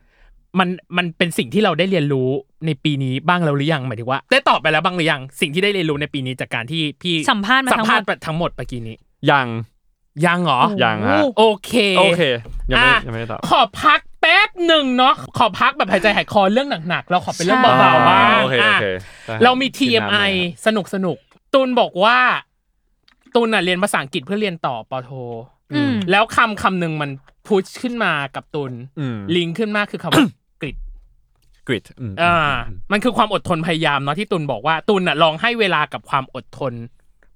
Speaker 3: มันมันเป็นสิ่งที่เราได้เรียนรู้ในปีนี้บ้างแล้วหรือยังหมายถึงว่า ได้ตอบไปแล้วบ้างหรือยังสิ่งที่ได้เรียนรู้ในปีนี้จากการที่พี่
Speaker 2: สัมภาษณ์มา
Speaker 3: สัม
Speaker 2: ทั้งหม
Speaker 3: ภาษ
Speaker 2: ด
Speaker 3: ณ์ทั้งหมดเมื่อกี้นี้
Speaker 4: ยัง
Speaker 3: ยังเหรอ
Speaker 4: ยัง ฮะ
Speaker 3: โอเค
Speaker 4: โอเค ยังไม่
Speaker 3: อ่ะ
Speaker 4: ยังไม่ได้ตอบ
Speaker 3: ขอพักแป๊บหนึ่งเนาะขอพักแบบหายใจหายคอเรื่องหนักๆ เราขอเป็นเรื่องเบาๆบ้าง
Speaker 4: โอเคโอ
Speaker 3: อ่ะ
Speaker 4: เคได้
Speaker 3: เรามี
Speaker 4: กินน้ำหน่อย
Speaker 3: TMI สนุกสนุกๆตูนบอกว่าตูนน่ะเรียนภาษาอังกฤษเพื่อเรียนต่อปอโท
Speaker 2: อืม
Speaker 3: แล้วคำคำหนึ่งมันพุชขึ้นมากับตูน
Speaker 4: อืม
Speaker 3: ลิงก์ขึ้นมากคือคำว่า <coughs> กริด
Speaker 4: กริดอืม
Speaker 3: อ่า มันคือความอดทนพยายามเนาะที่ตูนบอกว่าตูนน่ะลองให้เวลากับความอดทน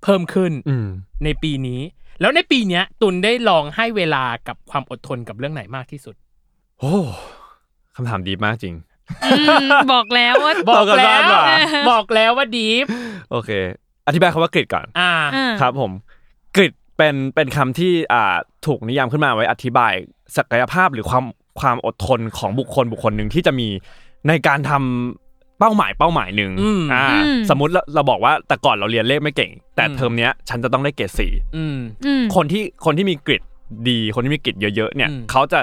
Speaker 3: เพิ่มขึ้น
Speaker 4: อืม
Speaker 3: ในปีนี้ แล้วในปีเนี้ยตุนได้ลองให้เวลากับความอดทนกับเรื่องไหนมากที่สุด
Speaker 4: โอ้คำถามดีมากจริง
Speaker 2: อืมบอกแล้วว่า
Speaker 3: บอก
Speaker 4: ตอบกัน
Speaker 3: แล้
Speaker 4: บ้างดีก
Speaker 3: ว
Speaker 4: ว่า
Speaker 3: บอกแล้วว่าดีฟ
Speaker 4: โอเค อธิบายคำว่ากริดก่อน
Speaker 3: อ่า
Speaker 2: อ่า
Speaker 4: ครับผมกริดเป็นเป็นคำที่อ่าถูกนิยามขึ้นมาไว้อธิบายศักยภาพหรือความความอดทนของบุคคลบุคคลหนึ่งที่จะมีในการทำเป้าหมายเป้าหมายหนึ่ง
Speaker 3: อืม
Speaker 4: อ่า
Speaker 2: อืม
Speaker 4: สมมติเราเราบอกว่าแต่ก่อนเราเรียนเลขไม่เก่ง แต่
Speaker 3: อืม
Speaker 4: เทอมเนี้ยฉันจะต้องได้เกรดสี่
Speaker 3: อืม
Speaker 2: อืม
Speaker 4: คนที่คนที่มีกริดดีคนที่มีกริดเยอะๆเนี่ย
Speaker 3: อืม
Speaker 4: เขาจะ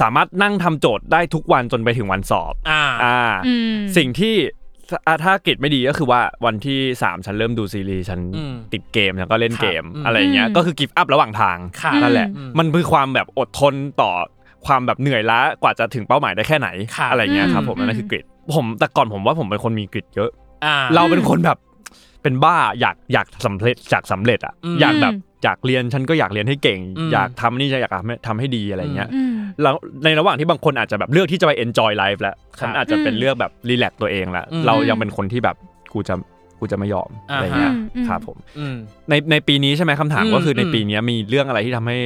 Speaker 4: สามารถนั่งทำโจทย์ได้ทุกวันจนไปถึงวันสอบ
Speaker 3: อ่า
Speaker 4: อ่า
Speaker 2: อืม
Speaker 4: สิ่งที่ถ้าอ่ะถ้ากิจไม่ดีก็คือว่าวันที่ 3 ฉันเริ่มดูซีรีส์ฉัน
Speaker 3: อืม
Speaker 4: ติดเกม แล้วก็เล่นเกม
Speaker 3: ครับอืม
Speaker 4: อะไรเงี้ย
Speaker 2: อืม
Speaker 4: ก็คือกิฟต์อัพระหว่างทาง
Speaker 3: ค่ะ
Speaker 4: นั่นแหละ
Speaker 3: อืม
Speaker 4: มันคือความแบบอดทนต่อความแบบเหนื่อยล้ากว่าจะถึงเป้าหมายได้แค่ไหน
Speaker 3: ค่ะ
Speaker 4: อะไรเงี้ยครับ
Speaker 3: อืม
Speaker 4: ผมอันนั่นคือ
Speaker 2: ม
Speaker 4: กริดผมแต่ก่อนผมว่าผมเป็นคนมีกริดเยอะ
Speaker 3: อ่า
Speaker 4: เราเป็นคนแบบเป็นบ้าอยากอยากสำเร็จอยากสำเร็จอ่ะ
Speaker 3: อืม
Speaker 4: อยากแบบอยากเรียนฉันก็อยากเรียนให้เก่ง
Speaker 3: อืม
Speaker 4: อยากทำนี่จะอยากทำให้ทำให้ดีอะไรเงี้ย
Speaker 2: อืม
Speaker 4: แล้วในระหว่างที่บางคนอาจจะแบบเลือกที่จะไป enjoy life แล้วฉันอาจจะเป็น
Speaker 2: อืม
Speaker 4: เลือกแบบรีแลกซ์ตัวเองแล้ว
Speaker 3: อืม
Speaker 4: เรายังเป็นคนที่แบบกูจะกูจะไม่ยอม
Speaker 3: อ่าฮะ
Speaker 4: อะไรเงี้ย
Speaker 2: อืมอืม
Speaker 4: ครับผม
Speaker 3: อืม
Speaker 4: ในในปีนี้ใช่ไหมคำถาม
Speaker 3: อืม
Speaker 4: ก็คือใน
Speaker 3: อืม
Speaker 4: ปีเนี้ยมีเรื่องอะไรที่ทำให้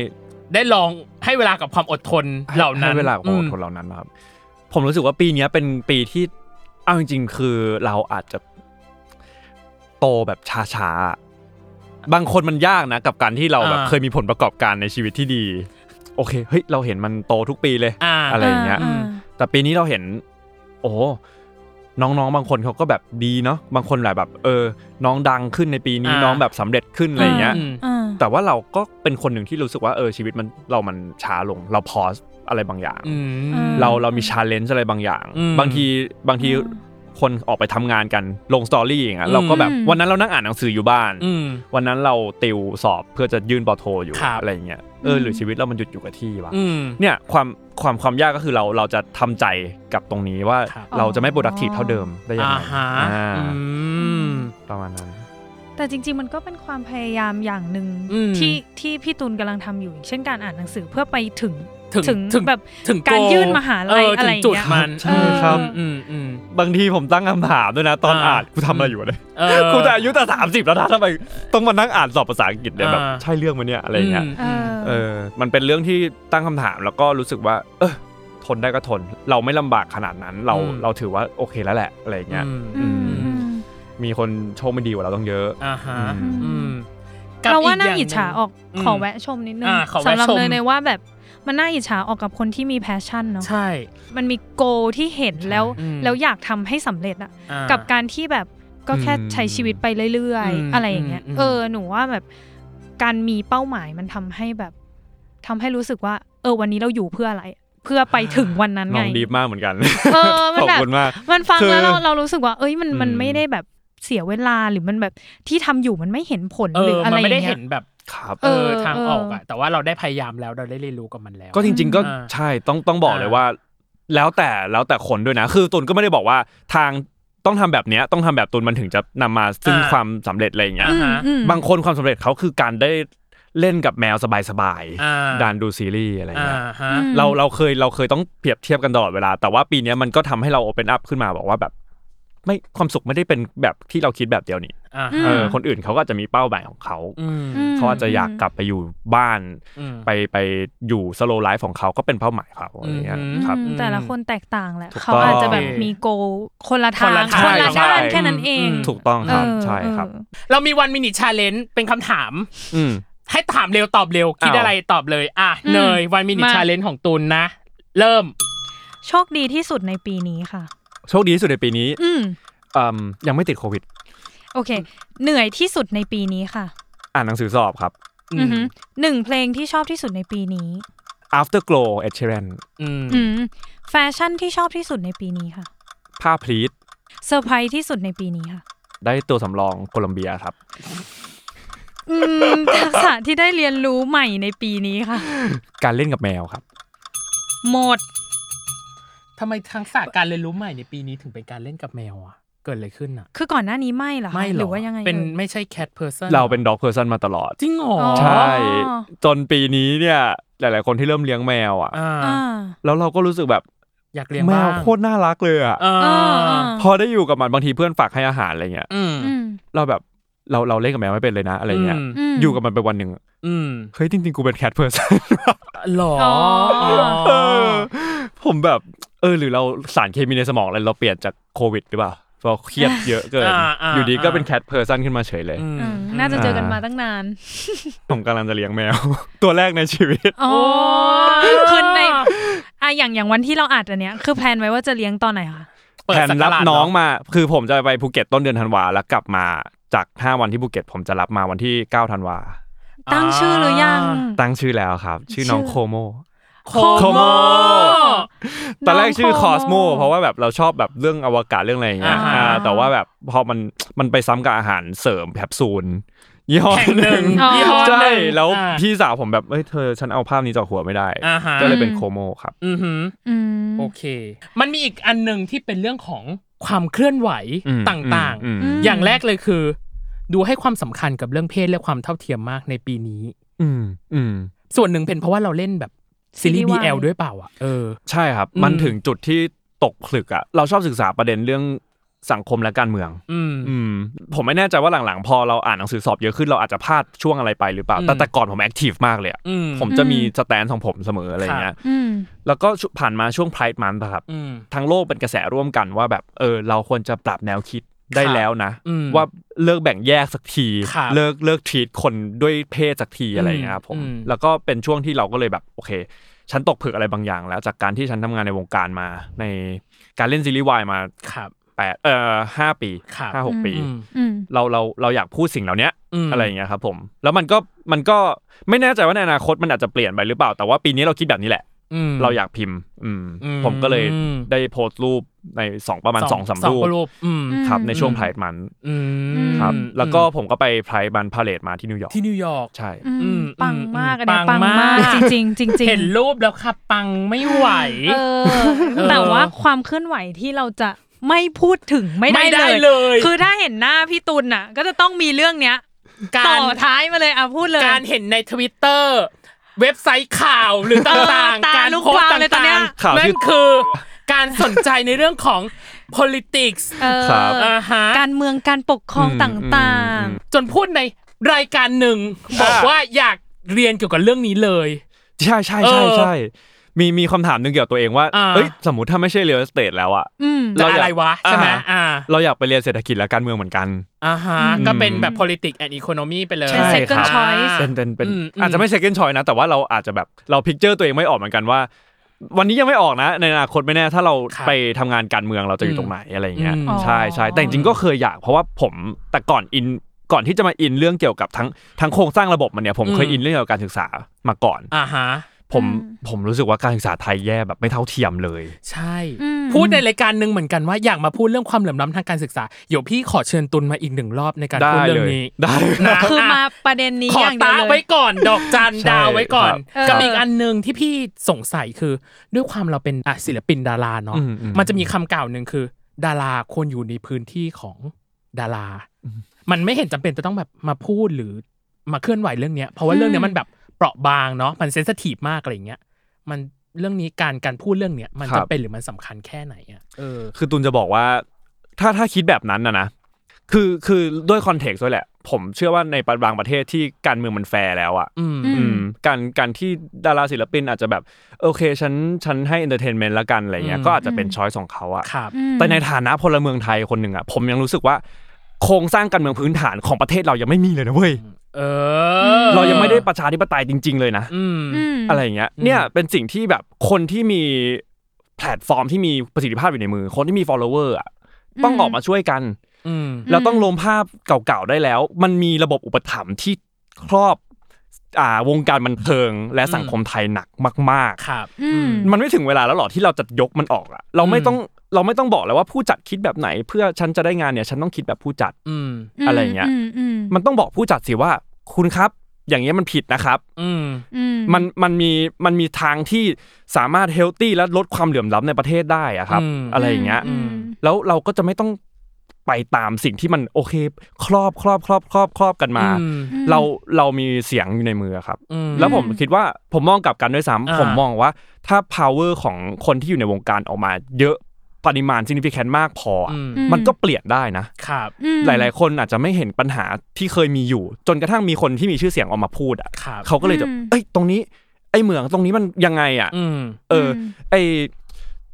Speaker 3: ได้ลองให้เวลากับความอดทนเหล่านั้น
Speaker 4: ให้เวลากับความอดทนเหล่านั้นนะครับผมรู้สึกว่าปีเนี้ยเป็นปีที่เอาจริง ๆ คือเราอาจจะโตแบบช้าๆบางคนมันยากนะ กับการที่เราแบบเคยมีผลประกอบการในชีวิตที่ดี โอเคเฮ้ยเราเห็นมันโตทุกปีเลย
Speaker 3: อ่า
Speaker 4: อะไรอย่างเงี้ย
Speaker 2: อ่า
Speaker 4: แต่ปีนี้เราเห็น โอ้น้องๆ บางคนเขาก็แบบดีเนาะบางคนหลายแบบ เออ น้องดังขึ้นในปีนี้
Speaker 3: อ่า
Speaker 4: น้องแบบสำเร็จขึ้นอะไรอย่างเงี้ย
Speaker 3: อืม
Speaker 2: อ่า
Speaker 4: แต่ว่าเราก็เป็นคนหนึ่งที่รู้สึกว่าเออชีวิตมันเรามันช้าลง เราพอสอะไรบางอย่าง
Speaker 3: อืม
Speaker 4: เราเรามีชาเลนจ์อะไรบางอย่าง
Speaker 3: อืม
Speaker 4: บางทีบางที
Speaker 2: อืม
Speaker 4: คนออกไปทำงานกันลงสตอรี่อย่างเงี้ยเราก็แบบ
Speaker 2: อืม
Speaker 4: วันนั้นเรานั่งอ่านหนังสืออยู่บ้าน
Speaker 3: อืม
Speaker 4: วันนั้นเราติวสอบเพื่อจะยื่นปอโทอยู่
Speaker 3: ครับ
Speaker 4: อะไรอย่างเงี้ยเออหรือชีวิตเรามันหยุดอยู่กับที่วะ
Speaker 3: อืม
Speaker 4: เนี่ยความความความยากก็คือเราเราจะทำใจกับตรงนี้ว่า
Speaker 3: ครับ
Speaker 4: เราจะไม่
Speaker 2: อ๋อ
Speaker 4: productive เท่าเดิมได้ยัง
Speaker 3: อ่า
Speaker 4: ไง
Speaker 3: ฮะ
Speaker 4: อ่า
Speaker 3: อืม
Speaker 4: ประมาณนั้น
Speaker 2: แต่จริง ๆ มันก็เป็นความพยายามอย่างหนึ่ง
Speaker 3: อืม
Speaker 2: ที่ที่พี่ตูนกำลังทำอยู่อย่างเช่นการอ่านหนังสือเพื่อไปถึง
Speaker 3: ถึง
Speaker 2: ถึงแบบ
Speaker 3: ถึง
Speaker 2: การ
Speaker 3: โ
Speaker 2: ยื่นมหาลัย
Speaker 3: เ
Speaker 2: อะไร
Speaker 3: ถึ
Speaker 2: อง ย่างเงี้ย
Speaker 3: จุดมัน
Speaker 4: ใช่ครับ
Speaker 3: อืมอืม
Speaker 4: บางทีผมตั้งคำถามด้วยนะ ตอน
Speaker 3: อ่า
Speaker 4: อ่านกูทำอะไรอยู่เนี่ย
Speaker 3: เออ
Speaker 4: กูจะอายุแต่สามสิบแล้วนะทำไมต้องมานั่งอ่านสอบภาษาอังกฤษเนี่ยแบบ
Speaker 3: อ่า
Speaker 4: ใช่เรื่องมันเนี่ยอะไรเงี้ย
Speaker 3: ม
Speaker 2: เออ
Speaker 4: เออมันเป็นเรื่องที่ตั้งคำถามแล้วก็รู้สึกว่า เออทนได้ก็ทน เราไม่ลำบากขนาดนั้นเราเราถือว่าโอเคแล้วแหละอะไรเงี้ย
Speaker 3: อืม
Speaker 2: อืมอืม
Speaker 4: มีคนโชคไม่ดีกว่าเราต้องเยอะ
Speaker 3: อ่าฮะ
Speaker 4: อืม
Speaker 3: อืมบ
Speaker 2: เราว่าน่า
Speaker 3: ย่ง
Speaker 2: อิจฉา
Speaker 3: หนึ่ง
Speaker 2: ออก
Speaker 3: อืม
Speaker 2: ขอแวะชมนิดนึง
Speaker 3: อ่าขอ
Speaker 2: สำ
Speaker 3: แวะ
Speaker 2: หรับ
Speaker 3: ชม
Speaker 2: เนยเนยว่าแบบมันน่าอิจฉาออกกับคนที่มีแพชชั่นเนาะ
Speaker 3: ใช่
Speaker 2: มันมีโกที่เห็นแล้ว
Speaker 3: อืม
Speaker 2: แล้วอยากทำให้สำเร็จอะ
Speaker 3: อ่า
Speaker 2: กับการที่แบบก็แค่
Speaker 4: อืม
Speaker 2: ใช้ชีวิตไปเรื่อย
Speaker 3: อืม
Speaker 2: ๆ อะไรอย่างเงี้ย
Speaker 3: อืมอืม
Speaker 2: เออหนูว่าแบบการมีเป้าหมายมันทำให้แบบทำให้รู้สึกว่า เออวันนี้เราอยู่เพื่ออะไร เพื่อไปถึงวันนั้น
Speaker 4: น้
Speaker 2: ไง
Speaker 4: องดีฟมากเหมือนกัน
Speaker 2: เออมัน
Speaker 4: ขอบ
Speaker 2: แบบ
Speaker 4: คุณมาก
Speaker 2: มันฟัง
Speaker 4: คือ
Speaker 2: แล้วเราเรารู้สึกว่า เอ้ยมันมัน
Speaker 4: อืม
Speaker 2: ไม่ได้แบบเสียเวลาหรือมันแบบที่ทำอยู่มันไม่เห็นผล
Speaker 3: เอ
Speaker 2: หรือ ออะ
Speaker 3: มัน
Speaker 2: ไรอ
Speaker 3: ไม่ได้
Speaker 2: ย่าง
Speaker 3: เห็
Speaker 2: เงี้ย
Speaker 3: นแบบ
Speaker 4: ครับ
Speaker 3: เออ
Speaker 2: เออ
Speaker 3: ทาง
Speaker 2: เออ
Speaker 3: ออกอะแต่ว่าเราได้พยายามแล้วเราได้เรียนรู้กับมันแล้ว
Speaker 4: ก็จริงๆก็
Speaker 3: อ่า
Speaker 4: ใช่ต้องต้องบอกเลย
Speaker 3: อ่า
Speaker 4: ว่า แล้วแต่แล้วแต่คนด้วยนะ คือตุนก็ไม่ได้บอกว่าทางต้องทำแบบเนี้ยต้องทำแบบตุนมันถึงจะนำมาซึ่ง
Speaker 3: อ่า
Speaker 4: ความสำเร็จอะไรอย่างเงี้ย
Speaker 3: อ่าฮะ
Speaker 2: อืม
Speaker 4: บางคนความสำเร็จเขาคือการได้เล่นกับแมวสบาย
Speaker 3: อ่า
Speaker 4: ๆดันดูซีรีส์อะไร
Speaker 3: อ่า
Speaker 4: เงี้ย
Speaker 3: ฮะ
Speaker 2: อืม
Speaker 4: เราเราเคยเราเคยต้องเปรียบเทียบกันตลอดเวลา แต่ว่าปีเนี้ยมันก็ทำให้เราโอเปนอัพขึ้นมาบอกว่าแบบ ไม่ความสุขไม่ได้เป็นแบบที่เราคิดแบบเดียวนี่
Speaker 3: อ่า
Speaker 2: อืม
Speaker 3: ฮะ
Speaker 4: เออคนอื่นเขาก็อาจจะมีเป้าหมายของเขา
Speaker 3: อืม
Speaker 2: อืม
Speaker 4: เขาอาจจะอยากกลับไปอยู่บ้าน
Speaker 3: อืม
Speaker 4: ไปไปอยู่สโลไลฟ์ของเขาก็เป็นเป้าหมายเขาอะไรเงี้ย
Speaker 3: อืม
Speaker 4: ครับ
Speaker 2: อืมแต่ละคนแตกต่างแหละ
Speaker 4: ถูก
Speaker 2: เขา
Speaker 4: ต้อง
Speaker 2: อาจจะแบบมีโกลคนละทาง
Speaker 3: คนละทาง
Speaker 2: คนละด้าน
Speaker 4: ใช่
Speaker 2: แค่นั้นเอง
Speaker 3: อืม
Speaker 4: ถูกต้องครับ
Speaker 2: เออ
Speaker 4: ใช่ครับ
Speaker 2: เออ
Speaker 3: เรามีวันมินิชาเลนจ์เป็นคำถาม
Speaker 4: อืม
Speaker 3: ให้ถามเร็วตอบเร็ว คิด
Speaker 4: อ้าว
Speaker 3: อะไรตอบเลย อ่ะ
Speaker 2: อืม
Speaker 3: เนยวันมินิ
Speaker 2: มา
Speaker 3: ชาเลนจ์ของตูนนะ เริ่ม
Speaker 2: โชคดีที่สุดในปีนี้ค่ะ
Speaker 4: โชคดีที่สุดในปีนี้
Speaker 2: อืม
Speaker 4: เอิ่มยังไม่ติดโควิด
Speaker 2: โอเค เหนื่อยที่สุดในปีนี้ค่ะ
Speaker 4: อ่านหนังสือสอบครับ
Speaker 3: อื
Speaker 2: อือ
Speaker 3: ม
Speaker 2: หือหนึ่งเพลงที่ชอบที่สุดในปีนี้
Speaker 4: Afterglow Ed Sheeran
Speaker 3: อืม
Speaker 2: อืมแฟชั่นที่ชอบที่สุดในปีนี้ค่ะ
Speaker 4: ผ้าพลีท
Speaker 2: เซอร์ไพรส์ที่สุดในปีนี้ค่ะ
Speaker 4: ได้ตัวสำรองโคลัมเบียครับ
Speaker 2: อืมทักษะที่ได้เรียนรู้ใหม่ในปีนี้ค่ะ
Speaker 4: การเล่นกับแมวครับ
Speaker 2: หมด
Speaker 3: ทำไมทักษะการเรียนรู้ใหม่ในปีนี้ถึงเป็นการเล่นกับแมวอะเกิดอะไรขึ้นอะ
Speaker 2: คือก่อนหน้านี้ไม่เหรอคะ
Speaker 3: ไม่หรอ
Speaker 2: รือว่ายังไง
Speaker 3: เป็น
Speaker 2: อ่ย
Speaker 3: ไม่ใช่แคทเพอร์เซน
Speaker 4: เราเป็นด็อกเพอร์ซันมาตลอด
Speaker 3: จริงเหรอ
Speaker 2: อ๋อ
Speaker 4: ใช่ จนปีนี้เนี่ยหลาย ๆ คนที่เริ่มเลี้ยงแมวอ่ะ
Speaker 3: อ่า
Speaker 2: อ่า
Speaker 4: แล้วเราก็รู้สึกแบบ
Speaker 3: อยากเลี้ยง
Speaker 4: แม
Speaker 3: บ้าง
Speaker 4: วโคตรน่ารักเลยอ่ะ
Speaker 3: เออ
Speaker 2: เออเออ
Speaker 4: พอได้อยู่กับมันบางทีเพื่อนฝากให้อาหารอะไรเงี้ย
Speaker 3: อืม
Speaker 2: อืม
Speaker 4: เราแบบเราเราเล่นกับแมวไม่เป็นเลยนะอะไรเงี้ย
Speaker 3: ม
Speaker 2: ม
Speaker 4: อยู่กับมันไปวันหนึ่ง
Speaker 3: อืม
Speaker 4: เฮ้ยจริง ๆ กูเป็นแคทเพอร์ซัน
Speaker 3: หรอ
Speaker 2: อ๋ออ๋อ
Speaker 4: เออ <laughs> ผมแบบเออหรือเราสารเคมีในสมองอะไรเราเปลี่ยนจากโควิดหรือเปล่าเพราะเครียดเยอะเกิน
Speaker 3: าา
Speaker 4: อยู่ดีก็เป็นแคทเพอร์ซันขึ้นมาเฉยเลย
Speaker 3: อืม
Speaker 2: อืมน่าจะเจอกันมาตั้งนาน
Speaker 4: ผมกำลังจะเลี้ยงแมว <laughs> ตัวแรกในชีวิต
Speaker 2: อ๋อคือในอ่ะอย่างอย่างวันที่เราอัดอันเนี้ย คือแพลนไว้ว่าจะเลี้ยงตอนไหนคะ
Speaker 3: เปิด
Speaker 4: แผน
Speaker 3: สัก
Speaker 4: รับ
Speaker 3: กาด
Speaker 4: น้อง
Speaker 3: เะ
Speaker 4: มา คือผมจะไปภูเก็ตต้นเดือนธันวาแล้วกลับมาจาก 5 วันที่ภูเก็ตผมจะรับมาวันที่ 9 ธันวา
Speaker 2: ตั้งชื่อหรือยัง
Speaker 4: ตั้งชื่อแล้วครับ ชื่อน้อง
Speaker 2: ชื่อ
Speaker 4: โคโม
Speaker 3: โค
Speaker 4: โคโม
Speaker 3: โม
Speaker 4: ตอนแรกชื่อคอสโม
Speaker 2: น้ง
Speaker 4: เพราะว่าแบบเราชอบแบบเรื่องอวกาศเรื่องอะไรอย่างเงี้ย
Speaker 3: อ่า
Speaker 4: อ่าแต่ว่าแบบพอมันมันไปซ้ำกับอาหารเสริมแคปซูลยี่ห้อ
Speaker 3: แห่งหนึ่ง
Speaker 2: อ๋อ
Speaker 3: ยี่ห้อหนึ่ง
Speaker 4: ใช่แล้ว
Speaker 3: อ่า
Speaker 4: พี่สาวผมแบบเอ้ยเธอฉันเอาภาพนี้จากหัวไม่ได้
Speaker 3: อ่าฮะ
Speaker 4: ก็เลยเป็นโคโมครับ
Speaker 3: อือหือ
Speaker 2: อืม
Speaker 3: โอเค มันมีอีกอันหนึ่งที่เป็นเรื่องของความเคลื่อนไหว
Speaker 4: อืม
Speaker 3: ต่าง
Speaker 4: อืม
Speaker 2: อืม
Speaker 3: ๆ อย่างแรกเลยคือ ดูให้ความสำคัญกับเรื่องเพศและความเท่าเทียมมากในปีนี้
Speaker 4: อืมอืม
Speaker 3: ส่วนหนึ่งเป็นเพราะว่าเราเล่นแบบซีรี
Speaker 2: ซี
Speaker 3: ส์
Speaker 2: รีส์
Speaker 3: BL
Speaker 2: Y
Speaker 3: ด้วยเปล่าอ่ะเออ
Speaker 4: ใช่ครับ
Speaker 3: อืม
Speaker 4: มันถึงจุดที่ตกผลึกอะเราชอบศึกษาประเด็นเรื่องสังคมและการเมือง
Speaker 3: อืม
Speaker 4: อืม ผมไม่แน่ใจว่าหลังๆ พอเราอ่านหนังสือสอบเยอะขึ้นเราอาจจะพลาดช่วงอะไรไปหรือเปล่า
Speaker 3: อืม
Speaker 4: แต่แต่ก่อนผมแอคทีฟมากเลยอะ
Speaker 3: อืม
Speaker 4: ผมจะมี
Speaker 2: อืม
Speaker 4: สแตนของผมเสมออะไรอย่างเงี้ย
Speaker 2: อืม
Speaker 4: แล้วก็ผ่านมาช่วงไพร์มันครับ
Speaker 3: อืม
Speaker 4: ทั้งโลกเป็นกระแสร่วมกันว่าแบบเออเราควรจะปรับแนวคิดได้
Speaker 3: ครับ
Speaker 4: แล้วนะ
Speaker 3: อืม
Speaker 4: ว่าเลิกแบ่งแยกสักที
Speaker 3: ครับ
Speaker 4: เลิกเลิกทีตคนด้วยเพศสักทีอะไรอย่างเงี้ยครับผม
Speaker 3: อืม
Speaker 4: แล้วก็เป็นช่วงที่เราก็เลยแบบโอเค ฉันตกผลึกอะไรบางอย่างแล้ว จากการที่ฉันทำงานในวงการมา ในการเล่นซีรีส์วายมา
Speaker 3: ครับ
Speaker 4: แปดเอ่อห้าปี
Speaker 3: ครับ
Speaker 4: ห้าหกปี
Speaker 3: อืม
Speaker 2: อืม
Speaker 4: เราเราเราอยากพูดสิ่งเหล่าเนี้ย
Speaker 3: ม
Speaker 4: อะไรอย่างเงี้ยครับผม แล้วมันก็มันก็ไม่แน่ใจว่าในอนาคตมันอาจจะเปลี่ยนไปหรือเปล่าแต่ว่าปีนี้เราคิดแบบนี้แหละ เราอยากพิมพ์อืม
Speaker 3: อืม
Speaker 4: ผมก็เลยได้โพสต์รูปในสองประมาณสองสามรูป
Speaker 3: รูปอืม
Speaker 4: ครับในช่วง
Speaker 2: อืม
Speaker 4: ไพร์มัน
Speaker 3: อืม
Speaker 4: ครับ
Speaker 3: อืม
Speaker 4: แล้วก็ผมก็ไปไพร์มันพาเลตมาที่นิวยอร์ก
Speaker 3: ที่นิวยอร์ก
Speaker 4: ใช่
Speaker 2: อื
Speaker 3: อื
Speaker 2: ม
Speaker 3: ม
Speaker 2: ปังมากอันเนี้ย
Speaker 3: ปั
Speaker 2: ปัง
Speaker 3: ง
Speaker 2: มาม
Speaker 3: ากก
Speaker 2: จริงๆจริงจริง
Speaker 3: เห็นรูปแล้วค่ะปังไม่ไหว
Speaker 2: เออ
Speaker 3: เออ
Speaker 2: แต่ว่าความเคลื่อนไหวที่เราจะไม่พูดถึงไม่ได้
Speaker 3: เลย
Speaker 2: คือถ้าเห็นหน้าพี่ตุลน่ะ ก็จะต้องมีเรื่องเนี้ย
Speaker 3: การ
Speaker 2: ต่อท้ายมาเลยอ่ะพูดเลย
Speaker 3: การเห็นในทวิตเตอร์เว็บไซต์ข่าวหรือต่าง
Speaker 2: เออตา
Speaker 3: ๆ การ
Speaker 2: ลุก
Speaker 3: โพส
Speaker 2: วาว
Speaker 3: ต์
Speaker 2: เล
Speaker 3: ต
Speaker 2: ยตอนเนี้
Speaker 3: ่าย งๆนั่นคือ การสนใจในเรื่องของ politics
Speaker 2: เออ
Speaker 4: ครับ
Speaker 3: อ่าฮะ
Speaker 2: การเมืองการปกครอง
Speaker 4: อืม
Speaker 2: ต่าง
Speaker 4: อืม
Speaker 3: จนพูดในรายการหนึ่ง บอกว่าอยากเรียนเกี่ยวกับเรื่องนี้เลย
Speaker 4: ใช่ใช่ใช่
Speaker 3: เออ
Speaker 4: ใช่มีมีคำถามหนึ่งเกี่ยวกับตัวเองว่า
Speaker 3: อ่า
Speaker 4: เอ้ยสมมติถ้าไม่ใช่เรียลสเตทแล้วอะ
Speaker 2: ๆ อืม
Speaker 4: เราอยา
Speaker 3: จะ
Speaker 4: ก
Speaker 3: อะไรวะ ใช่ไหม
Speaker 4: อ่า
Speaker 3: อ่า
Speaker 4: เราอยากไปเรียนเศรษฐกิจและการเมืองเหมือนกัน
Speaker 3: อ่าฮะ
Speaker 2: อืม
Speaker 3: ก็เป็นแบบ politics and economy ไปเลย
Speaker 4: ใช่เป็น second
Speaker 3: อ่า
Speaker 2: choice
Speaker 4: เป็นเป็นเป็น
Speaker 3: อืมอืม
Speaker 4: อาจจะไม่ second choice นะ แต่ว่าเราอาจจะแบบเราพิกเจอร์ตัวเองไม่ออกเหมือนกันว่า วันนี้ยังไม่ออกนะ ในอนาคตไม่แน่ถ้าเรา
Speaker 3: ครับ
Speaker 4: ไปทำงานการเมืองเราจะอยู่ตรงไหนอะไรอย่างเงี้ย
Speaker 3: อืม
Speaker 4: ใช่ใช่แต่จริงๆก็เคยอยากเพราะว่าผมแต่ก่อนอินก่อนที่จะมาอินเรื่องเกี่ยวกับทั้งทั้งโครงสร้างระบบมันเนี่ยผมเคยอินเรื่องเกี่ยวกับการศึกษามาก่อน
Speaker 3: อ่าฮะ
Speaker 4: ผม
Speaker 2: อืม
Speaker 4: ผมรู้สึกว่าการศึกษาไทยแย่แบบไม่เท่าเทียมเลย
Speaker 3: ใช่
Speaker 2: อืม
Speaker 3: พูดในรายการหนึ่งเหมือนกันว่าอยากมาพูดเรื่องความเหลื่อมล้ำทางการศึกษาเดี๋ยวพี่ขอเชิญตุลมาอีกหนึ่งรอบในการ
Speaker 4: ได้
Speaker 3: พูดเรื่อ
Speaker 4: เล
Speaker 3: ง
Speaker 4: ย <laughs>
Speaker 3: นี้
Speaker 4: ได้
Speaker 3: นะ
Speaker 5: คือมา
Speaker 3: ะ
Speaker 5: ประเด็นนี้
Speaker 3: ขอ
Speaker 5: อย่างเดี
Speaker 3: ตา
Speaker 5: ยวเล
Speaker 3: ไว้
Speaker 5: ย
Speaker 3: ก่อนดอกจัน
Speaker 4: ใช่
Speaker 3: ดาวไว้ก่อน
Speaker 4: ครับ
Speaker 2: เออ
Speaker 3: กับอีกอันหนึ่งที่พี่สงสัยคือด้วยความเราเป็นอ่ะศิลปินดาราเนาะ
Speaker 4: อืมอืม
Speaker 3: มันจะมีคำกล่าวหนึ่งคือ ดาราควรอยู่ในพื้นที่ของดารา
Speaker 4: อืม
Speaker 3: มันไม่เห็นจำเป็นจะต้องแบบมาพูดหรือมาเคลื่อนไหวเรื่องเนี้ยเพราะว่าเรื่องเนี้ยมันแบบเปราะบางเนาะมันเซนสทีฟมากอะไรอย่างเงี้ย มันเรื่องนี้การการพูดเรื่องเนี้ยมัน
Speaker 4: ครั
Speaker 3: จะ
Speaker 4: บ
Speaker 3: เป็นหรือมันสำคัญแค่ไหนอ่ะเออ
Speaker 4: คือตุนจะบอกว่าถ้าถ้าคิดแบบนั้นนะนะคือคือด้วยคอนเท็กซ์ด้วยแหละ ผมเชื่อว่าในบางประเทศที่การเมืองมันแฟร์แล้วอ่ะ
Speaker 3: อืม
Speaker 2: อืม
Speaker 4: อืมการการที่ดาราศิลปินอาจจะแบบโอเคฉันฉันให้เอนเตอร์เทนเมนต์ละกันอะไรเงี้ย
Speaker 3: อืม
Speaker 4: ก็อาจจะเป็น
Speaker 2: อืม
Speaker 4: ช้อยของเขาอะ
Speaker 3: ครับ
Speaker 2: อืม
Speaker 4: แต่ในฐานะพลเมืองไทยคนหนึ่งอะผมยังรู้สึกว่า โครงสร้างการเมืองพื้นฐานของประเทศเรายังไม่มีเลยนะเว้ย
Speaker 3: เออ
Speaker 4: เรายังไม่ได้ประชาธิปไตยจริง ๆ เลยนะ
Speaker 3: อืม
Speaker 2: อืม
Speaker 4: อะไรอย่างเงี้ย
Speaker 3: อืม
Speaker 4: เนี่ยเป็นสิ่งที่แบบคนที่มีแพลตฟอร์มที่มีประสิทธิภาพอยู่ในมือ คนที่มี follower อะต้อง
Speaker 2: อืม
Speaker 4: ออกมาช่วยกัน
Speaker 3: อืม
Speaker 4: เราต้องลมภาพเก่าๆได้แล้ว มันมีระบบอุปถัมภ์ที่ครอบอ่าวงการบันเทิงและสังคมไทยหนักมาก
Speaker 3: ครับ
Speaker 2: อืม
Speaker 4: ๆ มันไม่ถึงเวลาแล้วหรอที่เราจะยกมันออกอะเราไม่
Speaker 3: อืม
Speaker 4: ต้องเราไม่ต้องบอกแล้วว่าผู้จัดคิดแบบไหน เพื่อฉันจะได้งานเนี่ย ฉันต้องคิดแบบผู้จัด
Speaker 3: อืม
Speaker 4: อะไรอย่างเงี้ย
Speaker 2: มอืม
Speaker 4: มันต้องบอกผู้จัดสิว่าคุณครับ อย่างเงี้ยมันผิดนะครับ
Speaker 3: อืม
Speaker 2: อื
Speaker 4: มันมันมีมันมีทางที่สามารถเฮลตี้และลดความเหลื่อมล้ำในประเทศได้อะครับ
Speaker 3: อืม
Speaker 4: อะไรอย่างเงี้ย
Speaker 2: อืม
Speaker 4: แล้วเราก็จะไม่ต้องไปตามสิ่งที่มันโอเค ครอบครอบครอบครอบครอบกันมา
Speaker 3: อืม
Speaker 4: เราเรามีเสียงอยู่ในมือครับ
Speaker 3: อืม
Speaker 4: แล้วผมคิดว่าผมมองกลับกันด้วยซ้ำ
Speaker 3: อ่า
Speaker 4: ผมมองว่าถ้า power ของคนที่อยู่ในวงการออกมา เยอะปริมาณ significant มากพออะ
Speaker 3: อืม
Speaker 2: ม
Speaker 4: มันก็เปลี่ยนได้นะ
Speaker 3: ครับ
Speaker 2: อืม
Speaker 4: หลาย ๆ คนอาจจะไม่เห็นปัญหาที่เคยมีอยู่ จนกระทั่งมีคนที่มีชื่อเสียงออกมาพูดอ่ะ
Speaker 3: ครับ
Speaker 4: เขาก็เลยจะ
Speaker 2: อืม
Speaker 4: เอ้ยตรงนี้ ไอ้เหมืองตรงนี้มันยังไงอ่ะ
Speaker 3: อืม
Speaker 4: เอออไอ้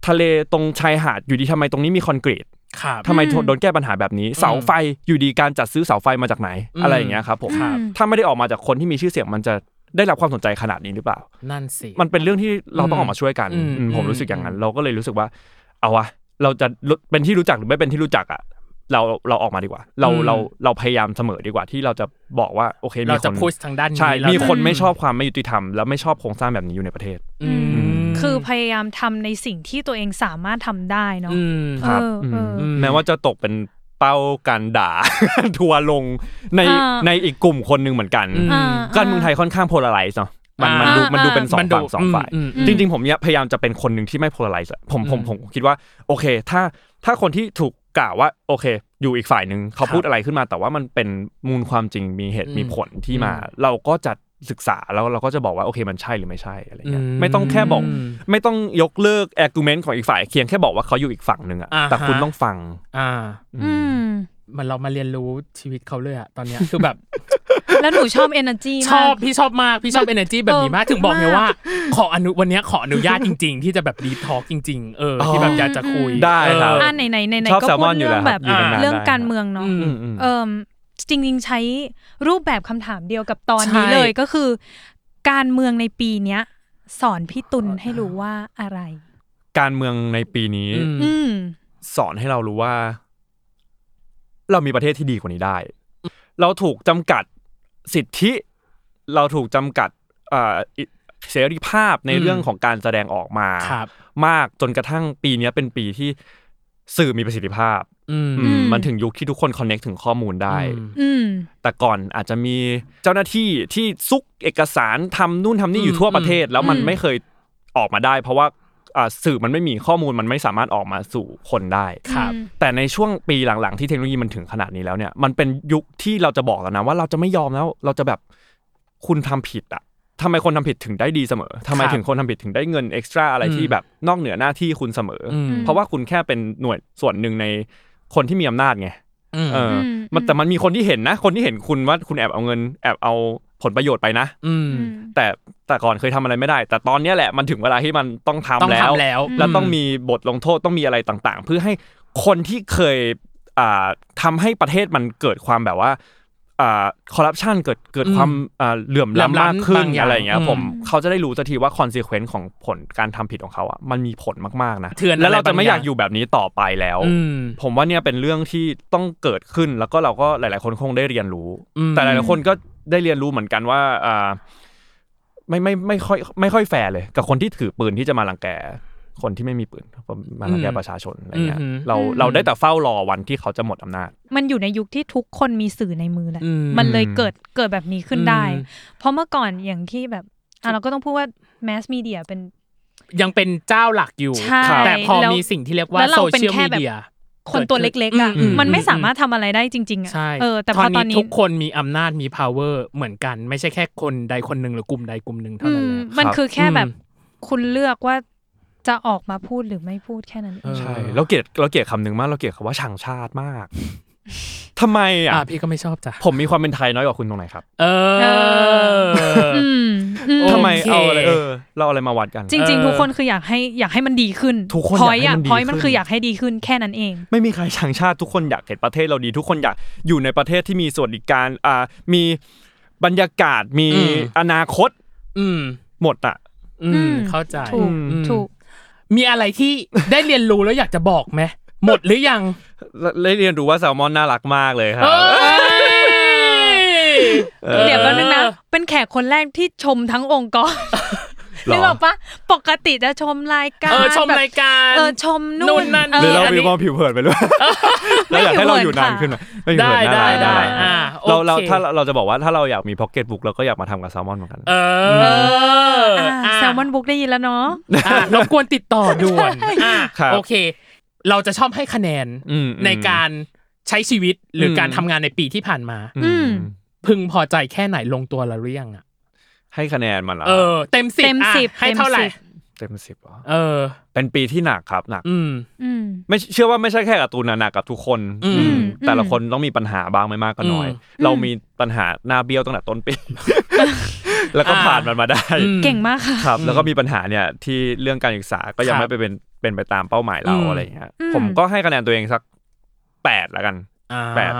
Speaker 4: ทะเลตรงชายหาดอยู่ดีทำไมตรงนี้มีคอนกรีต
Speaker 3: ครับ
Speaker 4: ทำไม
Speaker 2: อืม
Speaker 4: โดนแก้ปัญหาแบบนี้ เสาไฟอยู่ดีการจัดซื้อเสาไฟมาจากไหน
Speaker 3: อืม
Speaker 4: อะไรอย่างเงี้ยครับผม
Speaker 3: ครับ
Speaker 4: ถ้าไม่ได้ออกมาจากคนที่มีชื่อเสียงมันจะได้รับความสนใจขนาดนี้หรือเปล่า
Speaker 3: นั่นสิ
Speaker 4: มันเป็นเรื่องที่เราต้องออกมาช่วยกัน
Speaker 3: อืม
Speaker 4: อืมผม
Speaker 3: อืม
Speaker 4: รู้สึกอย่างนั้น
Speaker 3: อืม
Speaker 4: เราก็เลยรู้สึกว่า เอาวะเราจะรู้เป็นที่รู้จักหรือไม่เป็นที่รู้จักอะเราเราออกมาดีกว่า เราเราเราพยายามเสมอดีกว่าที่เราจะบอกว่าโอเค
Speaker 3: เรา
Speaker 4: มีค
Speaker 3: จะ
Speaker 4: น
Speaker 3: พูดทางด้านนี้
Speaker 4: ใช่
Speaker 3: เรา
Speaker 4: มี
Speaker 3: จะ
Speaker 4: คนไม่ชอบความไม่ยุติธรรมและไม่ชอบโครงสร้างแบบนี้อยู่ในประเทศ
Speaker 3: อืม
Speaker 2: คือพยายามทำในสิ่งที่ตัวเองสามารถทำได้เนาะ
Speaker 3: อืม
Speaker 4: ครับ
Speaker 2: เออเออ
Speaker 3: ม
Speaker 4: แม้ว่าจะตกเป็นเป้าการด่า <laughs> ทัวร์ลงใน
Speaker 2: อ่า
Speaker 4: ในอีกกลุ่มคนหนึ่งเหมือนกัน
Speaker 3: อืม
Speaker 2: อ่า
Speaker 4: การเมืองไทยค่อนข้างโพลาไรซ์เนาะมันมันดู
Speaker 2: อ่า
Speaker 4: มันดู
Speaker 2: อ่า
Speaker 4: เป็นสอง
Speaker 3: มันดู
Speaker 4: ฝั่งสองฝ่าย
Speaker 3: อืมอืม
Speaker 4: จริง ๆ ผมเนี่ยพยายามจะเป็นคนหนึ่งที่ไม่โพลาไรซ์ผมผม
Speaker 3: อืม
Speaker 4: ผมคิดว่า โอเค ถ้าถ้าคนที่ถูกกล่าวว่าโอเค อยู่อีกฝ่ายหนึ่งเขา
Speaker 3: ครับ
Speaker 4: พูดอะไรขึ้นมา แต่ว่ามันเป็นมูลความจริงมีเหตุ
Speaker 3: อืม
Speaker 4: มีผลที่มา
Speaker 3: อืม
Speaker 4: เราก็จะศึกษาแล้วเราก็จะบอกว่าโอเคมันใช่หรือไม่ใช่อะไรเงี้ย
Speaker 3: อืม
Speaker 4: ไม่ต้องแค่บอก ไม่ต้องยกเลิก argument ของอีกฝ่ายเคียงแค่บอกว่าเขาอยู่อีกฝั่งหนึ่งอะ
Speaker 3: อ่า
Speaker 4: แต่คุณ
Speaker 3: ฮะ
Speaker 4: ต้องฟัง
Speaker 3: อ่า
Speaker 4: อื
Speaker 2: อื
Speaker 4: ม
Speaker 2: ม
Speaker 3: มันเรามาเรียนรู้ชีวิตเขาเลยอะตอนเนี้ยคือแบบ
Speaker 2: แล้วหนูชอบ energy
Speaker 3: ชอบ
Speaker 2: มาก
Speaker 3: พี่ชอบมากพี่ชอบ energy แบบนี้มากถึงบอกไงว่า ขออนุวันเนี้ยขออนุญาตจริง ๆ ที่จะแบบ deep talk จริง ๆ เออ ที่แบบอยากจะคุย
Speaker 4: ได้ครับ
Speaker 3: เออ
Speaker 2: อ่าไหนไหนไหนไหน
Speaker 4: ชอบ
Speaker 2: ก็
Speaker 4: แซล
Speaker 2: พู
Speaker 4: มอ
Speaker 2: ด
Speaker 4: นอยู่
Speaker 2: เรื่อง
Speaker 4: แล้วค
Speaker 2: แบ
Speaker 4: รั
Speaker 2: บบ
Speaker 4: อยู่นานๆ
Speaker 2: เรื่อง
Speaker 4: ได้
Speaker 2: การเมืองเนาะ
Speaker 3: อืม
Speaker 4: อืมอืม
Speaker 2: เอ่มจริงๆใช้รูปแบบคำถามเดียวกับตอนนี้
Speaker 3: ใช่
Speaker 2: เลยก็คือ การเมืองในปีเนี้ย สอนพี่ตุลให้รู้ว่าอะไร
Speaker 4: การเมืองในปีนี้
Speaker 3: อืม
Speaker 2: อืม
Speaker 4: สอนให้เรารู้ว่า เรามีประเทศที่ดีกว่านี้ได้ เราถูกจำกัดสิทธิ เราถูกจำกัดเอ่ออิเสรีภาพใน
Speaker 3: อืม
Speaker 4: เรื่องของการแสดงออกมา
Speaker 3: ครับ
Speaker 4: มากจนกระทั่งปีเนี้ยเป็นปีที่สื่อมีประสิทธิภาพ
Speaker 3: อืม
Speaker 4: อืมมันถึงยุคที่ทุกคนคอนเน็กถึงข้อมูลได้
Speaker 2: อืม
Speaker 4: แต่ก่อนอาจจะมีเจ้าหน้าที่ที่ซุกเอกสารทำนู่นทำนี่อยู่ทั่วประเทศ แล้วมัน
Speaker 2: อืม
Speaker 4: ไม่เคยออกมาได้ เพราะว่าอ่าสื่อมันไม่มีข้อมูลมันไม่สามารถออกมาสู่คนได้
Speaker 3: ครับ
Speaker 4: แต่ในช่วงปีหลังๆ ที่เทคโนโลยีมันถึงขนาดนี้แล้วเนี่ยมันเป็นยุคที่เราจะบอกแล้วนะว่าเราจะไม่ยอมแล้วเราจะแบบคุณทำผิดอะทำไมคนทำผิดถึงได้ดีเสมอทำไม
Speaker 3: ครับ
Speaker 4: ถึงคนทำผิดถึงได้เงินเอ็กซ์ตร้าอะไรที่
Speaker 3: อืม
Speaker 4: แบบนอกเหนือหน้าที่คุณเสมออ
Speaker 3: อืม
Speaker 4: เพราะว่าคุณแค่เป็นหน่วยส่วนหนึ่งในคนที่มีอำนาจไง
Speaker 3: อืม
Speaker 4: เอออ
Speaker 2: ม
Speaker 4: มันแต่มันมีคนที่เห็นนะ คนที่เห็นคุณว่าคุณแอบเอาเงินแอบเอาผลประโยชน์ไปนะ
Speaker 3: อืม
Speaker 4: แต่แต่ก่อนเคยทำอะไรไม่ได้ แต่ตอนเนี้ยแหละมันถึงเวลาที่มันต้องทำ
Speaker 3: ต้อง
Speaker 4: แล้ว
Speaker 3: ทำแล้ว
Speaker 4: แล้วต้องมีบทลงโทษต้องมีอะไรต่างๆ เพื่อให้คนที่เคยอ่าทำให้ประเทศมันเกิดความแบบว่าคอร์รัปชันเกิดเกิดความอ่าเหลื่อมล้ำมากขึ้นอะไรอย่างเงี้ยผมเขาจะได้รู้สักทีว่าคอนซีเควนต์ของผลการทำผิดของเขาอ่ะมันมีผลมากๆนะแล้วเราจะไม่อยากอยู่แบบนี้ต่อไปแล้ว
Speaker 3: อืม
Speaker 4: ผมว่าเนี่ยเป็นเรื่องที่ต้องเกิดขึ้นแล้วก็เราก็หลาย ๆ คนคงได้เรียนรู้
Speaker 3: อืม
Speaker 4: แต่หลาย ๆ คนก็ได้เรียนรู้เหมือนกันว่าอ่า ไม่ไม่ไม่ค่อยไม่ค่อยแฟร์เลย กับคนที่ถือปืนที่จะมาลังแก คนที่ไม่มีปืนมาลังแก
Speaker 3: อืม
Speaker 4: ประชาชนอะไรเงี้ย
Speaker 3: อืม
Speaker 4: เรา
Speaker 2: อืม
Speaker 4: เราได้แต่เฝ้ารอวันที่เขาจะหมดอำนาจ
Speaker 2: มันอยู่ในยุคที่ทุกคนมีสื่อในมือแหละ
Speaker 3: อืม
Speaker 2: มันเลยเกิดเกิดแบบนี้ขึ้นได้
Speaker 3: อืม
Speaker 2: เพราะเมื่อก่อนอย่างที่แบบอ่ะเราก็ต้องพูดว่าแมสมีเดียเป็น
Speaker 3: ยังเป็นเจ้าหลักอยู่
Speaker 2: ใช่
Speaker 3: แต่พอ
Speaker 2: แล้ว
Speaker 3: มีสิ่งที่เรียกว่า
Speaker 2: แล้ว
Speaker 3: โซ
Speaker 2: เราเป็น
Speaker 3: เชียล
Speaker 2: แค่
Speaker 3: มี
Speaker 2: แบบ
Speaker 3: เดีย
Speaker 2: คนตัวเล็กๆอ่ะ
Speaker 3: อืมอืม
Speaker 2: มันไม่สามารถทำอะไรได้จริง ๆอ่ะ
Speaker 3: ใช่
Speaker 2: เออแต่พอตอนนี้
Speaker 3: ทุกคนมีอำนาจมี power เหมือนกัน ไม่ใช่แค่คนใดคนหนึ่งหรือกลุ่มใดกลุ่มหนึ่ง
Speaker 2: อื
Speaker 3: เท่านั้น
Speaker 2: ม
Speaker 3: แหละ
Speaker 2: มัน
Speaker 4: ครับ
Speaker 2: คือแค่แบบ
Speaker 3: อืม
Speaker 2: คุณเลือกว่าจะออกมาพูดหรือไม่พูดแค่นั้นเอง
Speaker 3: เออ
Speaker 4: ใช่เราเกลียดเราเกลียดคำหนึ่งมากเราเกลียดคำว่าช่างชาติมากทำไมอ่ะ
Speaker 3: อ่ะพี่ก็ไม่ชอบจ้ะ
Speaker 4: ผมมีความเป็นไทยน้อยกว่าคุณตรงไหนครับ
Speaker 3: เอ
Speaker 2: เอ
Speaker 3: อ
Speaker 2: มอืม
Speaker 3: โอเค
Speaker 4: ทำไมเอาอะไรเออเราเอาอะไรมาวัดกัน
Speaker 2: จริง ๆ ทุกคนคืออยากให้อยากให้มันดีขึ้น
Speaker 4: ทุกคน
Speaker 2: พอย
Speaker 4: อยากให้มันดี
Speaker 2: พอยมัน
Speaker 4: ขึ้น
Speaker 2: คืออยากให้ดีขึ้นแค่นั้นเอง
Speaker 4: ไม่มีใครชังชาติทุกคนอยากเห็นประเทศเราดี ทุกคนอยากอยู่ในประเทศที่มีสวัสดิการอ่ามีบรรยากาศมี
Speaker 3: อืม
Speaker 4: อนาคต
Speaker 3: อืม
Speaker 4: หมดอ่ะ
Speaker 3: อื
Speaker 2: อื
Speaker 3: ม
Speaker 2: ม
Speaker 3: เข้าใจ
Speaker 2: ถูก
Speaker 3: อืม
Speaker 2: ถูก
Speaker 3: มีอะไรที่ ได้เรียนรู้แล้วอยากจะบอกไหมหมดหรือยัง
Speaker 4: ได้เรียนรู้ว่าแซลมอนน่ารักมากเลยครับ
Speaker 3: เอ้ย
Speaker 2: เดี๋ยวแป๊บนึงนะ
Speaker 3: เออ
Speaker 2: เป็นแขกคนแรกที่ชมทั้งองค์กร
Speaker 4: หรอ
Speaker 2: นึกออกปะปกติจะชมรายการ
Speaker 3: เออชม
Speaker 2: แบบ
Speaker 3: รายการ
Speaker 2: เออชม
Speaker 3: นู่
Speaker 2: นู่
Speaker 3: นนั่น
Speaker 2: เอ
Speaker 4: หรือ
Speaker 2: อ
Speaker 4: เรา
Speaker 3: อันนี้
Speaker 4: มีความผิวเผินไปด้วยเราอยากให้เราอยู่นานขึ้นหน่อยไม่ผิวเผินน่า
Speaker 3: ได้ได้
Speaker 4: รัก
Speaker 3: ได้
Speaker 4: น่ารัก
Speaker 3: อ่าโอ
Speaker 4: เราเรา
Speaker 3: ค
Speaker 4: ถ้าเราจะบอกว่าถ้าเราอยากมีพ็อกเก็ตบุ๊กเราก็อยากมาทำกับแซลมอนเหมือนกัน
Speaker 3: เออ
Speaker 2: อ่า
Speaker 3: อ่ะ
Speaker 2: แซลมอนบุ๊กได้ยินแล้วเนาะ
Speaker 3: อ่ะรบกวนติดต่อด่วนอ่ะ
Speaker 4: ครับ
Speaker 3: โอเค เราจะชอบให้คะแนน
Speaker 4: อืม
Speaker 3: ในการใช้ชีวิตหรืออ
Speaker 4: ม
Speaker 3: การทำงานในปีที่ผ่านมา
Speaker 4: อืม
Speaker 3: พึงพอใจแค่ไหนลงตัวละหรือยังอ่ะ
Speaker 4: ให้คะแนนมันละ
Speaker 3: เออ เต็มสิบ
Speaker 2: เต็ม
Speaker 3: อ่ะ
Speaker 2: สิบ
Speaker 3: ให้
Speaker 2: เต็ม
Speaker 3: เท่าไหร่
Speaker 2: สิบ
Speaker 4: เต็มสิบเหรอ
Speaker 3: เออ
Speaker 4: เป็นปีที่หนักครับหนัก
Speaker 3: อืม
Speaker 2: อืม
Speaker 4: ไม่เชื่อว่าไม่ใช่แค่กับตูนนะหนักกับทุกคน
Speaker 3: อืม
Speaker 4: อืม
Speaker 2: อืม
Speaker 4: แต่ละคนต้องมีปัญหาบ้างไม่มากก็น้อย
Speaker 3: อื
Speaker 4: เรามีปัญหาหน้าเบี้ยวตั้งแต่ต้นปี
Speaker 3: <laughs>
Speaker 4: แล้วก็
Speaker 3: อ่า
Speaker 4: ผ่านมันมาได้
Speaker 3: อืม
Speaker 2: เก่งมากค่ะ
Speaker 4: ครับแล้วก็มีปัญหาเนี่ยที่เรื่องการศึกษาก็ยัง
Speaker 3: ครับ
Speaker 4: ไม่ไปเป็นเป็นไปตามเป้าหมายเรา
Speaker 3: อืม
Speaker 4: อะไรอย่างเงี้ย
Speaker 2: อืม
Speaker 4: ผมก็ให้คะแนนตัวเองสักแปดละกัน
Speaker 3: อ่า
Speaker 4: แปด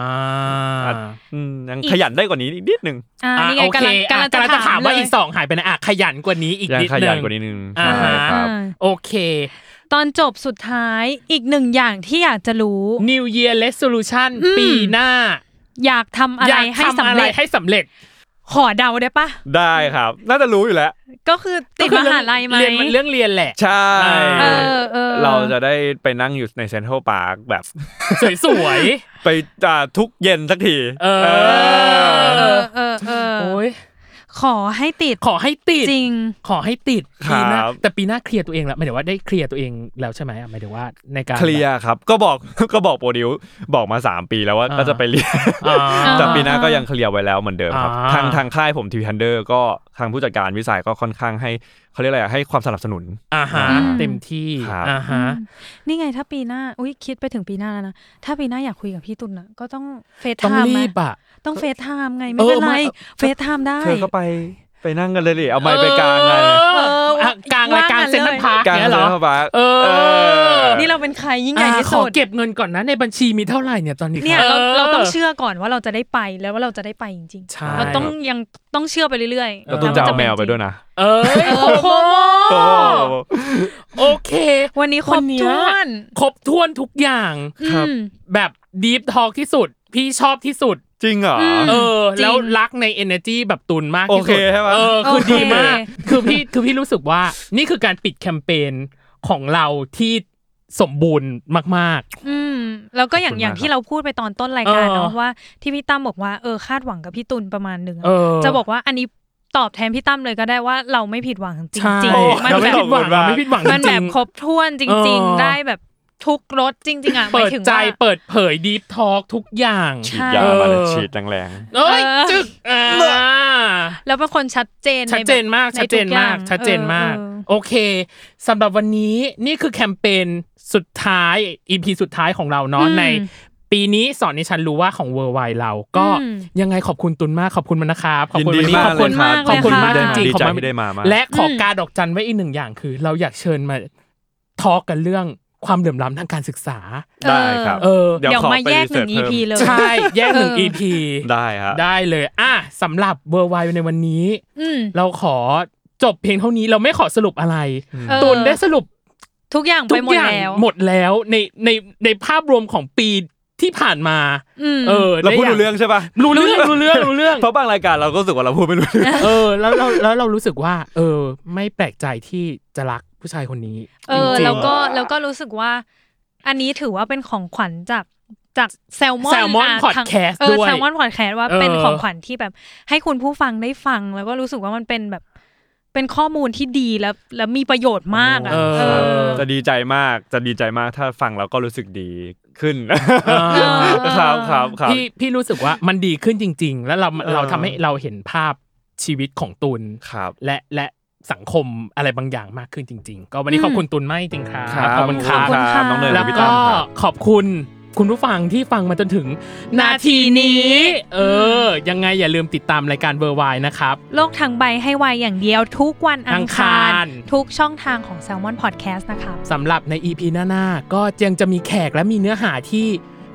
Speaker 4: อืมยังขยันได้กว่านี้อีกนิดนึง
Speaker 2: อ่า
Speaker 3: อ่ะ
Speaker 2: นี่
Speaker 3: โอก
Speaker 2: ไงำ
Speaker 3: เค
Speaker 2: ลัง
Speaker 3: อ่ะ
Speaker 2: กำลังจะ
Speaker 3: กำลังจะถา
Speaker 2: ถาม ม
Speaker 3: ว่า
Speaker 2: เลย
Speaker 3: อีกสองหายไปนะอ่ะขยันกว่านี้อีก
Speaker 4: ยัง
Speaker 3: นิด
Speaker 4: ข
Speaker 3: นึ
Speaker 4: ยัน
Speaker 3: ง
Speaker 4: กว่านี้นึง
Speaker 3: อ่า
Speaker 4: ใช่ครับ
Speaker 2: อ่า
Speaker 3: โอเค
Speaker 2: ตอนจบสุดท้ายอีกหนึ่งอย่างที่อยากจะรู้
Speaker 3: New Year Resolution
Speaker 2: อืม
Speaker 3: ปีหน้า
Speaker 2: อยากทำอะไร
Speaker 3: ยาก
Speaker 2: ให้
Speaker 3: ทำ
Speaker 2: สำ
Speaker 3: อะไร
Speaker 2: เร็จ
Speaker 3: ให้สำเร็จ
Speaker 2: ขอเดาได้ปะ
Speaker 4: ได้ครับ น่าจะรู้อยู่แล้ว
Speaker 2: ก็คือติดมหาลัยไหม
Speaker 3: เรียนนเรื่องเรียน
Speaker 2: <laughs>
Speaker 3: แหละ
Speaker 4: ใช่
Speaker 2: เออเออ
Speaker 4: เราจะได้ไปนั่งอยู่ในเซ็นทรัลพาร์คแบบ
Speaker 3: สวยๆ
Speaker 4: ไปอ่าทุกเย็นสักที
Speaker 3: เออ
Speaker 4: เออ
Speaker 2: เออเออเออ
Speaker 3: โอ้ย
Speaker 2: ขอให้ติด
Speaker 3: ขอให้ติด
Speaker 2: จริง
Speaker 3: ขอให้ติด
Speaker 4: ครับ
Speaker 3: ปีหน้าแต่ปีหน้าเคลียร์ตัวเองแล้วหมายถึงว่าได้เคลียร์ตัวเองแล้วใช่ไหมอ่ะหมายถึงว่าในการ
Speaker 4: เคลียร์ครับ ก็บอก ก็บอกโปรดิวบอกมา 3 ปีแล้วว่าก็จะไปเรียน
Speaker 3: อ่า
Speaker 4: แต่ปีหน้าก็ยังเคลียร์ไว้แล้วเหมือนเดิมครับ
Speaker 3: อ่า
Speaker 4: ทางทางค่ายผมทีพันเดอร์ก็ทางผู้จัดการวิสัยก็ค่อนข้างให้เขาเรียกอะไรอะให้ความสนับสนุน
Speaker 3: อ่าฮะ
Speaker 2: อืม
Speaker 3: เต็มที่
Speaker 4: ครับ
Speaker 3: อ่าฮะ
Speaker 2: นี่ไงถ้าปีหน้าอุ้ยคิดไปถึงปีหน้าแล้วนะ ถ้าปีหน้าอยากคุยกับพี่ตุลน่ะก็ต้องเฟซไท
Speaker 3: ต้อง
Speaker 2: ม์
Speaker 3: รี
Speaker 2: นะ
Speaker 3: บอ่ะ
Speaker 2: ต้องเฟซไทม์ไง
Speaker 3: เอ
Speaker 2: ไม่
Speaker 3: อ
Speaker 2: เป็นไร
Speaker 3: มา
Speaker 2: เฟซไทม์ได้
Speaker 4: เธอก็ไปไปนั่งกันเลยดิเอาไมค์ไปกลาง
Speaker 3: เล
Speaker 4: ไง
Speaker 3: ย
Speaker 2: เอออ่ะ
Speaker 3: กลางรายการ
Speaker 2: ว่างกัน
Speaker 3: เซ็นทรัล
Speaker 2: เลย
Speaker 3: พาร์ค
Speaker 4: กลาง
Speaker 3: เนี้ยเหรอ
Speaker 4: เข้าไป
Speaker 3: เออ
Speaker 2: นี่เราเป็นใครยิ่งใหญ่
Speaker 3: อ่า
Speaker 2: ที่
Speaker 3: ข
Speaker 2: สุ
Speaker 3: อ
Speaker 2: ด
Speaker 3: เก็บเงินก่อนนะในบัญชีมีเท่าไหร่เนี่ยตอนนี้
Speaker 2: เนี่ย
Speaker 3: ค
Speaker 2: เรา
Speaker 3: บ
Speaker 2: เราต้องเชื่อก่อนว่าเราจะได้ไปแล้วว่าเราจะได้ไปจริง
Speaker 3: ใช่
Speaker 2: ๆ เราต้องยังต้องเชื่อไปเรื่อยๆ
Speaker 4: เราต้องจะเอาแมวไปด้วยนะ
Speaker 3: เอ้ยโคโม
Speaker 4: โอ้โห
Speaker 3: โอเค
Speaker 2: วันนี้คร
Speaker 3: วั
Speaker 2: บ
Speaker 3: นเนี้ย
Speaker 2: ถ้วน
Speaker 3: ครบถ้วนทุกอย่าง
Speaker 4: ครับ
Speaker 2: อืม
Speaker 3: แบบดีฟทอ l k ที่สุด พี่ชอบที่สุด
Speaker 4: จริงเหรอ
Speaker 2: ม
Speaker 3: เออ
Speaker 2: จริง
Speaker 3: แล้วรักใน energy แบบตุนมากที่สุ
Speaker 4: โอ
Speaker 3: ด
Speaker 4: เคใช่ปะ
Speaker 3: เออ คือ
Speaker 2: โเ
Speaker 3: ดีมาก คือพี่คือพี่รู้สึกว่า นี่คือการปิดแคมเปญของเราที่สมบูรณ์มาก
Speaker 2: อืมแล้วก็อย่าง
Speaker 4: ขอบคุณมาก
Speaker 2: อย่างที่เราพูดไปตอนต้นรายการ
Speaker 3: เออ
Speaker 2: เนาะว่าที่พี่ตั้มบอกว่าเออคาดหวังกับพี่ตุลประมาณหนึ่งอะ
Speaker 3: ๆ เออ
Speaker 2: จะบอกว่าอันนี้ตอบแทนพี่ตั้มเลยก็ได้ว่าเราไม่ผิดหวังจ
Speaker 3: ใช่
Speaker 2: ริงๆ มัน
Speaker 3: เรา
Speaker 2: แบ
Speaker 3: ไม่
Speaker 2: บ
Speaker 3: ผิดหวัง
Speaker 4: มันแบบ
Speaker 2: มั
Speaker 3: อะไม่ผิดหวัง
Speaker 2: น
Speaker 3: จ
Speaker 2: แบ
Speaker 3: ริ
Speaker 2: บ
Speaker 3: ง
Speaker 2: ครบถ้วนจริง
Speaker 3: เออ
Speaker 2: ๆ ได้แบบทุกรสจริง ๆอ่ะห
Speaker 3: เปิ
Speaker 2: มาย
Speaker 3: ด
Speaker 2: ถึง
Speaker 3: ใจ
Speaker 2: ว่า
Speaker 3: เปิดเผยดีฟทอ l k ทุกอย่าง
Speaker 2: ใช่
Speaker 4: ฉีดยามาเลยฉีดแรง
Speaker 3: เอ้ย
Speaker 2: เออ
Speaker 3: จึกอ่า
Speaker 2: แล้วเป็นคนชัดเจน
Speaker 3: ชัด
Speaker 2: ใแบบ
Speaker 3: เจนมาก
Speaker 2: ใ
Speaker 3: ชัดเจน
Speaker 2: ทุอย่
Speaker 3: มาก
Speaker 2: ง
Speaker 3: ชัดเจนมาก
Speaker 2: ออ
Speaker 3: โอเคสำหรับวันนี้นี่คือแคมเปญสุดท้าย EP สุดท้ายของเรา
Speaker 2: ออ
Speaker 3: เนาะใน
Speaker 2: อืม
Speaker 3: ปีนี้สอนในฉันรู้ว่าของเวอร์ไวเรา ก็
Speaker 2: อืม
Speaker 3: ยังไงขอบคุณตุนมากขอบคุณมันนะครับขอบ
Speaker 4: ยิน
Speaker 3: คุณ
Speaker 4: ดี
Speaker 3: วันนี้
Speaker 4: มา
Speaker 3: ข
Speaker 4: ก
Speaker 3: อบ
Speaker 4: เล
Speaker 3: คุ
Speaker 4: ย
Speaker 3: ณ
Speaker 4: ค
Speaker 3: มา
Speaker 4: รับ
Speaker 2: ขอบบ
Speaker 3: กขอ
Speaker 2: คุมามเลย
Speaker 3: คุณณาก กจริง
Speaker 4: ดี
Speaker 3: ๆขอบ
Speaker 4: ใจ
Speaker 3: คุณ
Speaker 4: ที่ได้มามา
Speaker 3: และขอการดอกจันไว้อีกหนึ่งอย่างคือ เราอยากเชิญมาทอล์กกันเรื่องความเหลื่อมล้ำทางการศึกษา
Speaker 4: ได้ครับ
Speaker 3: เออ
Speaker 4: เดี๋ยว
Speaker 2: เดี๋ยว
Speaker 4: ขอ
Speaker 2: มา
Speaker 4: ไป
Speaker 2: แยกหนึ่ง
Speaker 4: research เพิ่ม
Speaker 2: EP เลย
Speaker 3: ใช่แยกหนึ่ง
Speaker 2: เออ
Speaker 3: EP
Speaker 4: ได้ฮะ
Speaker 3: ได้เลย อ่ะสำหรับเวอร์ไวในวันนี้
Speaker 2: อืม
Speaker 3: เราขอจบเพียงเท่านี้เราไม่ขอสรุปอะไร
Speaker 2: เออ
Speaker 3: ตุนได้สรุป
Speaker 2: ทุกอย่าง
Speaker 3: ทุ
Speaker 2: ไป
Speaker 3: ก
Speaker 2: หมด
Speaker 3: อย่าง
Speaker 2: แล้ว
Speaker 3: หมดแล้วในในในภาพรวมของปี ที่ผ่านมา
Speaker 2: อืม
Speaker 3: เออ
Speaker 4: เราพูด
Speaker 3: ย่
Speaker 4: รู้เรื่องใช่ป่ะ
Speaker 3: รู้เรื่องรู้เรื่องรู้เรื่อง
Speaker 4: เพราะบางรายการเราก็รู้สึกว่าเราพูดไม่รู้เรื่อง
Speaker 3: เออแล้วเราแล้วเรารู้สึกว่า เออ ไม่แปลกใจที่จะรักผู้ชายคนนี้
Speaker 2: เออ
Speaker 3: จริงๆ
Speaker 2: แล้วก็แล้วก็รู้สึกว่า อันนี้ถือว่าเป็นของขวัญจากจากแซลมอน
Speaker 3: Salmon
Speaker 2: ะ
Speaker 3: Podcast
Speaker 2: ทั้งเออ
Speaker 3: ด้วย
Speaker 2: แซลมอนพอดแคสต์ว่า
Speaker 3: เออ
Speaker 2: เป็นของขวัญที่แบบ ให้คุณผู้ฟังได้ฟัง แล้วก็รู้สึกว่ามันเป็นแบบ เป็นข้อมูลที่ดีแล้วแล้วมีประโยชน์มากอ่ะ
Speaker 3: เอ
Speaker 2: เออ
Speaker 3: อ
Speaker 4: จะดีใจมากจะดีใจมากถ้าฟังแล้วก็รู้สึกดีขึ้น
Speaker 3: เออ
Speaker 4: ครับครับครับ
Speaker 3: พี่พี่รู้สึกว่ามันดีขึ้นจริง ๆ แล้วเรา
Speaker 4: เออ
Speaker 3: เราทำให้เราเห็นภาพชีวิตของตุน
Speaker 4: ครับ
Speaker 3: และและสังคมอะไรบางอย่างมากขึ้นจริง ๆ ก็วันนี้
Speaker 2: อืม
Speaker 3: ขอบคุณตุนมากจริงๆครับ
Speaker 4: ครับ
Speaker 3: ขอบคุณครับ
Speaker 2: ขอบคุณค่ะ
Speaker 4: น้องเนย
Speaker 3: แล้
Speaker 4: และ
Speaker 3: ว
Speaker 4: พี่
Speaker 3: ก็
Speaker 4: ตั้มครับ
Speaker 3: ขอบคุณคุณผู้ฟังที่ฟังมาจนถึงนาทีนี้ เออ ยังไงอย่าลืมติดตามรายการเบอร์ไวนะครับ
Speaker 2: โลกทางใบให้ไวายอย่างเดียวทุกวันอังคาร
Speaker 3: อังคาร
Speaker 2: ทุกช่องทางของ s ซ l m o n Podcast นะคะ
Speaker 3: สำหรับใน EP หน้าๆ ก็ยังจะมีแขกและมีเนื้อหาที่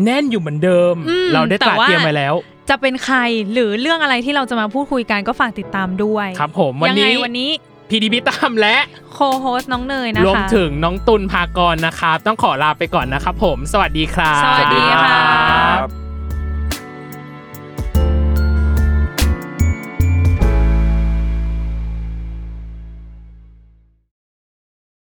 Speaker 3: แน่นอยู่เหมือนเดิม
Speaker 2: อืม
Speaker 3: เราได้ต
Speaker 2: แต่
Speaker 3: ราด
Speaker 2: ว่า
Speaker 3: เตรียมไว้แล้ว
Speaker 2: จะเป็นใครหรือเรื่องอะไรที่เราจะมาพูดคุยกันก็ฝากติดตามด้วย
Speaker 3: ครับผมวัน
Speaker 2: ยังไง
Speaker 3: นี้
Speaker 2: วันนี้
Speaker 3: พีดีพิตามและ
Speaker 2: โคโฮสน้องเนยนะคะ
Speaker 3: รวมถึงน้องตุลภากรนะครับ ต้องขอลาไปก่อนนะครับผม สวัสดีครับ
Speaker 2: สวัสดีค่ะ